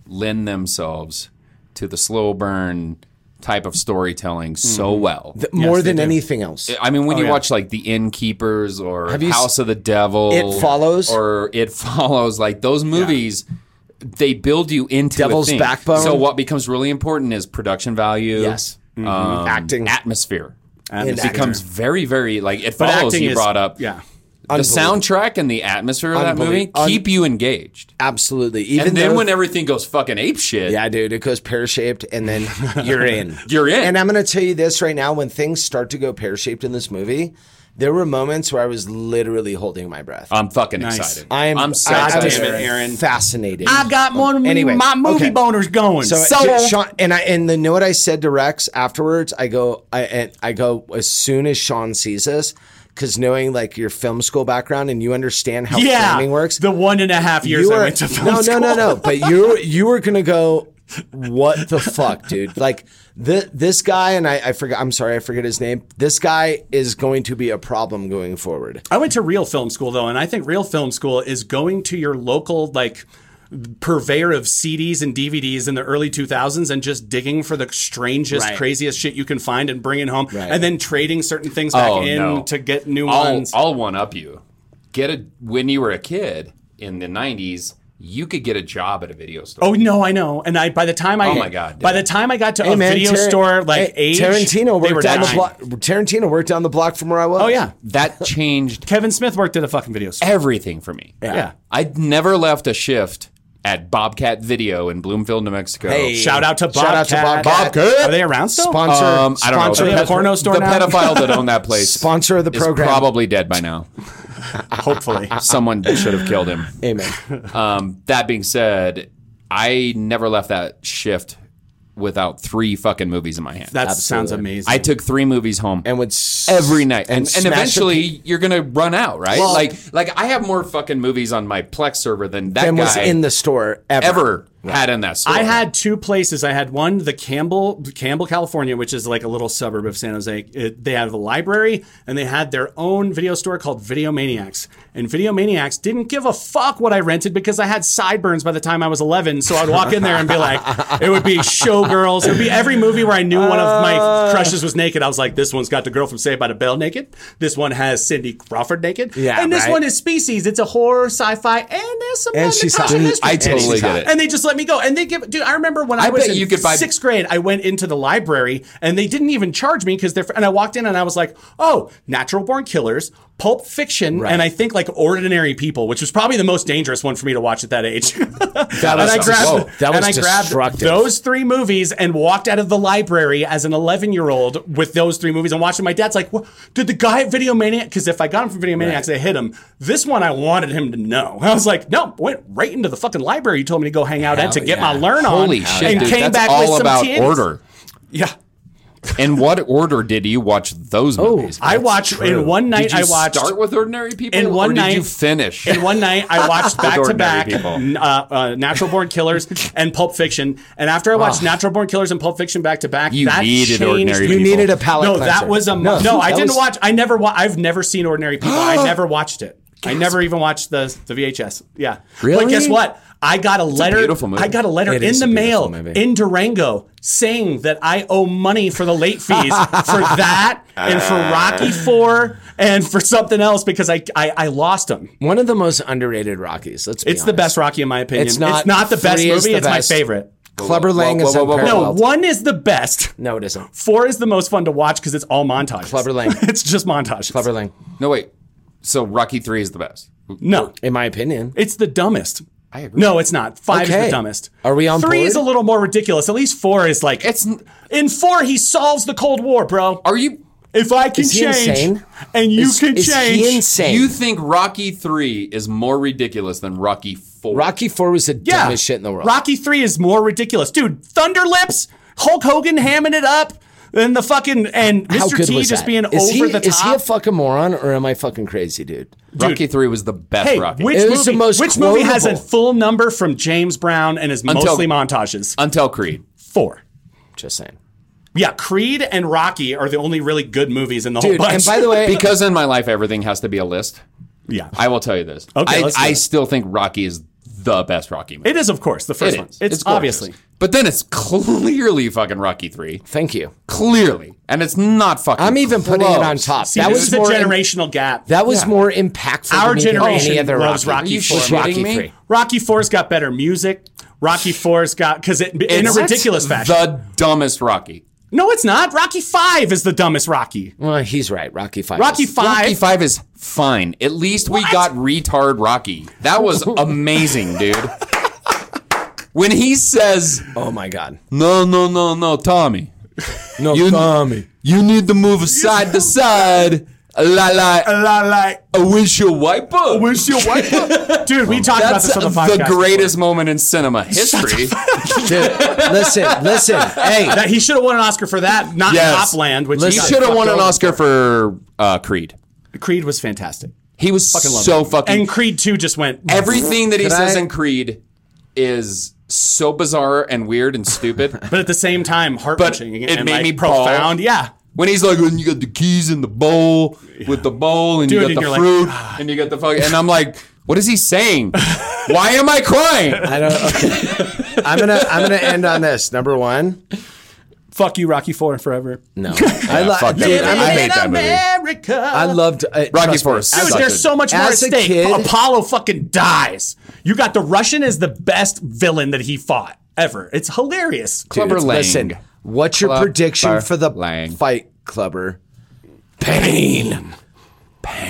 Speaker 4: lend themselves to the slow burn type of storytelling so
Speaker 6: Mm-hmm.
Speaker 4: well.
Speaker 6: more than anything else.
Speaker 4: I mean, when you watch like The Innkeepers or
Speaker 6: Oh, you s-
Speaker 4: House of the Devil,
Speaker 6: It Follows?
Speaker 4: or It Follows, like those movies. They build you into a
Speaker 6: Devil's
Speaker 4: thing.
Speaker 6: Backbone?
Speaker 4: So what becomes really important is production value.
Speaker 6: Yes. Mm-hmm.
Speaker 4: um,
Speaker 6: Acting.
Speaker 4: atmosphere.
Speaker 5: And
Speaker 6: It
Speaker 5: acting.
Speaker 4: Becomes very, very like it
Speaker 5: But
Speaker 4: follows.
Speaker 5: acting
Speaker 4: You
Speaker 5: is-
Speaker 4: brought up
Speaker 5: Yeah,
Speaker 4: the soundtrack and the atmosphere of that movie
Speaker 6: Unbelievable. Un-
Speaker 4: keep you engaged.
Speaker 6: Absolutely. Even
Speaker 4: And then
Speaker 6: though-
Speaker 4: when everything goes fucking ape shit,
Speaker 6: Yeah, dude, it goes pear shaped, and then
Speaker 4: *laughs*
Speaker 6: you're in.
Speaker 4: You're in.
Speaker 6: And I'm going to tell you this right now: when things start to go pear shaped in this movie, there were moments where I was literally holding my breath.
Speaker 4: I'm fucking
Speaker 5: Nice.
Speaker 4: excited.
Speaker 6: I am.
Speaker 4: I'm so
Speaker 6: I- I
Speaker 4: excited.
Speaker 6: was Fascinated.
Speaker 5: got more.
Speaker 6: Anyway, my movie okay.
Speaker 5: boners going.
Speaker 6: So, Sh- Sean and I and then know what I said to Rex afterwards. I go, I and I go as soon as Sean sees us, because knowing like your film school background and you understand how
Speaker 5: yeah,
Speaker 6: framing works,
Speaker 5: The one and a half years I went to film
Speaker 6: no,
Speaker 5: school.
Speaker 6: no,
Speaker 5: *laughs*
Speaker 6: no, no. But you you were gonna go. What the fuck, dude? Like the, this guy and I, I forgot. I'm sorry, I forget his name. This guy is going to be a problem going forward.
Speaker 5: I went to real film school though, and I think real film school is going to your local like purveyor of CDs and DVDs in the early 2000s and just digging for the strangest,
Speaker 6: Right.
Speaker 5: craziest shit you can find and bringing home,
Speaker 6: Right.
Speaker 5: and then trading certain things back
Speaker 4: Oh,
Speaker 5: in
Speaker 4: no.
Speaker 5: to get new
Speaker 4: I'll,
Speaker 5: ones.
Speaker 4: I'll one up you. Get a when you were a kid in the '90s, you could get a job at a video store.
Speaker 5: Oh no, I know. And I by the time I
Speaker 4: Oh, my God,
Speaker 5: by
Speaker 4: dude.
Speaker 5: the time I got to
Speaker 6: Hey,
Speaker 5: a
Speaker 6: man,
Speaker 5: video
Speaker 6: Tar-
Speaker 5: store like
Speaker 6: hey,
Speaker 5: age,
Speaker 6: Tarantino
Speaker 5: they were
Speaker 6: worked down the
Speaker 5: dying.
Speaker 6: block. Tarantino worked down the block from where I was.
Speaker 5: Oh yeah,
Speaker 4: That changed
Speaker 5: Kevin Smith worked at a fucking video store.
Speaker 4: everything for me.
Speaker 5: yeah.
Speaker 4: I'd never left a shift at Bobcat Video in Bloomfield, New Mexico.
Speaker 6: Hey.
Speaker 5: Shout out to Bobcat.
Speaker 6: Shout out to Bobcat.
Speaker 5: Are
Speaker 6: Bobcat.
Speaker 5: they around still?
Speaker 6: Sponsor.
Speaker 4: Um, I don't
Speaker 6: sponsor
Speaker 4: know.
Speaker 5: They have a
Speaker 6: of the-
Speaker 5: porno store
Speaker 4: the
Speaker 5: now?
Speaker 4: pedophile that
Speaker 6: *laughs*
Speaker 4: owned that place.
Speaker 6: Sponsor of the
Speaker 4: is
Speaker 6: program.
Speaker 4: probably dead by now.
Speaker 6: *laughs*
Speaker 5: Hopefully.
Speaker 4: Someone should have killed him.
Speaker 6: Amen.
Speaker 4: Um, that being said, I never left that shift without three fucking movies in my hand.
Speaker 5: That sounds amazing.
Speaker 4: I took three movies home
Speaker 6: And
Speaker 4: *laughs*
Speaker 6: would s-
Speaker 4: every night, and, and,
Speaker 6: smash a
Speaker 4: eventually
Speaker 6: pe-
Speaker 4: you're gonna run out, right? like, like I have more fucking movies on my Plex server than that
Speaker 6: and
Speaker 4: guy
Speaker 6: was in the store ever.
Speaker 4: ever had in that store.
Speaker 5: I had two places. I had one, the Campbell, Campbell, California, which is like a little suburb of San Jose. It, they had a library and they had their own video store called Video Maniacs. And Video Maniacs didn't give a fuck what I rented because I had sideburns by the time I was 11. So I'd walk in there and be like, it would be Showgirls. It would be every movie where I knew one of my crushes was naked. I was like, this one's got the girl from Saved by the Bell naked. This one has Cindy Crawford naked.
Speaker 6: Yeah,
Speaker 5: and this
Speaker 6: right.
Speaker 5: one is Species. It's a horror, sci fi, and there's some
Speaker 6: And
Speaker 5: and
Speaker 6: she's
Speaker 5: she's
Speaker 6: hot.
Speaker 4: I totally
Speaker 6: And she's
Speaker 4: get
Speaker 6: hot.
Speaker 4: it.
Speaker 5: and they just let me go. And they give, dude, I remember when I,
Speaker 4: I
Speaker 5: was
Speaker 4: bet
Speaker 5: in
Speaker 4: you could buy-
Speaker 5: sixth grade, I went into the library and they didn't even charge me because they're, and I walked in and I was like, oh, natural born killers, pulp fiction, and I think like ordinary people, which was probably the most dangerous one for me to watch at that age. *laughs*
Speaker 6: That was,
Speaker 5: and I grabbed,
Speaker 6: whoa, that was
Speaker 5: and I grabbed
Speaker 6: destructive.
Speaker 5: those three movies and walked out of the library as an 11 year old with those three movies and watched them. My dad's like, what? Did the guy at Video Maniac? Because if I got him from Video Maniacs, I hit him. This one I wanted him to know. *laughs* I was like, no, went right into the fucking library. You told me to go hang out at to get my learn on.
Speaker 4: Holy shit,
Speaker 5: And
Speaker 4: dude,
Speaker 5: came
Speaker 4: that's
Speaker 5: back
Speaker 4: all
Speaker 5: with some
Speaker 4: about
Speaker 5: tins.
Speaker 4: order.
Speaker 5: Yeah.
Speaker 4: In what order did you watch those movies?
Speaker 5: Oh, I watched in one night.
Speaker 4: did you
Speaker 5: I watched
Speaker 4: start with ordinary people,
Speaker 5: in one
Speaker 4: or
Speaker 5: night-
Speaker 4: did you finish?
Speaker 5: In one night,
Speaker 4: *laughs*
Speaker 5: I watched back to
Speaker 4: ordinary
Speaker 5: back
Speaker 4: people.
Speaker 5: uh, Natural Born Killers
Speaker 4: *laughs*
Speaker 5: and Pulp Fiction. And after I watched Natural Born Killers and Pulp Fiction back to back,
Speaker 4: You
Speaker 5: that
Speaker 4: needed
Speaker 5: changed.
Speaker 4: Ordinary
Speaker 6: You
Speaker 4: People.
Speaker 6: needed a palate
Speaker 5: no,
Speaker 6: cleanser.
Speaker 5: that was a no. I
Speaker 6: that
Speaker 5: didn't
Speaker 6: was-
Speaker 5: watch. I never. Wa- I've never seen Ordinary
Speaker 6: *gasps*
Speaker 5: People. I never watched it. I never even watched the the VHS. Yeah.
Speaker 6: Really?
Speaker 5: But guess what? I got a letter.
Speaker 4: beautiful movie.
Speaker 5: I got a letter
Speaker 6: It
Speaker 5: in
Speaker 6: is
Speaker 5: the
Speaker 6: a
Speaker 5: mail
Speaker 6: beautiful movie.
Speaker 5: in Durango saying that I owe money for the
Speaker 6: *laughs*
Speaker 5: late fees for that and for Rocky
Speaker 6: Uh.
Speaker 5: Four and for something else because I I, I lost them.
Speaker 6: One of the most underrated Rockies. Let's be
Speaker 5: It's the
Speaker 6: honest.
Speaker 5: best Rocky in my opinion.
Speaker 6: It's not.
Speaker 5: the best
Speaker 6: Three is
Speaker 5: movie.
Speaker 6: the
Speaker 5: it's
Speaker 6: best.
Speaker 5: my favorite.
Speaker 6: Clubber Lang
Speaker 4: whoa,
Speaker 6: is
Speaker 4: whoa, whoa, whoa.
Speaker 5: No,
Speaker 6: unparalleled.
Speaker 5: one is the best.
Speaker 6: No, it isn't.
Speaker 5: Four is the most fun to watch because it's all montages.
Speaker 6: Clubber Lang.
Speaker 5: *laughs* it's just montages.
Speaker 6: Clubber Lang,
Speaker 4: no, wait. So Rocky Three is the best.
Speaker 5: No,
Speaker 6: in my opinion.
Speaker 5: it's the dumbest.
Speaker 4: I agree.
Speaker 5: No, it's not. Five is
Speaker 6: Okay.
Speaker 5: the dumbest.
Speaker 6: Are we on
Speaker 5: Three
Speaker 6: board?
Speaker 5: is a little more ridiculous. At least four is like
Speaker 4: It's n-
Speaker 5: in four he solves the Cold War, bro.
Speaker 4: Are you?
Speaker 5: if I can
Speaker 6: Is he
Speaker 5: change
Speaker 6: insane?
Speaker 5: and you
Speaker 6: is,
Speaker 5: can
Speaker 6: is
Speaker 5: change,
Speaker 6: He insane.
Speaker 4: You think Rocky Three is more ridiculous than Rocky Four?
Speaker 6: Rocky Four was the
Speaker 5: yeah,
Speaker 6: dumbest shit in the world.
Speaker 5: Rocky three is more ridiculous, dude. Thunder Lips, Hulk Hogan hamming it up, and the fucking and
Speaker 6: How
Speaker 5: Mr.
Speaker 6: good
Speaker 5: T
Speaker 6: was
Speaker 5: just
Speaker 6: that?
Speaker 5: being
Speaker 6: is
Speaker 5: over
Speaker 6: he,
Speaker 5: the top.
Speaker 6: Is he a fucking moron or am I fucking crazy, dude?
Speaker 4: Rocky Three was the best
Speaker 5: Hey,
Speaker 4: Rocky
Speaker 5: which
Speaker 6: It
Speaker 5: movie,
Speaker 6: was the most
Speaker 5: which movie has a
Speaker 6: quotable.
Speaker 5: full number from James Brown and is
Speaker 4: Until-
Speaker 5: mostly montages?
Speaker 4: until Creed.
Speaker 5: Four.
Speaker 6: Just saying.
Speaker 5: Oh Yeah, Creed and Rocky are the only really good movies in the
Speaker 6: Dude,
Speaker 5: whole bunch.
Speaker 6: and by the way,
Speaker 4: Because in my life, everything has to be a list.
Speaker 5: *laughs* yeah,
Speaker 4: I will tell you this.
Speaker 5: Okay,
Speaker 4: I,
Speaker 5: let's do
Speaker 4: I
Speaker 5: it.
Speaker 4: still think Rocky is the best Rocky movie.
Speaker 5: it is of course the
Speaker 4: It
Speaker 5: first one.
Speaker 4: is.
Speaker 5: It's,
Speaker 4: gorgeous.
Speaker 5: obviously
Speaker 4: But then it's clearly fucking Rocky 3.
Speaker 6: thank you.
Speaker 4: Clearly. And it's not fucking
Speaker 6: I'm even putting it on
Speaker 4: close.
Speaker 6: top.
Speaker 5: See,
Speaker 6: that
Speaker 5: this
Speaker 6: was
Speaker 5: is a
Speaker 6: more.
Speaker 5: generational gap.
Speaker 6: that was more impactful. to
Speaker 5: Our
Speaker 6: me than
Speaker 5: generation
Speaker 6: any other
Speaker 5: loves
Speaker 6: Rocky.
Speaker 5: Rocky
Speaker 6: Was
Speaker 5: Four. Are you
Speaker 4: shitting
Speaker 6: Rocky
Speaker 4: me?
Speaker 6: Three.
Speaker 5: Rocky Four's got better music. Rocky Four's got because it in a
Speaker 4: It's
Speaker 5: ridiculous fashion.
Speaker 4: The dumbest Rocky.
Speaker 5: no, it's not. Rocky Five is the dumbest Rocky.
Speaker 6: Well, he's right. Rocky Five.
Speaker 5: Rocky
Speaker 6: is-
Speaker 5: Five.
Speaker 4: Rocky 5 is fine. At least we got retard Rocky. That was amazing, dude. When he says,
Speaker 6: Oh my God.
Speaker 4: no, no, no, no, Tommy,
Speaker 6: No,
Speaker 4: You-
Speaker 6: Tommy.
Speaker 4: you need to move side to side. La la,
Speaker 5: La, like,
Speaker 4: a windshield wiper. Uh, A windshield wiper.
Speaker 5: dude, we talked
Speaker 4: *laughs*
Speaker 5: about
Speaker 4: That's
Speaker 5: this on the
Speaker 4: the,
Speaker 5: podcast.
Speaker 4: greatest moment in cinema history.
Speaker 6: Dude, listen,
Speaker 5: *laughs*
Speaker 6: listen. Hey,
Speaker 5: That he should have won an Oscar for that,
Speaker 4: *laughs*
Speaker 5: not
Speaker 4: Yes.
Speaker 5: Topland, which
Speaker 4: he
Speaker 5: got
Speaker 4: should have
Speaker 5: fucked
Speaker 4: won an
Speaker 5: over.
Speaker 4: Oscar for uh, Creed.
Speaker 5: Creed was fantastic,
Speaker 4: He was so fucking.
Speaker 5: and Creed Two just went.
Speaker 4: everything that he
Speaker 6: Could
Speaker 4: says
Speaker 6: I-
Speaker 4: in Creed is so bizarre and weird and
Speaker 5: *laughs*
Speaker 4: stupid.
Speaker 5: but at the same time, heart wrenching
Speaker 4: it
Speaker 5: and
Speaker 4: made
Speaker 5: like,
Speaker 4: me ball.
Speaker 5: profound. Yeah,
Speaker 4: when he's like, when you got the keys in the bowl with the bowl, and
Speaker 5: Dude,
Speaker 4: you
Speaker 5: and
Speaker 4: got
Speaker 5: you're
Speaker 4: the
Speaker 5: like, "Ah."
Speaker 4: fruit, and you got the fucking, and I'm like, what is he
Speaker 5: *laughs*
Speaker 4: saying? Why am I crying?
Speaker 6: I don't.
Speaker 4: *laughs*
Speaker 6: Okay. I'm gonna. I'm gonna end on this. Number one.
Speaker 5: fuck you, Rocky Four forever.
Speaker 6: No. I, lo-
Speaker 4: fuck that
Speaker 6: dude,
Speaker 4: movie.
Speaker 6: I'm a-
Speaker 4: I hate that movie.
Speaker 5: America.
Speaker 6: I loved uh,
Speaker 4: Rocky
Speaker 6: trust me.
Speaker 4: Four is
Speaker 5: Dude,
Speaker 4: such a-
Speaker 5: there's so much more at
Speaker 6: As a
Speaker 5: stake.
Speaker 6: kid-
Speaker 5: Apollo fucking dies. You got the Russian is the best villain that he fought ever. It's hilarious.
Speaker 4: Clubber
Speaker 6: Dudes,
Speaker 4: Lang.
Speaker 6: Listen, what's your
Speaker 4: Clubber
Speaker 6: prediction for the
Speaker 4: Lang.
Speaker 6: fight, Clubber? Pain.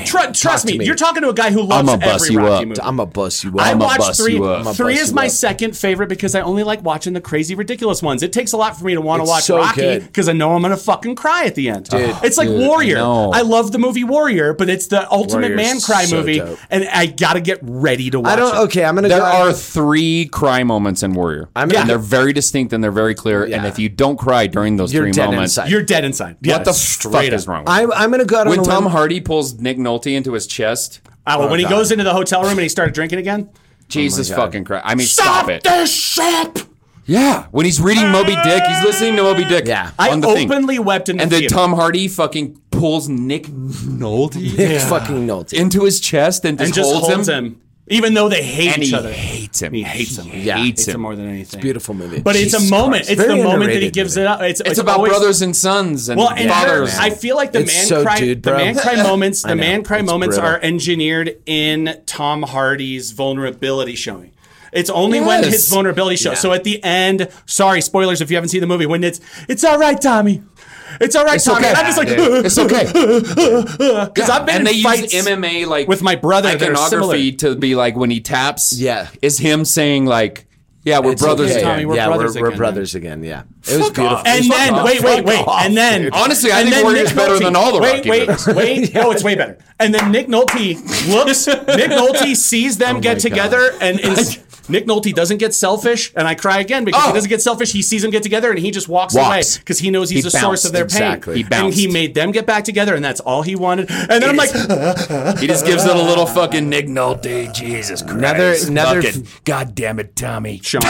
Speaker 5: Tru- trust
Speaker 6: to
Speaker 5: me,
Speaker 6: me.
Speaker 5: you're talking to a guy who loves
Speaker 4: I'ma bust
Speaker 5: every
Speaker 4: you
Speaker 5: Rocky
Speaker 4: up.
Speaker 5: movie.
Speaker 6: I'm a bust you up.
Speaker 5: I
Speaker 6: I'm a
Speaker 5: watched
Speaker 4: bust
Speaker 5: three.
Speaker 4: you up. I'ma
Speaker 5: Three
Speaker 6: bust
Speaker 5: is
Speaker 6: you
Speaker 5: my
Speaker 6: up.
Speaker 5: second favorite because I only like watching the crazy, ridiculous ones. It takes a lot for me to want to
Speaker 6: It's
Speaker 5: watch
Speaker 6: so
Speaker 5: Rocky
Speaker 6: good.
Speaker 5: because I know I'm gonna fucking cry at the end. it's like
Speaker 4: dude,
Speaker 5: Warrior.
Speaker 4: I know.
Speaker 5: I, love the movie Warrior, but it's the ultimate
Speaker 6: Warrior's
Speaker 5: man cry
Speaker 6: so
Speaker 5: movie,
Speaker 6: dope.
Speaker 5: and I gotta get ready to watch
Speaker 6: I don't.
Speaker 5: it.
Speaker 6: Okay, I'm gonna.
Speaker 4: There
Speaker 6: go
Speaker 4: are three cry moments in Warrior. I
Speaker 6: mean-
Speaker 4: and they're very distinct and they're very clear. And
Speaker 6: Yeah.
Speaker 4: if you don't cry during those
Speaker 6: You're
Speaker 4: three
Speaker 6: dead
Speaker 4: moments,
Speaker 6: inside.
Speaker 5: You're dead inside. Yeah,
Speaker 4: what the
Speaker 5: straight
Speaker 4: fuck
Speaker 5: up.
Speaker 4: is wrong? With
Speaker 6: I, I'm gonna go out on
Speaker 4: when
Speaker 6: a
Speaker 4: Tom
Speaker 6: limb.
Speaker 4: Hardy pulls Nick Nolte into his chest,
Speaker 6: Oh
Speaker 5: Ah, well, when he goes into the hotel room and he started drinking again.
Speaker 4: Jesus fucking Christ! I mean, stop, it.
Speaker 5: the shop.
Speaker 4: Yeah, when he's reading Moby Dick, he's listening to Moby Dick.
Speaker 6: Yeah.
Speaker 5: I
Speaker 4: on the thing.
Speaker 5: openly wept in the
Speaker 4: and then
Speaker 5: theater.
Speaker 4: Tom Hardy fucking pulls Nick Nolte
Speaker 6: Nick fucking Nolte.
Speaker 4: into his chest and just,
Speaker 5: and just holds, him, even though they hate
Speaker 4: and
Speaker 5: each
Speaker 4: he
Speaker 5: other.
Speaker 4: hates him.
Speaker 5: He hates him.
Speaker 4: He hates
Speaker 5: Hates him
Speaker 4: him.
Speaker 5: more than anything.
Speaker 6: Beautiful movie.
Speaker 5: But it's
Speaker 6: Jesus
Speaker 5: a moment.
Speaker 6: Christ.
Speaker 5: It's
Speaker 6: Very
Speaker 5: the moment that he
Speaker 6: underrated
Speaker 5: gives
Speaker 6: movie.
Speaker 5: it up. It's,
Speaker 4: It's, about
Speaker 5: always-
Speaker 4: brothers and sons and
Speaker 5: Well, and there-
Speaker 4: fathers.
Speaker 5: I feel like the
Speaker 6: It's
Speaker 5: man
Speaker 6: so
Speaker 5: cry,
Speaker 6: dude,
Speaker 5: the
Speaker 6: bro.
Speaker 5: man
Speaker 6: *laughs*
Speaker 5: cry moments, the
Speaker 6: know.
Speaker 5: man cry
Speaker 6: It's
Speaker 5: moments
Speaker 6: brutal.
Speaker 5: are engineered in Tom Hardy's vulnerability showing. It's only when
Speaker 4: Yes.
Speaker 5: his vulnerability shows. So at the end, sorry, spoilers if you haven't seen the movie. When it's it's all right, Tommy. It's all right,
Speaker 6: It's
Speaker 5: Tommy.
Speaker 6: okay.
Speaker 5: And I'm just like, *laughs*
Speaker 6: Yeah. It's okay.
Speaker 5: because I've been
Speaker 4: and
Speaker 5: in
Speaker 4: they
Speaker 5: fights
Speaker 4: use MMA like
Speaker 5: with my brother that are
Speaker 4: iconography to be like when he taps.
Speaker 6: Yeah.
Speaker 4: is him saying like, "Yeah,
Speaker 6: *laughs*
Speaker 4: we're
Speaker 6: It's
Speaker 4: brothers."
Speaker 6: okay.
Speaker 4: again.
Speaker 5: Tommy, we're
Speaker 6: yeah,
Speaker 5: brothers
Speaker 6: we're, we're
Speaker 5: again.
Speaker 6: brothers again. Yeah, it was beautiful.
Speaker 5: And then wait, wait, wait, and then
Speaker 4: Honestly, I
Speaker 5: and
Speaker 4: think
Speaker 5: then
Speaker 4: Warrior's
Speaker 5: Nick
Speaker 4: better
Speaker 5: Nolte-
Speaker 4: than all the
Speaker 5: wait,
Speaker 4: Rocky
Speaker 5: wait,
Speaker 4: movies.
Speaker 5: *laughs* wait. Oh, it's way better. And then Nick Nolte looks. Nick Nolte sees *laughs* them get together, and is, *laughs* Nick Nolte doesn't get selfish, and I cry again because he
Speaker 4: Oh.
Speaker 5: doesn't get selfish. He sees them get together, and he just walks,
Speaker 6: Walks.
Speaker 5: away because he knows he's
Speaker 6: He
Speaker 5: the source
Speaker 6: bounced,
Speaker 5: of their pain.
Speaker 6: exactly. He
Speaker 5: and he
Speaker 4: bounced.
Speaker 5: made them get back together, and that's all he wanted. And then I'm like,
Speaker 4: He just gives it a little fucking Nick Nolte. Jesus Christ!
Speaker 6: Another- another-
Speaker 4: Fucking- God damn it, Tommy. *laughs*
Speaker 5: *laughs* Sean,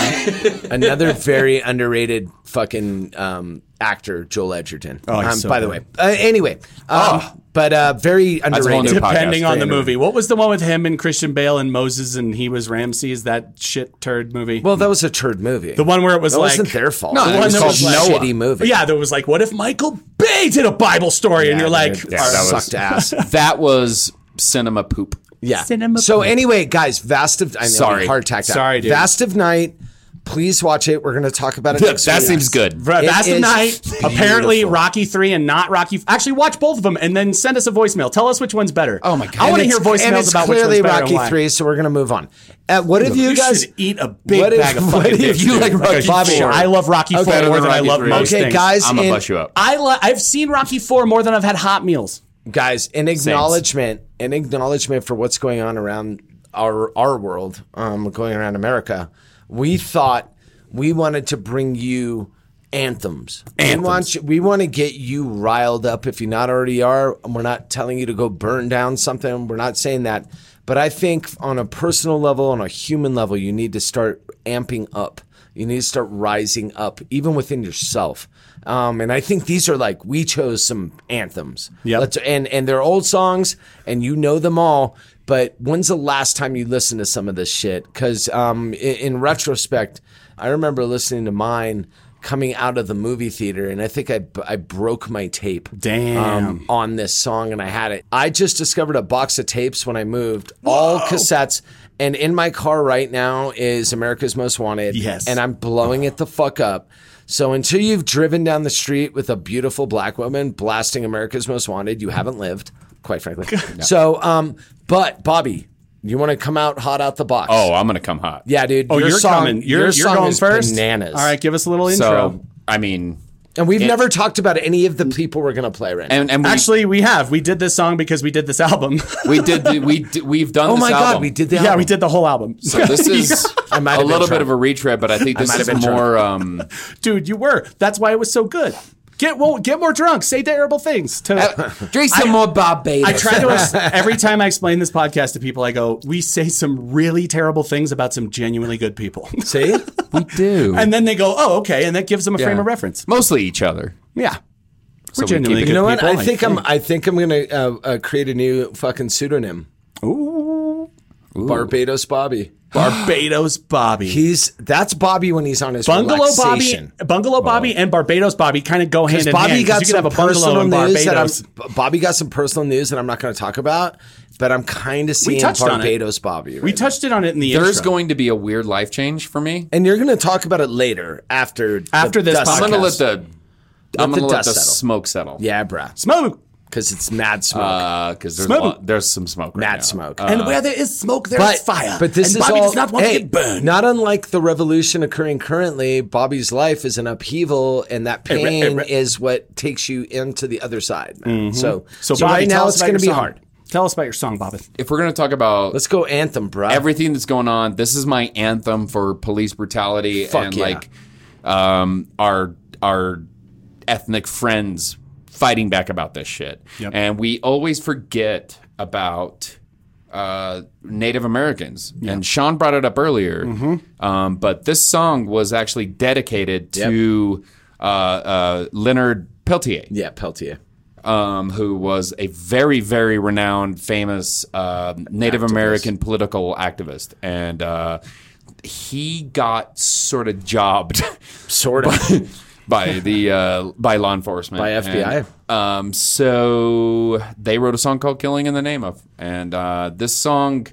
Speaker 6: Another very underrated fucking um, actor, Joel Edgerton.
Speaker 5: Oh, he's
Speaker 6: um,
Speaker 5: so
Speaker 6: by the way,
Speaker 5: good. Ah.
Speaker 6: uh, anyway, um, but uh, very underrated.
Speaker 4: a whole new podcast.
Speaker 5: depending on the
Speaker 6: Very
Speaker 5: movie, what was the one with him and Christian Bale and Moses, and he was Ramses? That shit turd movie.
Speaker 6: Well, that was a turd movie.
Speaker 5: the one where it was
Speaker 6: that
Speaker 5: like
Speaker 6: wasn't their fault.
Speaker 4: No,
Speaker 6: The
Speaker 4: it
Speaker 6: one
Speaker 4: was
Speaker 6: that
Speaker 4: called
Speaker 6: a
Speaker 4: Noah.
Speaker 6: shitty movie.
Speaker 5: Yeah, there was like, what if Michael Bay did a Bible story? and you're like,
Speaker 6: dude,
Speaker 5: all right.
Speaker 4: that was-
Speaker 6: sucked ass.
Speaker 4: That was cinema poop.
Speaker 5: *laughs*
Speaker 6: Yeah. so anyway, guys, Vast of I know,
Speaker 4: Sorry.
Speaker 6: heart attack.
Speaker 5: Sorry, dude.
Speaker 6: Vast of Night. Please watch it. We're going to talk about it.
Speaker 4: That
Speaker 6: next week.
Speaker 4: seems good.
Speaker 5: Bro,
Speaker 6: It
Speaker 5: that's the
Speaker 6: is
Speaker 5: night. Apparently,
Speaker 6: beautiful.
Speaker 5: Rocky three and not Rocky. F- Actually, watch both of them and then send us a voicemail. Tell us which one's better.
Speaker 4: Oh my God.
Speaker 5: I
Speaker 6: And
Speaker 5: want to
Speaker 6: it's-
Speaker 5: hear
Speaker 6: and
Speaker 5: voicemails
Speaker 6: it's
Speaker 5: about which one's
Speaker 6: clearly
Speaker 5: better and
Speaker 6: Rocky
Speaker 5: why.
Speaker 6: Three. So we're going to move on. Uh, what have you,
Speaker 5: You
Speaker 6: guys?
Speaker 5: should eat a big
Speaker 6: what if-
Speaker 5: bag of
Speaker 6: *laughs*
Speaker 5: fucking
Speaker 6: what if
Speaker 5: dicks,
Speaker 6: you
Speaker 5: dude.
Speaker 6: like Rocky
Speaker 5: Rocky
Speaker 6: Four?
Speaker 5: I love Rocky
Speaker 6: Okay.
Speaker 5: four
Speaker 6: Better
Speaker 5: more
Speaker 6: than
Speaker 5: than I
Speaker 4: Rocky
Speaker 5: love
Speaker 4: three.
Speaker 5: most
Speaker 6: Okay,
Speaker 5: things.
Speaker 6: guys,
Speaker 4: I'm gonna
Speaker 6: in-
Speaker 4: bust you up.
Speaker 5: I lo- I've seen Rocky four more than I've had hot meals.
Speaker 6: guys in acknowledgement in acknowledgement for what's going on around our our world um, going around america we thought we wanted to bring you anthems, we want you, we want to get you riled up if you not already are we're not telling you to go burn down something we're not saying that but i think on a personal level on a human level you need to start amping up you need to start rising up, even within yourself. Um, and I think these are like we chose some anthems.
Speaker 5: Yep.
Speaker 6: Let's- and and they're old songs, and you know them all. But when's the last time you listened to some of this shit? Because um, in, in retrospect, I remember listening to mine coming out of the movie theater, and I think I I broke my tape.
Speaker 5: Damn.
Speaker 6: Um, on this song, and I had it. I just discovered a box of tapes when I moved, all cassettes. And in my car right now is America's Most Wanted.
Speaker 5: Yes.
Speaker 6: And I'm blowing it the fuck up. So until you've driven down the street with a beautiful black woman blasting America's Most Wanted, you haven't lived, quite frankly. So, um, but Bobby, you want to come out hot out the box?
Speaker 4: Oh, I'm gonna come hot.
Speaker 6: yeah, dude.
Speaker 5: Oh,
Speaker 6: your
Speaker 5: you're
Speaker 6: song,
Speaker 5: coming.
Speaker 6: Your,
Speaker 5: You're, you're
Speaker 6: song
Speaker 5: going
Speaker 6: is
Speaker 5: first.
Speaker 6: bananas.
Speaker 5: All right, give us a little intro.
Speaker 4: So I mean,
Speaker 6: And we've never talked about any of the people we're gonna play right now.
Speaker 4: and and we,
Speaker 5: Actually, we have. We did this song because we did this album. *laughs*
Speaker 4: we did the, we d- we've done.
Speaker 6: oh
Speaker 4: this
Speaker 6: my god,
Speaker 4: album.
Speaker 6: we did the
Speaker 5: yeah,
Speaker 6: album.
Speaker 5: we did the whole album.
Speaker 6: *laughs*
Speaker 4: So
Speaker 5: *laughs*
Speaker 4: this is
Speaker 6: I might have
Speaker 4: a
Speaker 6: been
Speaker 4: little
Speaker 6: drunk.
Speaker 4: bit of a retread, but I think this
Speaker 6: might have
Speaker 4: is
Speaker 6: been drunk.
Speaker 4: more. Um,
Speaker 5: dude, you were. That's why it was so good. Get well, get more drunk. Say terrible things. *laughs* To,
Speaker 6: Drink some more Barbados.
Speaker 5: I try to ex- every time I explain this podcast to people, I go, "We say some really terrible things about some genuinely good people," *laughs*
Speaker 6: See?
Speaker 4: we do,
Speaker 5: and then they go, "Oh, okay," and that gives them a frame of reference.
Speaker 4: mostly each other.
Speaker 5: Yeah, we're
Speaker 4: we
Speaker 5: genuinely
Speaker 4: keep it-
Speaker 6: *laughs* You
Speaker 5: good
Speaker 6: know what?
Speaker 5: people.
Speaker 6: I think I'm. I think I'm gonna uh, uh, create a new fucking pseudonym. Ooh. Barbados Bobby.
Speaker 5: Barbados Bobby.
Speaker 6: *laughs* He's that's Bobby when he's on his
Speaker 5: Bungalow Bobby,
Speaker 6: relaxation.
Speaker 5: Bungalow Bobby, and Barbados Bobby kind of go hand in
Speaker 6: Bobby
Speaker 5: hand. 'cause
Speaker 6: got
Speaker 5: you could
Speaker 6: some
Speaker 5: have a bungalow
Speaker 6: personal
Speaker 5: in
Speaker 6: news that I'm.
Speaker 5: Barbados.
Speaker 6: B- Bobby got some personal news that I'm not going to talk about, but I'm kind of seeing
Speaker 5: touched on it.
Speaker 6: Barbados Bobby.
Speaker 5: We
Speaker 6: right
Speaker 5: touched it on it in the
Speaker 4: There's
Speaker 5: intro.
Speaker 4: going to be a weird life change for me.
Speaker 6: now. and you're going to talk about it later after
Speaker 5: After this
Speaker 6: dust
Speaker 4: I'm gonna let
Speaker 6: settles.
Speaker 4: the I'm
Speaker 6: the
Speaker 4: gonna let
Speaker 6: dust
Speaker 4: the
Speaker 6: settle.
Speaker 4: smoke settle.
Speaker 6: yeah, bruh,
Speaker 5: smoke.
Speaker 6: because it's mad smoke.
Speaker 5: Uh,
Speaker 4: because there's a
Speaker 5: Smoke.
Speaker 4: lot, there's some smoke. Right
Speaker 6: Mad
Speaker 4: now.
Speaker 6: smoke.
Speaker 5: and where there is smoke, there is uh, fire.
Speaker 6: Uh, But this
Speaker 5: and
Speaker 6: is
Speaker 5: Bobby
Speaker 6: all,
Speaker 5: does not want
Speaker 6: hey,
Speaker 5: to get burned.
Speaker 6: Not unlike the revolution occurring currently, Bobby's life is an upheaval, and that
Speaker 5: re-
Speaker 6: pain
Speaker 5: hey, re- Mm-hmm.
Speaker 6: is what takes you into the other side. man. So,
Speaker 5: So,
Speaker 6: so
Speaker 5: Bobby,
Speaker 6: right
Speaker 5: tell
Speaker 6: now
Speaker 5: us
Speaker 6: it's
Speaker 5: about
Speaker 6: going
Speaker 5: your
Speaker 6: to be
Speaker 5: song.
Speaker 6: hard.
Speaker 5: Tell us about your song, Bobby.
Speaker 4: If we're gonna talk about
Speaker 6: Let's go anthem, bro.
Speaker 4: everything that's going on, this is my anthem for police brutality
Speaker 6: Fuck
Speaker 4: and
Speaker 6: yeah.
Speaker 4: like um, our our ethnic friends fighting back about this shit.
Speaker 5: Yep.
Speaker 4: And we always forget about uh, Native Americans. And Sean brought it up earlier,
Speaker 6: Mm-hmm.
Speaker 4: um, but this song was actually dedicated to uh, uh, Leonard Peltier
Speaker 6: yeah, Peltier.
Speaker 4: um, who was a very, very renowned, famous um Native American political activist. And uh, he got sort of
Speaker 5: *laughs*
Speaker 4: jobbed
Speaker 6: Sort of.
Speaker 4: *laughs* by the uh, by law enforcement
Speaker 6: By FBI.
Speaker 4: And, um, so they wrote a song called "Killing in the Name of," and uh, this song,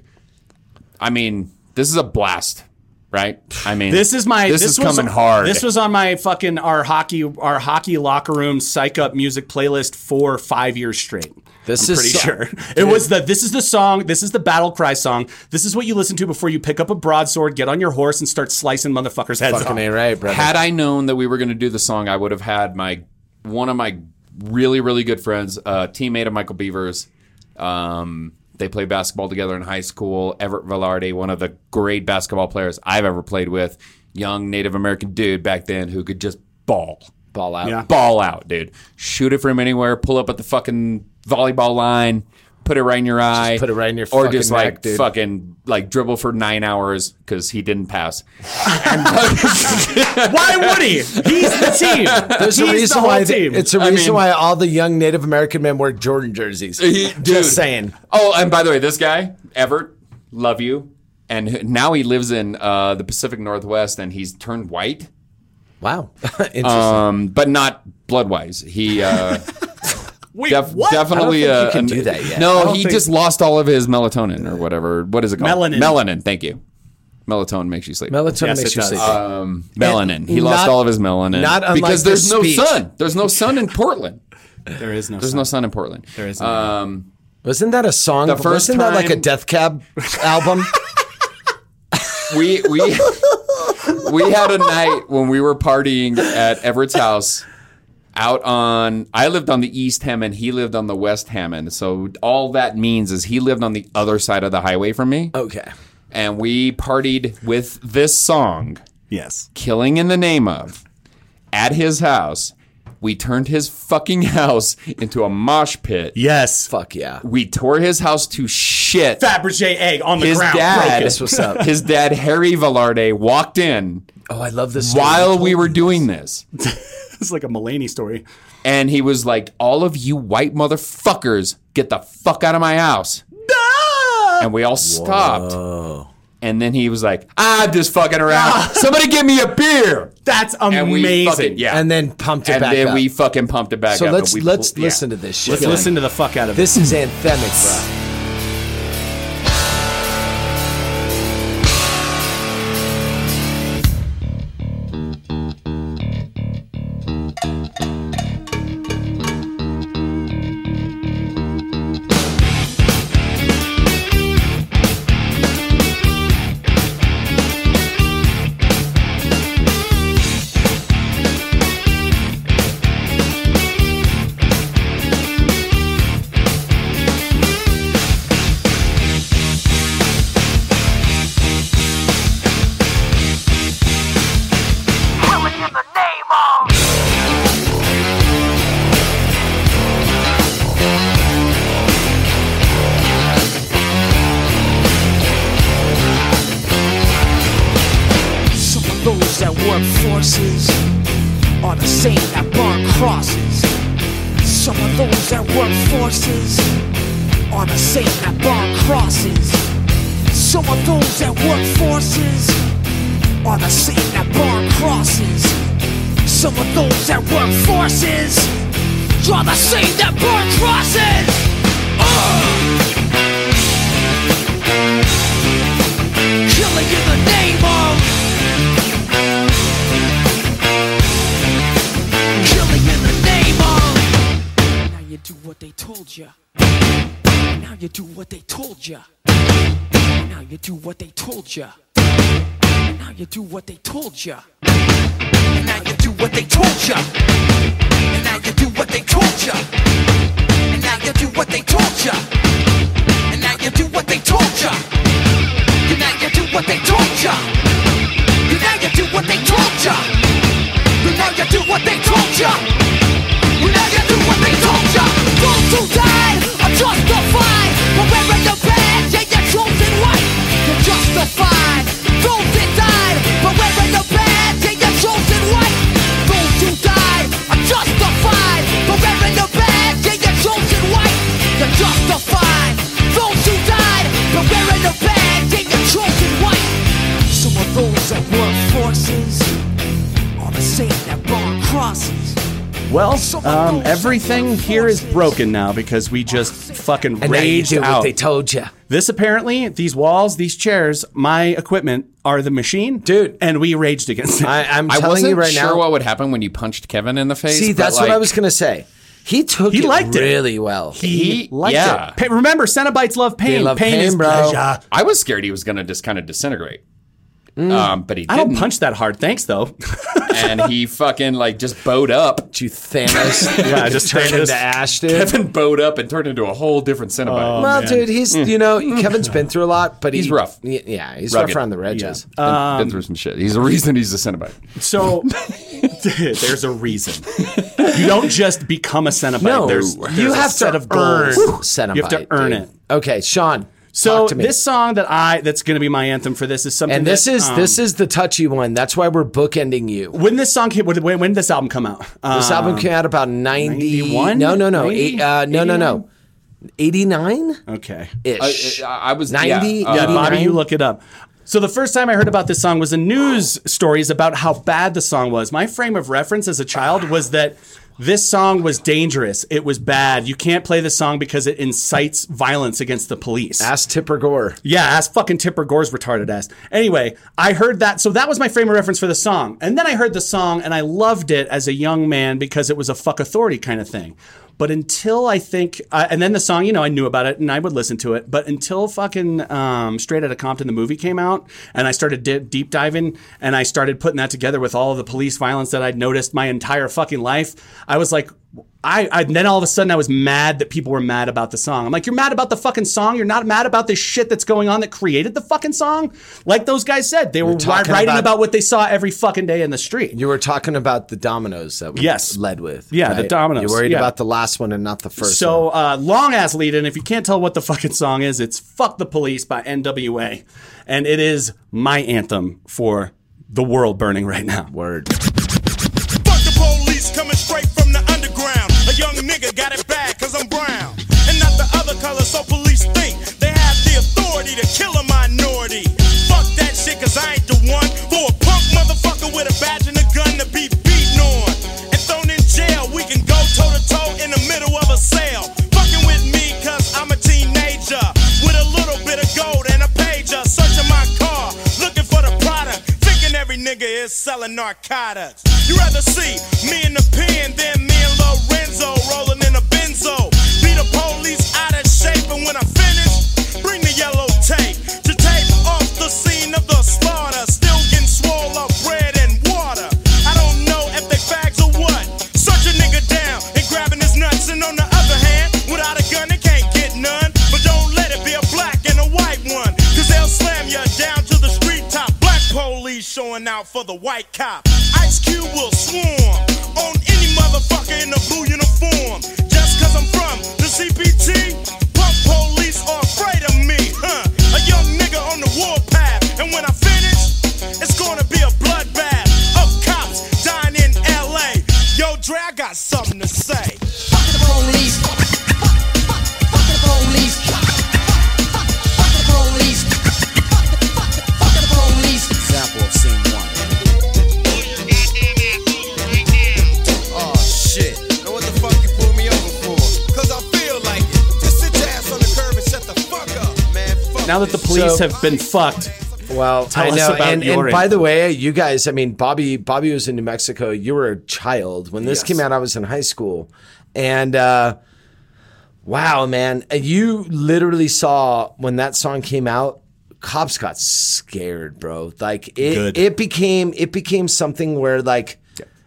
Speaker 4: I mean, this is a blast. right? I mean,
Speaker 5: This is my.
Speaker 4: This, is
Speaker 5: was-
Speaker 4: coming hard.
Speaker 5: This was on my fucking our hockey our hockey locker room psych up music playlist for five years straight.
Speaker 6: This
Speaker 5: I'm
Speaker 6: is
Speaker 5: pretty
Speaker 6: so- *laughs*
Speaker 5: sure it was the. This is the song. This is the battle cry song. This is what you listen to before you pick up a broadsword, get on your horse, and start slicing motherfuckers' heads
Speaker 6: Fucking A
Speaker 5: off.
Speaker 6: right, brother.
Speaker 4: Had I known that we were going to do the song, I would have had my one of my really really good friends, uh, teammate of Michael Beavers. Um, they played basketball together in high school. Everett Velarde, one of the great basketball players I've ever played with, young Native American dude back then who could just ball,
Speaker 6: Ball out.
Speaker 5: Yeah.
Speaker 4: ball out, dude. Shoot it from anywhere. Pull up at the fucking volleyball line. Put it right in your eye.
Speaker 6: put it right in your
Speaker 4: or
Speaker 6: fucking
Speaker 4: just like
Speaker 6: neck, dude.
Speaker 4: fucking like dribble for nine hours because he didn't pass.
Speaker 5: Why would he? He's the team.
Speaker 6: There's
Speaker 5: He's
Speaker 6: a reason
Speaker 5: the whole
Speaker 6: why
Speaker 5: team.
Speaker 6: it's a reason why all the young Native American men wear Jordan jerseys.
Speaker 4: dude.
Speaker 6: Just saying.
Speaker 4: Oh, and by the way, this guy, Everett, love you. And h- now he lives in uh, the Pacific Northwest and he's turned white,
Speaker 6: Wow, *laughs* interesting.
Speaker 4: um, but not blood wise. He uh,
Speaker 5: *laughs* Wait,
Speaker 4: def-
Speaker 5: what?
Speaker 6: I don't think
Speaker 4: definitely
Speaker 6: you
Speaker 4: uh,
Speaker 6: can
Speaker 4: an-
Speaker 6: do that yet.
Speaker 5: I
Speaker 4: No,
Speaker 5: don't
Speaker 4: he
Speaker 5: think-
Speaker 4: just lost all of his melatonin or whatever. What is it called?
Speaker 5: Melanin.
Speaker 4: Melanin. Thank you. Melatonin makes you sleep.
Speaker 6: Melatonin
Speaker 5: Yes,
Speaker 6: makes
Speaker 5: it
Speaker 6: you
Speaker 5: does.
Speaker 6: sleepy.
Speaker 4: um, melanin. he
Speaker 6: And
Speaker 4: lost
Speaker 6: not-
Speaker 4: all of his melanin.
Speaker 6: not unlike
Speaker 4: because there's
Speaker 6: the
Speaker 4: no
Speaker 6: speech.
Speaker 4: sun. There's no sun in Portland.
Speaker 5: there is no. Uh,
Speaker 4: There's no sun in Portland.
Speaker 5: There is no-
Speaker 4: Um,
Speaker 6: Wasn't that a song?
Speaker 4: The first
Speaker 6: Wasn't that like a
Speaker 4: time-
Speaker 6: Death
Speaker 4: *laughs*
Speaker 6: Cab album?
Speaker 4: we we we had a night when we were partying at Everett's house out on I lived on the East Hammond, he lived on the West Hammond. So all that means is he lived on the other side of the highway from me.
Speaker 6: okay.
Speaker 4: And we partied with this song,
Speaker 5: Yes.
Speaker 4: Killing in the Name of, at his house. We turned his fucking house into a mosh pit.
Speaker 5: Yes.
Speaker 6: Fuck yeah.
Speaker 4: We tore his house to shit.
Speaker 5: Fabergé egg on the
Speaker 4: His
Speaker 5: ground.
Speaker 4: dad,
Speaker 6: That's what's up.
Speaker 4: his dad Harry Velarde walked in
Speaker 6: Oh, I love this. story.
Speaker 4: while we were doing this.
Speaker 5: It's like a Mulaney story.
Speaker 4: And he was like, All of you white motherfuckers, get the fuck out of my house.
Speaker 5: Ah!
Speaker 4: And we all stopped. And then he was like, I'm just
Speaker 6: *laughs*
Speaker 4: fucking around. Somebody give me a beer.
Speaker 5: That's amazing.
Speaker 4: And we fucking, yeah.
Speaker 6: and then pumped it
Speaker 4: And
Speaker 6: back
Speaker 4: then
Speaker 6: up.
Speaker 4: we fucking pumped it back
Speaker 6: so
Speaker 4: up.
Speaker 6: let's
Speaker 4: and we
Speaker 6: let's
Speaker 4: pulled- yeah.
Speaker 6: listen to this shit.
Speaker 5: Let's listen to the fuck out of it.
Speaker 6: This is anthemic, bro.
Speaker 8: Some of those that work forces are the same that burn crosses. Some of those that work forces are the same that burn crosses. Some of those that work forces are the same that burn crosses. Some of those that work forces are the same that burn crosses. Ugh. Killing in the name of killing in the name of. Now you do what they told ya. Now you do what they told ya. Now you do what they told ya. Now you do what they told ya. And now you do what they told ya. And now you do what they told ya. And now you do what they told ya. And now you do what they told ya. And now you do what they told ya. And now you do what they told ya. We now you do what they told ya. We now you do what they told ya. Those who died are justified. But wearing the badge and your chosen right. You're justified. Those that died, but wearing the badge and your chosen right. Those who died are justified. But wearing the badge and your chosen right. You're justified. Those who died, but wearing the badge and your chosen right. Some of those that were forces all the same that burn crosses.
Speaker 5: Well, um, everything here is broken now because we just fucking
Speaker 6: And now you
Speaker 5: raged
Speaker 6: do what
Speaker 5: out.
Speaker 6: they told you.
Speaker 5: This apparently, these walls, these chairs, my equipment are the machine,
Speaker 6: Dude.
Speaker 5: and we raged against it.
Speaker 6: I, I'm
Speaker 4: I
Speaker 6: telling
Speaker 4: wasn't
Speaker 6: you right
Speaker 4: sure
Speaker 6: now.
Speaker 4: what would happen when you punched Kevin in the face.
Speaker 6: see,
Speaker 4: but,
Speaker 6: that's what I
Speaker 4: like,
Speaker 6: was gonna say. He took
Speaker 5: *laughs* He
Speaker 6: it
Speaker 5: liked it.
Speaker 6: really well.
Speaker 4: He liked yeah.
Speaker 5: Pa- remember, Cenobites love pain.
Speaker 6: love
Speaker 5: pain,
Speaker 6: pain,
Speaker 5: is
Speaker 6: bro.
Speaker 5: pleasure.
Speaker 4: I was scared he was going to just kind of disintegrate.
Speaker 6: Mm.
Speaker 4: Um, but he
Speaker 5: I
Speaker 4: didn't,
Speaker 5: don't punch that hard. Thanks, though. *laughs*
Speaker 4: and he fucking like just bowed up.
Speaker 6: you Thanos.
Speaker 5: yeah, I *laughs* just
Speaker 6: turned
Speaker 5: turned
Speaker 6: into ash, dude.
Speaker 4: *laughs* Kevin bowed up and turned into a whole different
Speaker 5: Oh.
Speaker 4: Cenobite.
Speaker 6: well, dude, he's
Speaker 5: Mm.
Speaker 6: you know Kevin's been through a lot, but
Speaker 4: He's
Speaker 6: he-
Speaker 4: rough.
Speaker 6: y- Yeah, he's
Speaker 4: Rugged.
Speaker 6: rough around the edges.
Speaker 4: Been-
Speaker 6: Um,
Speaker 4: been through some shit. He's the reason he's a Cenobite.
Speaker 5: *laughs* So there's a reason. You don't just become a Cenobite.
Speaker 6: No,
Speaker 5: there's,
Speaker 6: you
Speaker 5: there's
Speaker 6: have
Speaker 5: a set
Speaker 6: to
Speaker 5: of
Speaker 6: earn.
Speaker 5: goals.
Speaker 6: Cenobite,
Speaker 5: you have to earn
Speaker 6: dude.
Speaker 5: it.
Speaker 6: Okay, Sean.
Speaker 5: So
Speaker 6: talk to me.
Speaker 5: this song that I that's going to be my anthem for this is something.
Speaker 6: and this
Speaker 5: that,
Speaker 6: is
Speaker 5: um,
Speaker 6: this is the touchy one. That's why we're bookending you.
Speaker 5: when this song came. When, when did this album come out? Um,
Speaker 6: This album came out about ninety
Speaker 5: 91?
Speaker 6: No, no, no,
Speaker 5: 90?
Speaker 6: eight, uh, no, no, no, eighty nine
Speaker 5: okay.
Speaker 6: ish.
Speaker 4: I, I- I was
Speaker 6: Ninety.
Speaker 4: Yeah, uh,
Speaker 5: Yeah,
Speaker 6: Eighty
Speaker 5: Bobby,
Speaker 6: nine?
Speaker 5: you look it up. So the first time I heard about this song was in news stories about how bad the song was. My frame of reference as a child was that this song was dangerous. It was bad. You can't play this song because it incites violence against the police.
Speaker 6: Ask Tipper Gore.
Speaker 5: Yeah, ask fucking Tipper Gore's retarded ass. Anyway, I heard that, so that was my frame of reference for the song. And then I heard the song and I loved it as a young man because it was a fuck authority kind of thing. But until I think, uh, and then the song, you know, I knew about it and I would listen to it. But until fucking um, Straight Outta Compton, the movie came out, and I started di- deep diving and I started putting that together with all of the police violence that I'd noticed my entire fucking life, I was like, I, I then all of a sudden I was mad that people were mad about the song. I'm like, you're mad about the fucking song. You're not mad about this shit that's going on that created the fucking song. Like those guys said, they were ri-
Speaker 6: talking
Speaker 5: writing
Speaker 6: about-
Speaker 5: about, what they saw every fucking day in the street.
Speaker 6: You were talking about the dominoes that we
Speaker 5: Yes.
Speaker 6: led with.
Speaker 5: Yeah, the dominoes,
Speaker 6: You're worried
Speaker 5: yeah.
Speaker 6: about the last one and not the first one.
Speaker 5: So uh, long ass lead in. If you can't tell what the fucking song is, it's "Fuck the Police" by N.W.A. and it is my anthem for the world burning right now. Word.
Speaker 9: Fuck the police coming straight from the underground. A young nigga got it bad cause I'm brown. And not the other color, so police think they have the authority to kill a minority. Fuck that shit cause I ain't the one for a punk motherfucker with a badge and a gun to be beaten on. And thrown in jail, we can go toe to toe in the middle of a cell. Fucking with me cause I'm a teenager with a little bit of gold and a pager. Searching my car, looking for the product. Thinking every nigga is selling narcotics. You rather see me in the pen than me and Lorenzo rolling in a benzo. Be the police out of shape, and when I finish, bring the yellow tape to tape off the scene of the slaughter. Still getting swole up bread and water. I don't know if they fags or what. Search a nigga down and grabbing his nuts, and on the other hand, without a gun, they can't get none. But don't let it be a black and a white one, cause they'll slam you down to the street top. Black police showing out for the white cop. Uh, Ice Cube will swarm on any motherfucker in a blue uniform. Just cause I'm from the CPT, punk police are afraid of me, huh? A young nigga on the warpath, and when I finish, it's gonna be a bloodbath of cops dying in LA. Yo, Dre, I got something to say.
Speaker 6: Example of scene one.
Speaker 9: Oh shit. Now what the fuck you pulled me over for? Cause I feel like it. Just sit your ass on the curb and shut the fuck up, man. Fuck
Speaker 5: Now that the
Speaker 9: this
Speaker 5: police
Speaker 6: So-
Speaker 5: have been fucked,
Speaker 6: Well,
Speaker 5: Tell
Speaker 6: I
Speaker 5: us
Speaker 6: know.
Speaker 5: about
Speaker 6: and,
Speaker 5: your
Speaker 6: and by
Speaker 5: anthem.
Speaker 6: the way, you guys, I mean, Bobby, Bobby was in New Mexico. You were a child when this came out. I was in high school, and uh, wow, man, you literally saw when that song came out. Cops got scared, bro. Like it,
Speaker 5: Good.
Speaker 6: it became it became something where like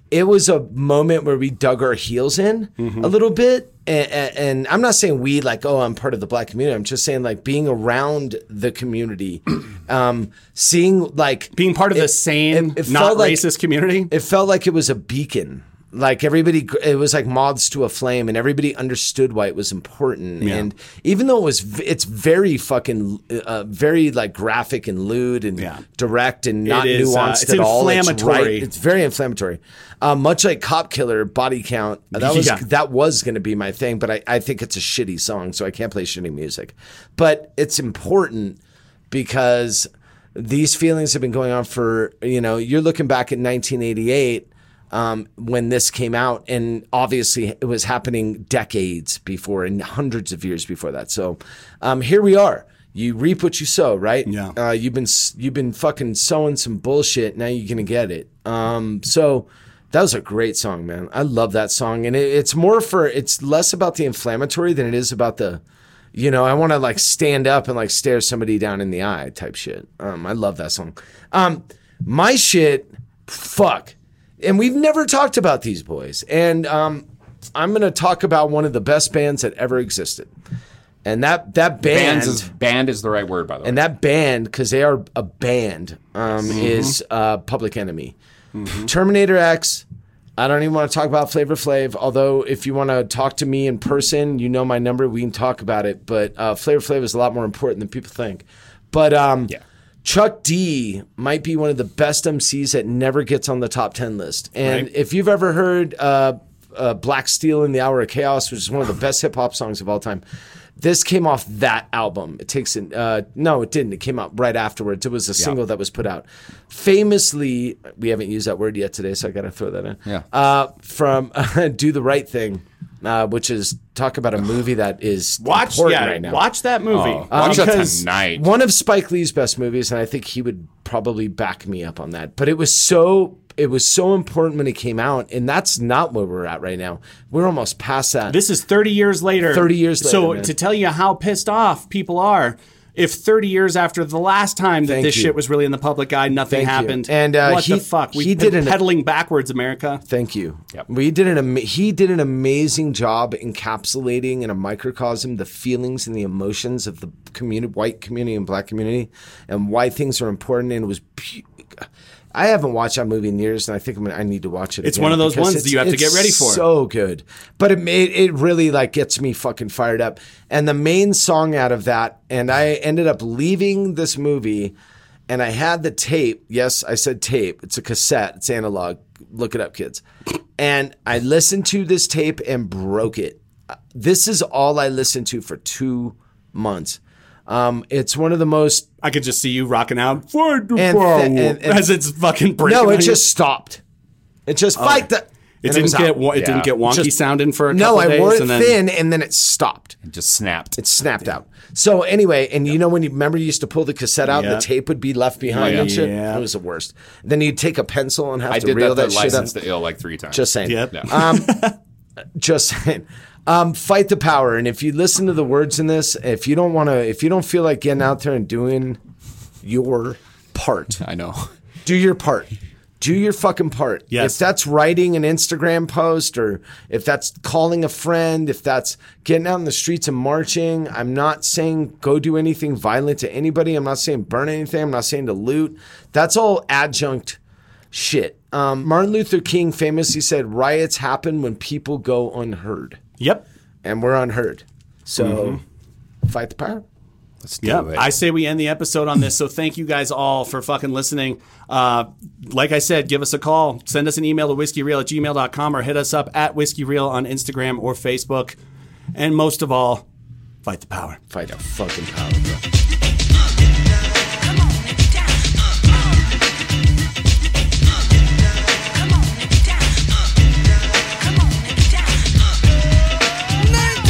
Speaker 6: it was a moment where we dug our heels in a little bit. And, and I'm not saying we like, oh, I'm part of the black community. I'm just saying like being around the community, *clears throat* um, seeing like
Speaker 5: being part of the same
Speaker 6: it- it
Speaker 5: not
Speaker 6: felt like-
Speaker 5: racist community.
Speaker 6: it felt like it was a beacon. Like everybody, it was like moths to a flame, and everybody understood why it was important.
Speaker 5: Yeah.
Speaker 6: And even though it was, v- it's very fucking, uh, very like graphic and lewd and
Speaker 5: Yeah.
Speaker 6: direct and not
Speaker 5: It is, uh,
Speaker 6: nuanced
Speaker 5: it's
Speaker 6: at all. It's,
Speaker 5: inflammatory.
Speaker 6: right, it's very inflammatory. Uh, much like Cop Killer, Body Count. That was
Speaker 5: Yeah.
Speaker 6: that was going to be my thing, but I, I think it's a shitty song, so I can't play shitty music. But it's important because these feelings have been going on for you know you're looking back at 1988 um, when this came out, and obviously it was happening decades before and hundreds of years before that. So um, here we are. You reap what you sow, right? Yeah. Uh, you've been s- you've been fucking sowing some bullshit. Now you're gonna get it. Um, so that was a great song, man. I love that song, and it, it's more for it's less about the inflammatory than it is about the, you know, I want to like stand up and like stare somebody down in the eye type shit. Um, I love that song. Um, my shit, fuck, and we've never talked about these boys, and um, I'm gonna talk about one of the best bands that ever existed, and that that band
Speaker 4: Bands is, band is the right word, by the way.
Speaker 6: and that band, because they are a band, um,
Speaker 4: Yes.
Speaker 6: is uh, Public Enemy. Terminator X. I don't even want to talk about Flavor Flav. Although, if you want to talk to me in person, you know my number. We can talk about it. But uh, Flavor Flav is a lot more important than people think. But um, Chuck D might be one of the best MCs that never gets on the top ten list. And
Speaker 10: Right.
Speaker 6: if you've ever heard uh, uh, Black Steel in the Hour of Chaos, which is one of the best hip hop songs of all time, this came off that album. It takes an, uh, no, it didn't. It came out right afterwards. It was a
Speaker 4: Yeah.
Speaker 6: single that was put out. Famously, we haven't used that word yet today, so I got to throw that in.
Speaker 4: Yeah.
Speaker 6: Uh, from *laughs* Do the Right Thing, uh, which is talk about a movie that is
Speaker 5: Watch-
Speaker 6: important
Speaker 5: yeah,
Speaker 6: right now.
Speaker 5: watch that movie. Oh, watch that tonight.
Speaker 6: One of Spike Lee's best movies, and I think he would probably back me up on that. But it was so it was so important when it came out, and that's not where we're at right now. We're almost past that.
Speaker 5: This is 30 years later.
Speaker 6: 30 years later,
Speaker 5: So
Speaker 6: man.
Speaker 5: to tell you how pissed off people are, if 30 years after the last time that
Speaker 6: Thank
Speaker 5: this
Speaker 6: you.
Speaker 5: shit was really in the public eye, nothing
Speaker 6: Thank you.
Speaker 5: happened.
Speaker 6: And, uh,
Speaker 5: what
Speaker 6: he-
Speaker 5: the fuck? We've
Speaker 6: he
Speaker 5: been
Speaker 6: did an-
Speaker 5: pedaling backwards, America.
Speaker 6: Thank you. We did an ama- he did an amazing job encapsulating in a microcosm the feelings and the emotions of the community, white community and black community, and why things are important. And it was, pu- I haven't watched that movie in years, and I think I'm gonna, I need to watch it.
Speaker 5: It's
Speaker 6: again
Speaker 5: one of those
Speaker 6: because
Speaker 5: ones that
Speaker 6: it's-
Speaker 5: you have to
Speaker 6: it's
Speaker 5: get ready for.
Speaker 6: So good, but it made it really like gets me fucking fired up. And the main song out of that, and I ended up leaving this movie and I had the tape. Yes, I said tape. It's a cassette. It's analog. Look it up, kids. And I listened to this tape and broke it. Uh, This is all I listened to for two months. Um, it's one of the most.
Speaker 5: I could just see you rocking out as it's fucking breaking.
Speaker 6: No,
Speaker 5: on
Speaker 6: it
Speaker 5: you.
Speaker 6: just stopped. It just
Speaker 5: Oh.
Speaker 6: fight the.
Speaker 5: It
Speaker 6: and
Speaker 5: didn't
Speaker 6: was
Speaker 5: get
Speaker 6: out.
Speaker 5: wa- it didn't get wonky
Speaker 6: Just-
Speaker 5: sounding for a
Speaker 6: no.
Speaker 5: couple
Speaker 6: I wore
Speaker 5: days
Speaker 6: it
Speaker 5: and then-
Speaker 6: thin, and then it stopped.
Speaker 4: It just snapped.
Speaker 6: It snapped out. So anyway, and you know when you remember you used to pull the cassette out,
Speaker 4: Yeah.
Speaker 6: and the tape would be left
Speaker 5: Oh,
Speaker 6: behind
Speaker 4: Yeah.
Speaker 6: and shit.
Speaker 4: Yeah.
Speaker 6: It was the worst. Then you'd take a pencil and have
Speaker 4: I
Speaker 6: to
Speaker 4: did
Speaker 6: reel that,
Speaker 4: that, to
Speaker 6: shit up.
Speaker 4: license to ill like three times.
Speaker 6: Just saying.
Speaker 4: Yeah.
Speaker 6: Um, just saying. Um, fight the power, and if you listen to the words in this, if you don't want to, if you don't feel like getting out there and doing your part,
Speaker 4: I know. *laughs*
Speaker 6: Do your part. Do your fucking part.
Speaker 4: Yes.
Speaker 6: If that's writing an Instagram post, or if that's calling a friend, if that's getting out in the streets and marching, I'm not saying go do anything violent to anybody. I'm not saying burn anything. I'm not saying to loot. That's all adjunct shit. Um, Martin Luther King famously said, "Riots happen when people go unheard."
Speaker 5: Yep.
Speaker 6: And we're unheard. So fight the power.
Speaker 4: Let's
Speaker 6: do
Speaker 5: Yeah, I say we end the episode on this. So thank you guys all for fucking listening. Uh, like I said, give us a call. Send us an email to whiskeyreal at gmail.com or hit us up at whiskeyreal on Instagram or Facebook. And most of all, fight the power.
Speaker 6: Fight the fucking power, bro.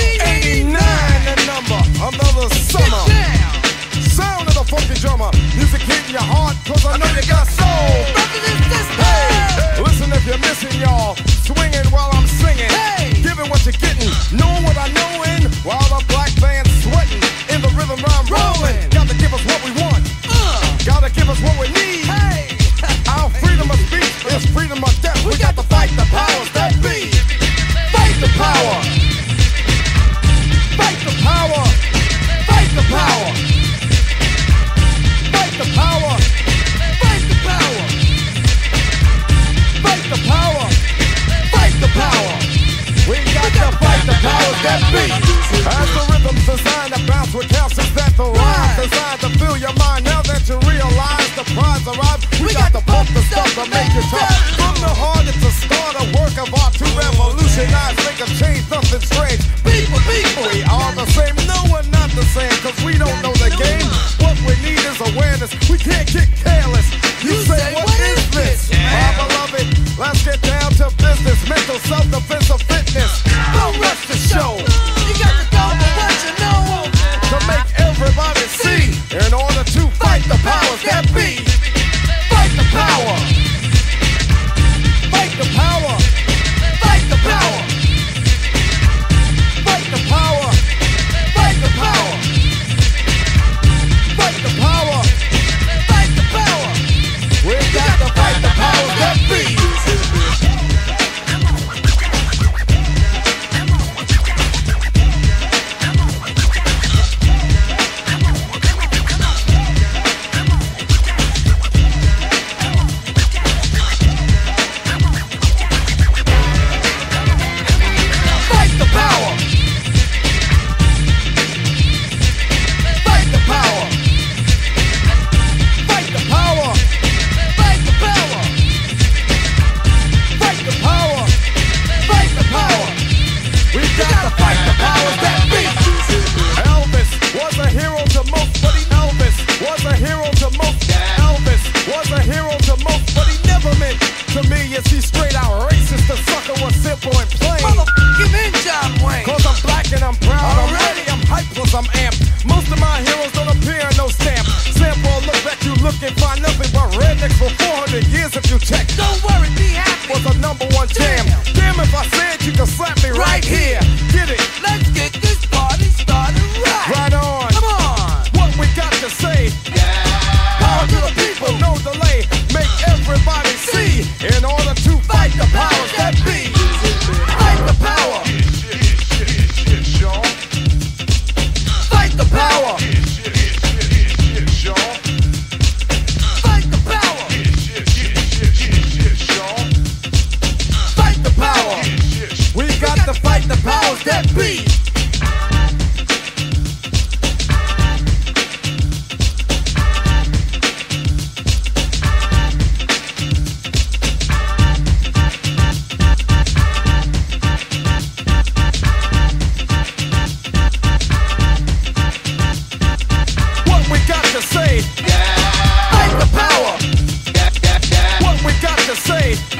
Speaker 8: the number, another summer. Sound of the funky drummer, music hitting your heart, cause I know you got soul. Hey, listen if you're missing, y'all. Swinging while I'm singing. Giving what you're getting, knowing what I know in, while the black band's sweating. In the rhythm I'm rolling, gotta give us what we want. Gotta give us what we need. Our freedom of speech is freedom of death. We got to fight the powers that be. Fight the power. Fight the power! Fight the power! Fight the power! Fight the power! Fight the power! Fight the power! We got to fight the powers that be! As the rhythm's designed to bounce with calcium that the rhyme designed to fill your mind now that you realize the prize arrived. We got to pump the stuff to make you tough. From the heart, it's a start, a work of art to revolutionize, make a change, nothing strange. People, people, we are the same. No, we're not the same, cause we don't know the game. What we need is awareness. We can't get careless. You say, what is this? Mama love it. Let's get down look and find nothing but rednecks for 400 years if you check. Don't worry, be happy. Was a number one jam. Damn if I said you could slap me right, here. Get it? Let's get this party started right. Right on. Come on. What we got to say? Power to the people, no delay. Make everybody see. In order to fight the powers that be. Fight the power. Fight the power. Fight the power. Fight the power. We got to fight the powers that be. What we got to say? Fight the power. What we got to say?